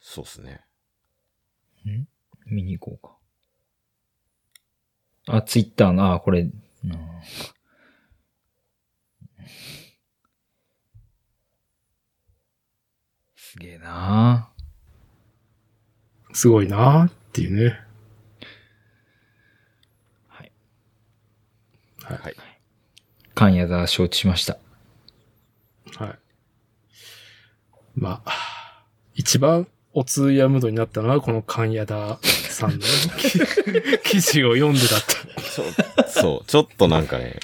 [SPEAKER 2] そうっすね。
[SPEAKER 3] 見に行こうか。あ、ツイッターの、あ、これ、うんすげえなあ
[SPEAKER 1] すごいなっていうね。
[SPEAKER 3] はい。
[SPEAKER 2] はい。
[SPEAKER 3] 関谷だ、承知しました。
[SPEAKER 1] はい。まあ、一番お通夜ムードになったのは、この関谷田さんの 記事を読んでだった。
[SPEAKER 2] ちょそう、ちょっとなんかね、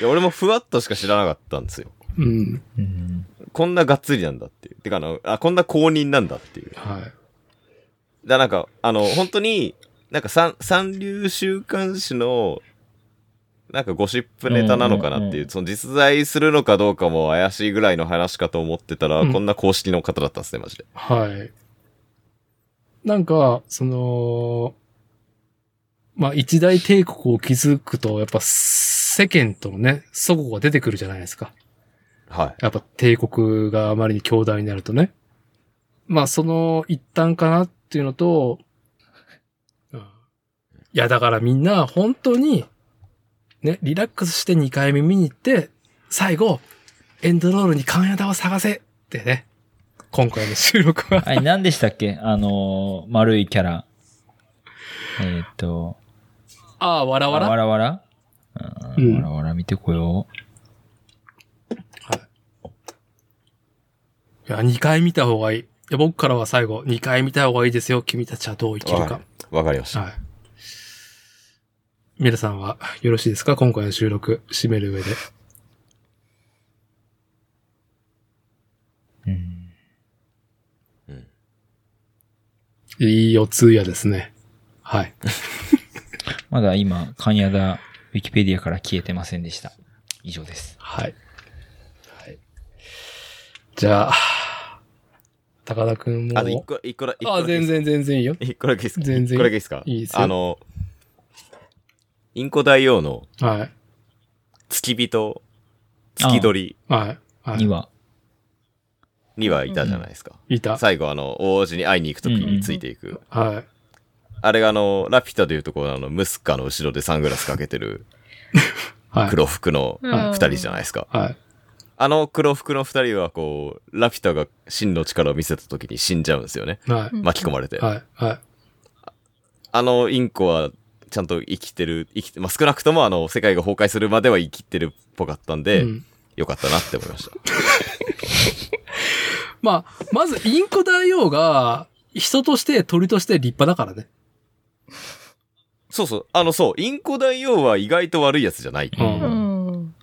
[SPEAKER 2] いや、俺もふわっとしか知らなかったんですよ。
[SPEAKER 1] うん。
[SPEAKER 3] うん。
[SPEAKER 2] こんながっつりなんだっていう。てかあの、あ、こんな公認なんだっていう。
[SPEAKER 1] はい。
[SPEAKER 2] だなんか、あの、本当に、なんか三、三流週刊誌の、なんかゴシップネタなのかなっていう、
[SPEAKER 3] うんうんうん
[SPEAKER 2] その実在するのかどうかも怪しいぐらいの話かと思ってたら、
[SPEAKER 1] うん
[SPEAKER 2] こんな公式の方だったんですね、マジで。
[SPEAKER 1] はい。なんか、その、まあ、一大帝国を築くと、やっぱ世間とのね、祖語が出てくるじゃないですか。
[SPEAKER 2] はい。
[SPEAKER 1] やっぱ帝国があまりに強大になるとね。まあ、その一端かなっていうのと、うんいや、だからみんな本当に、ね、リラックスして2回目見に行って、最後、エンドロールにカンヤダを探せってね、今回の収録は。
[SPEAKER 3] はい、何でしたっけあのー丸いキャラ。えーっと、
[SPEAKER 1] ああ、わらわ
[SPEAKER 3] わ
[SPEAKER 1] ら。
[SPEAKER 3] らわら
[SPEAKER 1] う
[SPEAKER 3] う
[SPEAKER 1] んん
[SPEAKER 3] わらわら見てこよう。
[SPEAKER 1] いや、2回見た方がいい。いや、僕からは最後、2回見た方がいいですよ。君たちはどう生きるか
[SPEAKER 2] わ。わかりました。
[SPEAKER 1] はい。皆さんはよろしいですか今回の収録、締める上で。
[SPEAKER 3] うん。
[SPEAKER 1] いい四通夜ですね。はい。
[SPEAKER 3] まだ今、カンヤダ、ウィキペディアから消えてませんでした。以上です。
[SPEAKER 1] はい。はい。じゃあ、高田くんも。
[SPEAKER 2] あと一個、一個だ、一個
[SPEAKER 1] あ、
[SPEAKER 2] だけいい
[SPEAKER 1] 全
[SPEAKER 2] ですか。
[SPEAKER 1] 然全然いいよ。
[SPEAKER 2] 一個だけいいですか
[SPEAKER 1] 全然
[SPEAKER 2] 一個だけいいですか
[SPEAKER 1] いいですよ
[SPEAKER 2] あの、インコ大王の
[SPEAKER 1] はい。
[SPEAKER 2] 付き人、付き鳥
[SPEAKER 1] はい。は
[SPEAKER 3] に
[SPEAKER 1] い。
[SPEAKER 3] は、
[SPEAKER 2] にはいたじゃないですか。
[SPEAKER 1] いた。
[SPEAKER 2] 最後、あの、王子に会いに行くときについていく。
[SPEAKER 1] は
[SPEAKER 2] あれがあの、ラピュタでいうところのあの、ムスカの後ろでサングラスかけてる
[SPEAKER 1] い。はい。
[SPEAKER 2] 黒服の
[SPEAKER 1] ん
[SPEAKER 2] 二人じゃないですか。
[SPEAKER 1] はい。
[SPEAKER 2] あの黒服の二人はこう、ラピュタが真の力を見せたときに死んじゃうんですよね。
[SPEAKER 1] は
[SPEAKER 4] うん
[SPEAKER 2] 巻き込まれて。
[SPEAKER 1] い。はい。はい。
[SPEAKER 2] あのインコはちゃんと生きてる、生きて、まあ、少なくともあの、世界が崩壊するまでは生きてるっぽかったんで、
[SPEAKER 1] うん
[SPEAKER 2] よかったなって思いました。
[SPEAKER 1] まあ、まずインコ大王が人として鳥として立派だからね。
[SPEAKER 2] そうそう。あの、そう。インコ大王は意外と悪いやつじゃない。
[SPEAKER 1] うん
[SPEAKER 4] うん。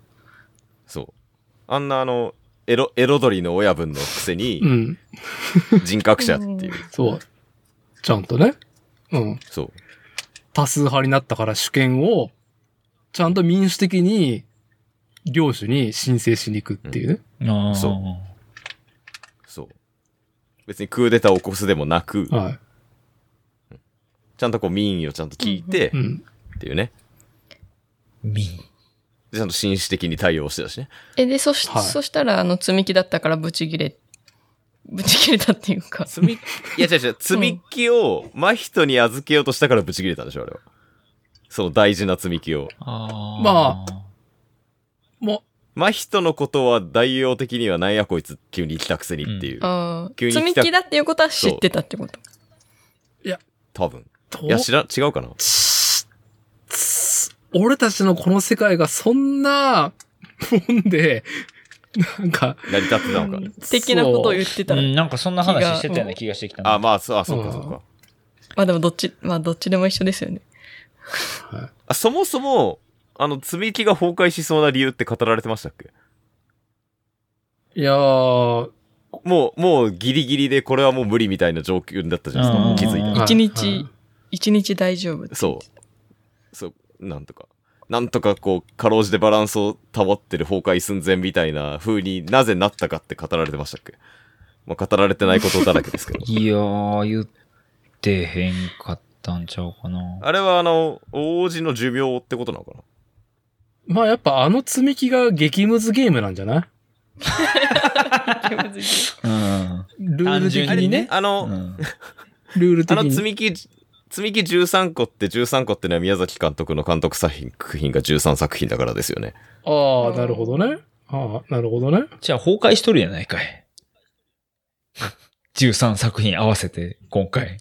[SPEAKER 2] そう。あんなあの、エロ、エロ鳥の親分のくせ
[SPEAKER 1] う
[SPEAKER 2] に、
[SPEAKER 1] ん。
[SPEAKER 2] 人格者っていう。
[SPEAKER 1] そう。ちゃんとね。うん。
[SPEAKER 2] そう。
[SPEAKER 1] 多数派になったから主権を、ちゃんと民主的に、領主に申請しに行くっていうね。
[SPEAKER 3] ああ、
[SPEAKER 2] そうそう。別にクーデターを起こすでもなく、
[SPEAKER 1] はい。
[SPEAKER 2] ちゃんとこう民意をちゃんと聞いて
[SPEAKER 1] う、ん。
[SPEAKER 2] っていうね。
[SPEAKER 3] みん。
[SPEAKER 2] でちゃんと紳士的に対応してたしね。
[SPEAKER 4] え、で、そし、
[SPEAKER 1] はい
[SPEAKER 4] そしたら、あの、積み木だったからブチ切れ、ブチ切れたっていうか。
[SPEAKER 2] 積み、いや違う違う、積み木を真人に預けようとしたからブチ切れたんでしょ、あれは。その大事な積み木を。
[SPEAKER 3] あ
[SPEAKER 1] まも
[SPEAKER 2] 真人のことは代用的にはなんやこいつ急に来たくせにっていう。
[SPEAKER 4] ああ。
[SPEAKER 2] 急に
[SPEAKER 4] 積み
[SPEAKER 2] 来た
[SPEAKER 4] 木だっていうことは知ってたってこと。
[SPEAKER 2] 多分。
[SPEAKER 1] う、と
[SPEAKER 2] いや、知らん、違うかな。
[SPEAKER 1] つつ俺たちのこの世界がそんな、もんで、なんか、
[SPEAKER 2] 成り立ってたのか。
[SPEAKER 4] 的なことを言って
[SPEAKER 3] う
[SPEAKER 4] たら。
[SPEAKER 3] ん、なんかそんな話
[SPEAKER 4] 気が
[SPEAKER 3] してたような気がしてきたな
[SPEAKER 2] あ、まあ、そう、あ、そうか、そう
[SPEAKER 1] う
[SPEAKER 2] か。
[SPEAKER 4] まあでもどっち、まあどっちでも一緒ですよね。
[SPEAKER 2] あ、そもそも、あの、積み木が崩壊しそうな理由って語られてましたっけ
[SPEAKER 1] いやー、
[SPEAKER 2] もう、もうギリギリでこれはもう無理みたいな状況だったじゃないですか。気づ
[SPEAKER 3] うん
[SPEAKER 2] い
[SPEAKER 3] うん
[SPEAKER 2] た
[SPEAKER 3] う
[SPEAKER 1] はい
[SPEAKER 3] ん。
[SPEAKER 2] ら。
[SPEAKER 4] 一日
[SPEAKER 1] はい
[SPEAKER 4] 一日大丈夫。
[SPEAKER 2] そう。そう、なんとか。なんとかこう、かろうじてバランスを保ってる崩壊寸前みたいな風になぜなったかって語られてましたっけまあ、語られてないことだらけですけ ど
[SPEAKER 3] いやー、言ってへんかったんちゃうかな。
[SPEAKER 2] あれはあの、王子の寿命ってことなのかな
[SPEAKER 1] まあやっぱあの積み木が激ムズゲームなんじゃない
[SPEAKER 3] うん。
[SPEAKER 1] ルール的
[SPEAKER 3] 単
[SPEAKER 1] に
[SPEAKER 3] 純に
[SPEAKER 1] ね
[SPEAKER 3] ね。
[SPEAKER 2] あ
[SPEAKER 3] う
[SPEAKER 2] の、
[SPEAKER 3] ん。
[SPEAKER 1] ルール
[SPEAKER 2] あ
[SPEAKER 1] 的
[SPEAKER 2] の積
[SPEAKER 1] に。
[SPEAKER 2] み木、積み木13個って13個ってのは宮崎監督の監督作品が13作品だからですよね。
[SPEAKER 1] ああ、なるほどね。ああ、なるほどね。
[SPEAKER 3] じゃあ崩壊しとるやないかい。13作品合わせて、今回。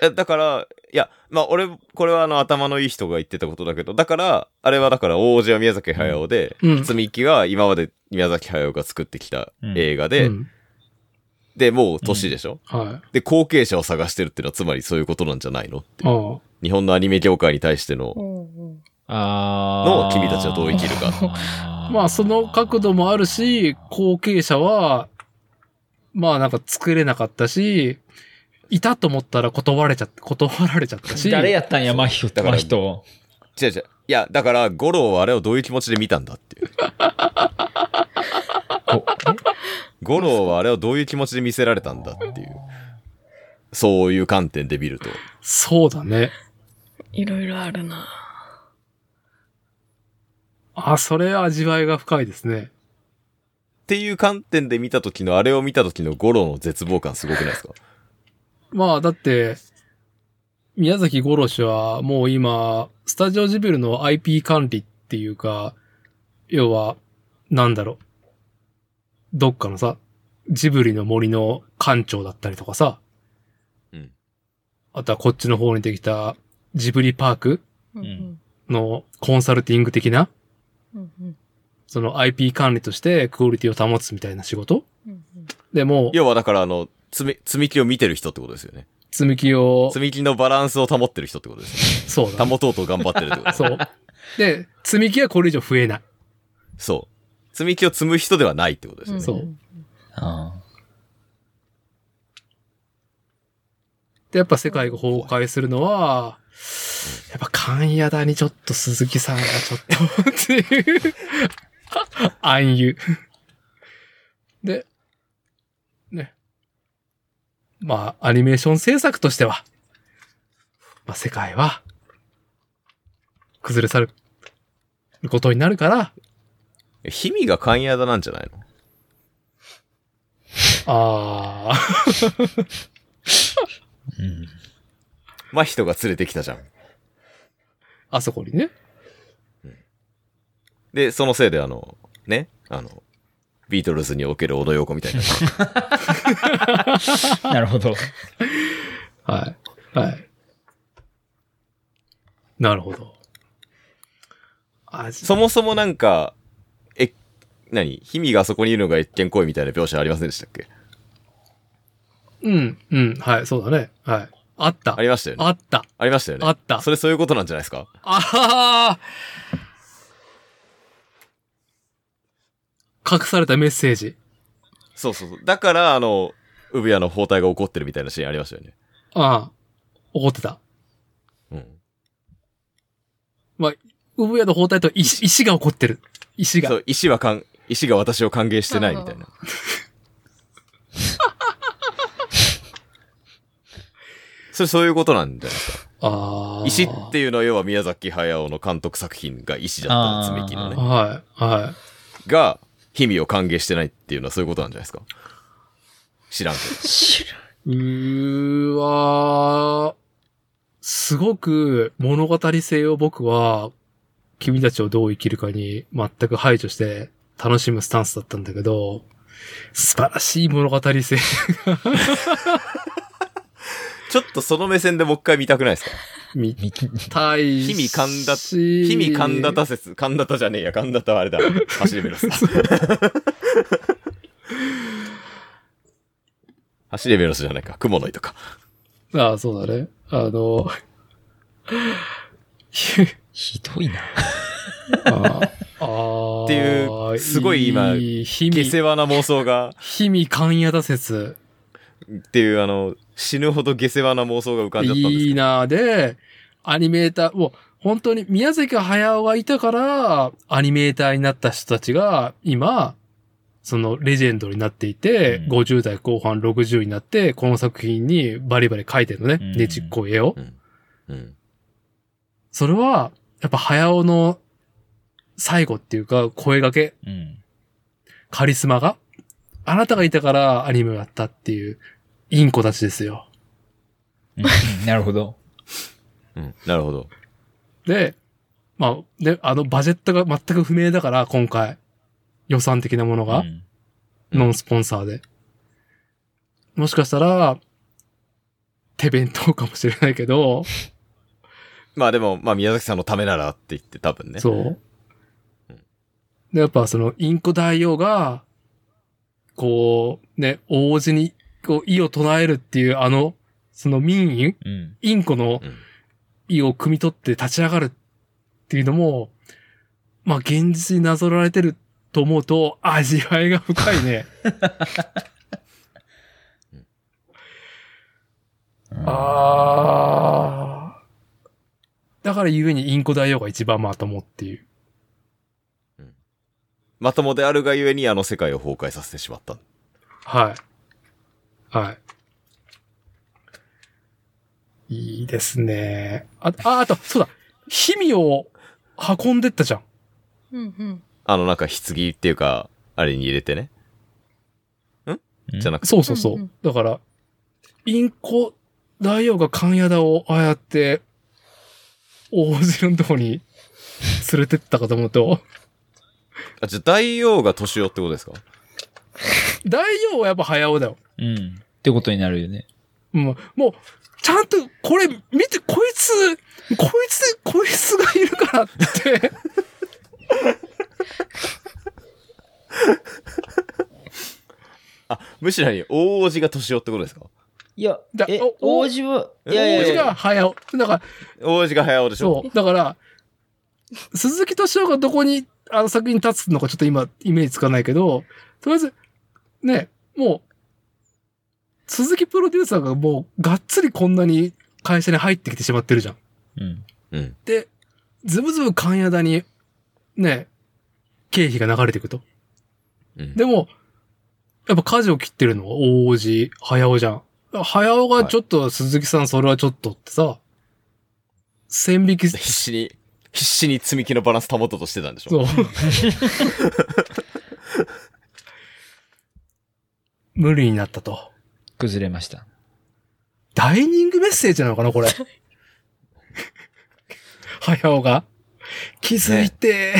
[SPEAKER 2] え、だから、いや、まあ俺、これはあの頭のいい人が言ってたことだけど、だから、あれはだから王子は宮崎駿で、
[SPEAKER 1] うん。
[SPEAKER 2] 積み木は今まで宮崎駿が作ってきた映画で、
[SPEAKER 1] うん
[SPEAKER 2] で、もう年でしょ、
[SPEAKER 1] はい。
[SPEAKER 2] で、後継者を探してるっていうのはつまりそういうことなんじゃないのって
[SPEAKER 1] ああ。
[SPEAKER 2] 日本のアニメ業界に対しての、
[SPEAKER 3] あ
[SPEAKER 2] の君たちはどう生きるか
[SPEAKER 3] か
[SPEAKER 1] まあその角度もあるし、後継者は、まあなんか作れなかったし、いたと思ったら断れちゃった、断られちゃったし。
[SPEAKER 3] 誰やったんや、真人。
[SPEAKER 2] だから
[SPEAKER 3] 真人。
[SPEAKER 2] 違う違う。いや、だから、五郎はあれをどういう気持ちで見たんだっていう。
[SPEAKER 3] こ
[SPEAKER 2] 五郎はあれをどういう気持ちで見せられたんだっていう。そういう観点で見ると。
[SPEAKER 1] そうだね。
[SPEAKER 4] いろいろあるな。
[SPEAKER 1] あ、それ味わいが深いですね。
[SPEAKER 2] っていう観点で見た時の、あれを見た時の五郎の絶望感すごくないですか
[SPEAKER 1] まあだって、宮崎五郎氏はもう今、スタジオジブリの IP 管理っていうか、要は、なんだろう。どっかのさ、ジブリの森の館長だったりとかさ、
[SPEAKER 2] うん。
[SPEAKER 1] あとはこっちの方にできたジブリパーク
[SPEAKER 4] うん
[SPEAKER 1] のコンサルティング的な、
[SPEAKER 4] うんうん
[SPEAKER 1] その IP 管理としてクオリティを保つみたいな仕事
[SPEAKER 4] うんうん
[SPEAKER 1] でもう、
[SPEAKER 2] 要はだからあの、積み、積み木を見てる人ってことですよね。
[SPEAKER 1] 積み木を
[SPEAKER 2] 積、み木のバランスを保ってる人ってことですよね。
[SPEAKER 1] そうだ。
[SPEAKER 2] 保とうと頑張ってるっ てことです
[SPEAKER 1] そう。で、積み木はこれ以上増えない。
[SPEAKER 2] そう。積み木を積む人ではないってことですよね。
[SPEAKER 1] そう
[SPEAKER 3] あ
[SPEAKER 1] で、やっぱ世界が崩壊するのは、やっぱ関谷だにちょっと鈴木さんがちょっとっていう、 暗喩。で、ね。まあ、アニメーション制作としては、まあ、世界は、崩れ去ることになるから、
[SPEAKER 2] 氷見が関谷だなんじゃないの
[SPEAKER 1] ああ、
[SPEAKER 3] あ。うん。
[SPEAKER 2] 真人が連れてきたじゃん。
[SPEAKER 1] あそこにね。
[SPEAKER 2] で、そのせいであの、ね、あの、ビートルズにおける小野洋子 みたいな。
[SPEAKER 3] なるほど。
[SPEAKER 1] はい。はい。なるほど。あ、
[SPEAKER 2] そもそもなんか、え、何氷見があそこにいるのが越見行為みたいな描写ありませんでしたっけ
[SPEAKER 1] うん、うん、はい、そうだね。はい。あった。
[SPEAKER 2] ありましたよね。
[SPEAKER 1] あった。
[SPEAKER 2] ありましたよね。
[SPEAKER 1] あった
[SPEAKER 2] それそういうことなんじゃないですか
[SPEAKER 1] あはは隠されたメッセージ。
[SPEAKER 2] そうそうそう。だから、あの、産屋の包帯が起こってるみたいなシーンありましたよね。
[SPEAKER 1] ああ、怒ってた。
[SPEAKER 2] うん。
[SPEAKER 1] 産屋の包帯と石石が怒ってる。石が
[SPEAKER 2] そ。う、石はかん、石が私を歓迎してないみたいな。 それそういうことなんじゃないですか。
[SPEAKER 1] ああ。
[SPEAKER 2] 石っていうのは要は宮崎駿の監督作品が石だったり積み木のね。
[SPEAKER 1] はい、は
[SPEAKER 2] が、氷見を歓迎してないっていうのはそういうことなんじゃないですか。知らんけど。
[SPEAKER 1] い。うーわーすごく物語性を僕は、君たちをどう生きるかに全く排除して楽しむスタンスだったんだけど、素晴らしい物語 性
[SPEAKER 2] ちょっとその目線でもう一回見たくないですか
[SPEAKER 1] 見
[SPEAKER 3] み
[SPEAKER 1] たいし。
[SPEAKER 2] 日々神田
[SPEAKER 1] し
[SPEAKER 2] 氷見神田田説、神田田じゃねえや、神田田はあれだ。走れベロ ス。走れベロスじゃないか、雲の糸か。
[SPEAKER 1] ああ、そうだね。あの、
[SPEAKER 3] ひどいな。
[SPEAKER 1] ああ。
[SPEAKER 2] っていうすごい今
[SPEAKER 1] 日
[SPEAKER 2] 下
[SPEAKER 1] 々、
[SPEAKER 2] 世話な妄想が、
[SPEAKER 1] 日々神谷田説。
[SPEAKER 2] っていう、あの、死ぬほど下世話な妄想が浮かんじゃったんです
[SPEAKER 1] い
[SPEAKER 2] け
[SPEAKER 1] いなぁで、アニメーター、もう本当に宮崎駿がいたから、アニメーターになった人たちが、今、そのレジェンドになっていて、
[SPEAKER 3] うん
[SPEAKER 1] 50代後半60になって、この作品にバリバリ描いてるのね。
[SPEAKER 3] うん
[SPEAKER 1] ねちっこい絵を。
[SPEAKER 2] ど。うん。
[SPEAKER 1] それは、やっぱ駿の最後っていうか、声掛け、
[SPEAKER 3] うん。
[SPEAKER 1] カリスマが、あなたがいたからアニメをやったっていう、インコたちですよ。
[SPEAKER 3] うんなる ほど。
[SPEAKER 2] うん。なるほど。
[SPEAKER 1] で、まあ、で、あの、バジェットが全く不明だから、今回。予算的なものが、
[SPEAKER 3] うん
[SPEAKER 2] うん
[SPEAKER 1] ノンスポンサーで。もしかしたら、手弁当かもしれないけど、
[SPEAKER 2] まあでも、まあ宮崎さんのためならって言って多分ね。
[SPEAKER 1] そう。で、やっぱその、インコ大王が、こう、ね、王子に、こう、意を唱えるっていう、あの、その民意
[SPEAKER 3] うん。
[SPEAKER 1] インコの
[SPEAKER 2] うん
[SPEAKER 1] 意を汲み取って立ち上がるっていうのも、まあ現実になぞられてると思うと味わいが深いね。ああ。だからゆえにインコ大王が一番まともっていう。
[SPEAKER 2] まともであるがゆえにあの世界を崩壊させてしまった。
[SPEAKER 1] はい。はい。いいですね。あ、あ、あと、そうだ。氷見を運んでったじゃん。
[SPEAKER 4] うんうん
[SPEAKER 2] あのなんか棺っていうか、あれに入れてね。ん
[SPEAKER 3] ん
[SPEAKER 2] じゃなくて、
[SPEAKER 1] そうそうそう。
[SPEAKER 4] うんうん
[SPEAKER 1] だから、インコ大王が神谷田をああやって、大汁のとこに連れてったかと思うと、
[SPEAKER 2] あ、じゃあ大王が年男ってことですか
[SPEAKER 1] 大王はやっぱ早尾だよ。
[SPEAKER 3] うん。ってことになるよね。
[SPEAKER 1] もう、もう、ちゃんと、これ、見て、こいつ、こいつ、こいつがいるからって。
[SPEAKER 2] むしろに大王子が年男ってことですか
[SPEAKER 3] いや、
[SPEAKER 1] だ
[SPEAKER 3] え
[SPEAKER 1] お、
[SPEAKER 3] 王子は、いや
[SPEAKER 1] 大
[SPEAKER 3] いやい
[SPEAKER 1] 王子
[SPEAKER 3] や、
[SPEAKER 1] が早尾。だから、
[SPEAKER 2] 大王子が早尾でしょ
[SPEAKER 1] そう。だから、鈴木敏夫がどこに、あの作品に立つのかちょっと今、イメージつかないけど、とりあえず、ね、もう、鈴木プロデューサーがもう、がっつりこんなに会社に入ってきてしまってるじゃん。
[SPEAKER 3] うん。
[SPEAKER 2] うん。
[SPEAKER 1] で、ズブズブ関谷田に、ね、経費が流れていくと。
[SPEAKER 2] うん
[SPEAKER 1] でも、やっぱ舵を切ってるのは大王子、早尾じゃん。早尾がちょっと、鈴木さんそれはちょっとってさ、線引き、
[SPEAKER 2] 必死に、必死に積み木のバランス保とうとしてたんでしょ
[SPEAKER 1] そう。無理になったと。
[SPEAKER 3] 崩れました。
[SPEAKER 1] ダイニングメッセージなのかな、これ。 早尾が。気づいて、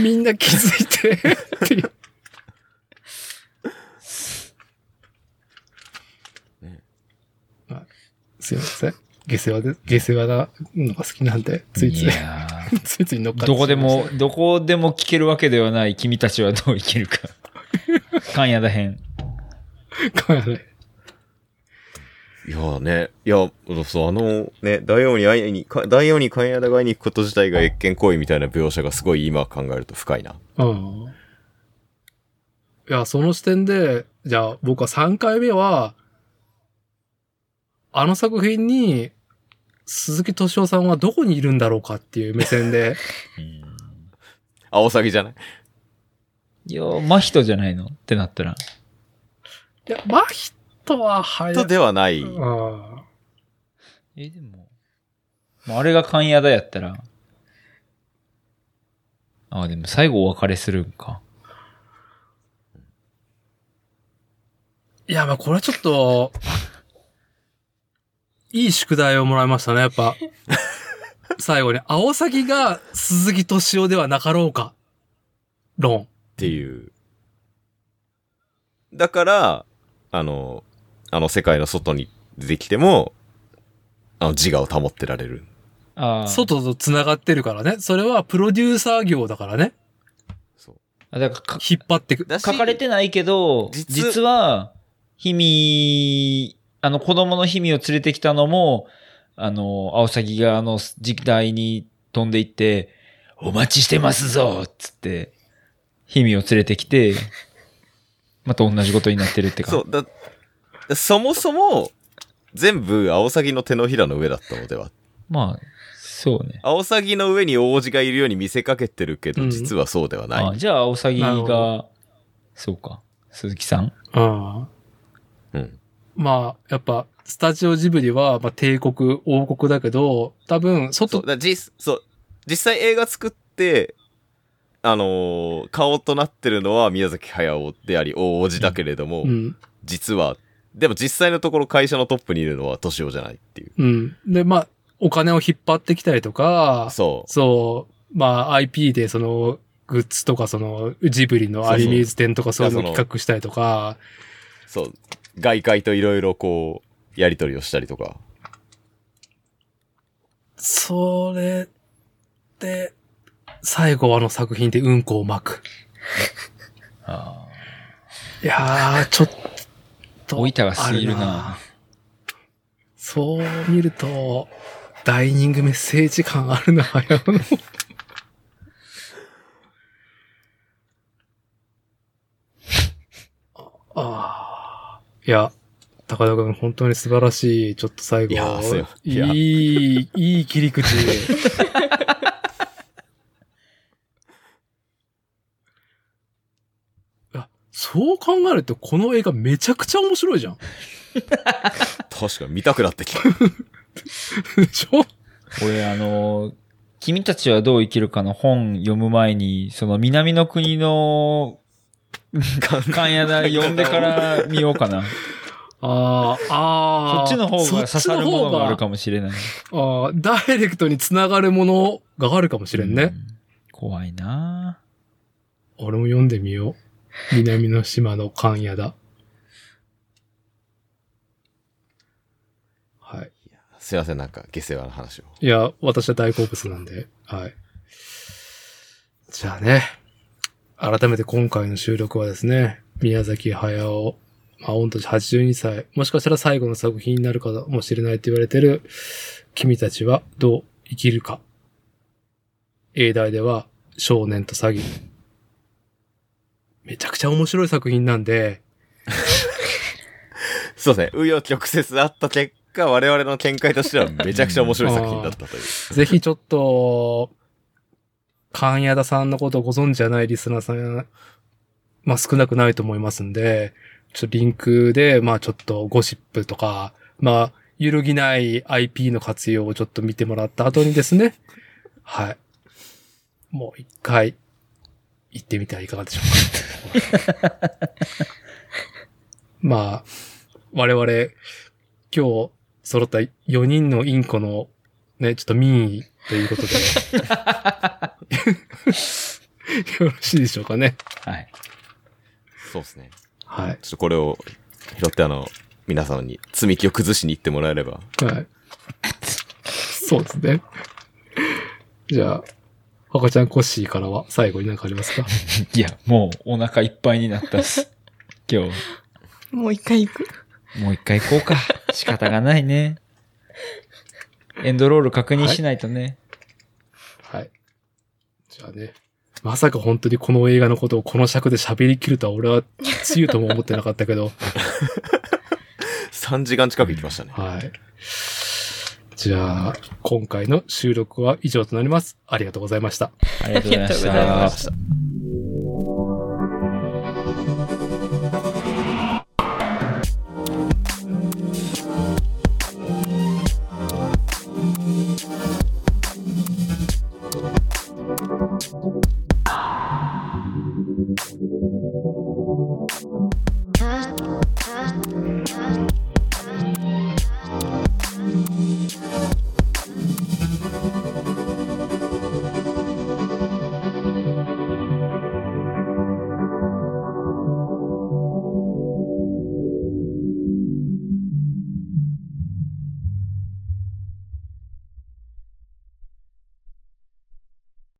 [SPEAKER 1] みんな気づいて、っていう
[SPEAKER 2] ね。
[SPEAKER 1] あすいません。下世話で、下世話なのが好きなんで、ついつい
[SPEAKER 3] い、やー
[SPEAKER 1] ついつい乗っかってしまいました
[SPEAKER 3] どこでも、どこでも聞けるわけではない君たちはどう生き るか。関谷だ編。
[SPEAKER 1] かやね。
[SPEAKER 2] いやーね、いや、そう、あのね、大王に会いに、か大王に関谷田が会いに行くこと自体が越見行為みたいな描写がすごい今考えると深いな。
[SPEAKER 1] うん。いや、その視点で、じゃあ僕は3回目は、あの作品に、鈴木敏夫さんはどこにいるんだろうかっていう目線で、
[SPEAKER 3] うん
[SPEAKER 2] アオサギじゃない
[SPEAKER 3] いやー、真人じゃないのってなったら。
[SPEAKER 1] いや、マヒトは早
[SPEAKER 2] とではない。
[SPEAKER 1] うん
[SPEAKER 3] え、でも、もうあれが関谷だやったら。あ、でも最後お別れするんか。
[SPEAKER 1] いや、まあこれはちょっと、いい宿題をもらいましたね、やっ ぱ。最後に、青崎が鈴木敏夫ではなかろうか。論。
[SPEAKER 2] っていう。だから、あの、あの世界の外に出てきても、あの自我を保ってられる。
[SPEAKER 3] ああ。
[SPEAKER 1] 外と繋がってるからね。それはプロデューサー業だからね。
[SPEAKER 2] そう。
[SPEAKER 3] あだからか
[SPEAKER 1] 引っ張ってく。
[SPEAKER 2] だし
[SPEAKER 3] 書かれてないけど、
[SPEAKER 2] 実
[SPEAKER 3] 実は、ひみ、あの、子供のひみを連れてきたのも、あの、青崎があの、時代に飛んでいって、お待ちしてますぞっつって、ひみを連れてきて、また同じことになってるってか。
[SPEAKER 2] そう、だ、そもそも、全部、アオサギの手のひらの上だったのでは。
[SPEAKER 3] まあ、そうね。
[SPEAKER 2] アオサギの上に王子がいるように見せかけてるけ
[SPEAKER 1] う
[SPEAKER 2] ど、
[SPEAKER 1] ん
[SPEAKER 2] 実はそうではない。
[SPEAKER 3] あじゃあ、青崎
[SPEAKER 1] なるほ
[SPEAKER 3] が、そうか、鈴木さん
[SPEAKER 1] うん。
[SPEAKER 2] うん。
[SPEAKER 1] まあ、やっぱ、スタジオジブリは、まあ、帝国、王国だけど、多分、
[SPEAKER 2] そ
[SPEAKER 1] 外
[SPEAKER 2] う、だ実、そう、実際映画作って、あのー顔となってるのは宮崎駿であり、大王子だけれども、
[SPEAKER 1] うん。
[SPEAKER 2] 実は、でも実際のところ会社のトップにいるのは敏夫じゃないっていう。
[SPEAKER 1] うん。で、まあ、お金を引っ張ってきたりとか、
[SPEAKER 2] そう。
[SPEAKER 1] そう、まあ IP でそのグッズとかそのジブリのアニメーズ展とかそういうの
[SPEAKER 2] そうそう
[SPEAKER 1] 企画したりとか、
[SPEAKER 2] そう。外界といろいろこう、やりとりをしたり とか。
[SPEAKER 1] それで、最後はあの作品でうんこを巻く。
[SPEAKER 3] あ
[SPEAKER 1] いやー、ちょっと。
[SPEAKER 3] お板が
[SPEAKER 1] あ
[SPEAKER 3] 過ぎるな
[SPEAKER 1] そう見ると、ダイニングメッセージ感あるな、早野の。ああ。いや、高田君本当に素晴らしい。ちょっと最後。
[SPEAKER 2] いやーそうよいや
[SPEAKER 1] いい、いい切り口。 あそう考えると、この映画めちゃくちゃ面白いじゃん。
[SPEAKER 2] 確かに見たくなってきた。
[SPEAKER 1] でしょ
[SPEAKER 3] ー俺、あの、君たちはどう生きるかの本読む前に、その南の国の関谷だ読んでから見ようかな。
[SPEAKER 1] あー
[SPEAKER 5] そ
[SPEAKER 1] あー。
[SPEAKER 5] っちの方が刺さるものがあるか
[SPEAKER 1] も。
[SPEAKER 5] もしれない。
[SPEAKER 1] ああ、ダイレクトにつながるものがあるかもしれん
[SPEAKER 5] う
[SPEAKER 1] ね。
[SPEAKER 5] ん怖いな
[SPEAKER 1] 俺も読んでみよう。南の島の勘屋だ。はい。
[SPEAKER 2] すいません、なんか、下世話な話を。
[SPEAKER 1] いや、私は大好物なんで、はい。じゃあね、改めて今回の収録はですね、宮崎駿、まあ、御年82歳、もしかしたら最後の作品になるかもしれないと言われてる、君たちはどう生きるか。英大では、少年と詐欺。めちゃくちゃ面白い作品なんで、
[SPEAKER 2] そうですね。紆余曲折あった結果、我々の見解としてはめちゃくちゃ面白い作品だったとい う。
[SPEAKER 1] ぜひちょっと、関谷田さんのことをご存知じゃないリスナーさん、まあ少なくないと思いますんで、ちょっとリンクで、まあちょっとゴシップとか、まあ、揺るぎない IP の活用をちょっと見てもらった後にですね、 はい。もう一回、行ってみてはいかがでしょうか。 まあ、我々、今日、揃った4人のインコのね、ちょっと民意ということ で。よろしいでしょうかね。
[SPEAKER 5] はい。
[SPEAKER 2] そうですね。
[SPEAKER 1] はい。
[SPEAKER 2] ちょっとこれを拾って、あの、皆さんに積み木を崩しに行ってもらえれば。
[SPEAKER 1] はい。そうですね。じゃあ、赤ちゃんコッシーからは最後に何かあり ますか
[SPEAKER 5] いや、もうお腹いっぱいになったっす。 今日。
[SPEAKER 4] もう一回行く。
[SPEAKER 5] もう一回行こうか。仕方がないね。エンドロール確認しないとね。
[SPEAKER 1] はい。じゃあね。まさか本当にこの映画のことをこの尺で喋りきるとは俺は強いとも思ってなかった けど。
[SPEAKER 2] 3時間近く行きましたね。
[SPEAKER 1] はい。じゃあ、今回の収録は以上となります。ありがとうございました。
[SPEAKER 5] ありがとうございまし
[SPEAKER 4] ありがとうございま
[SPEAKER 5] た
[SPEAKER 4] し。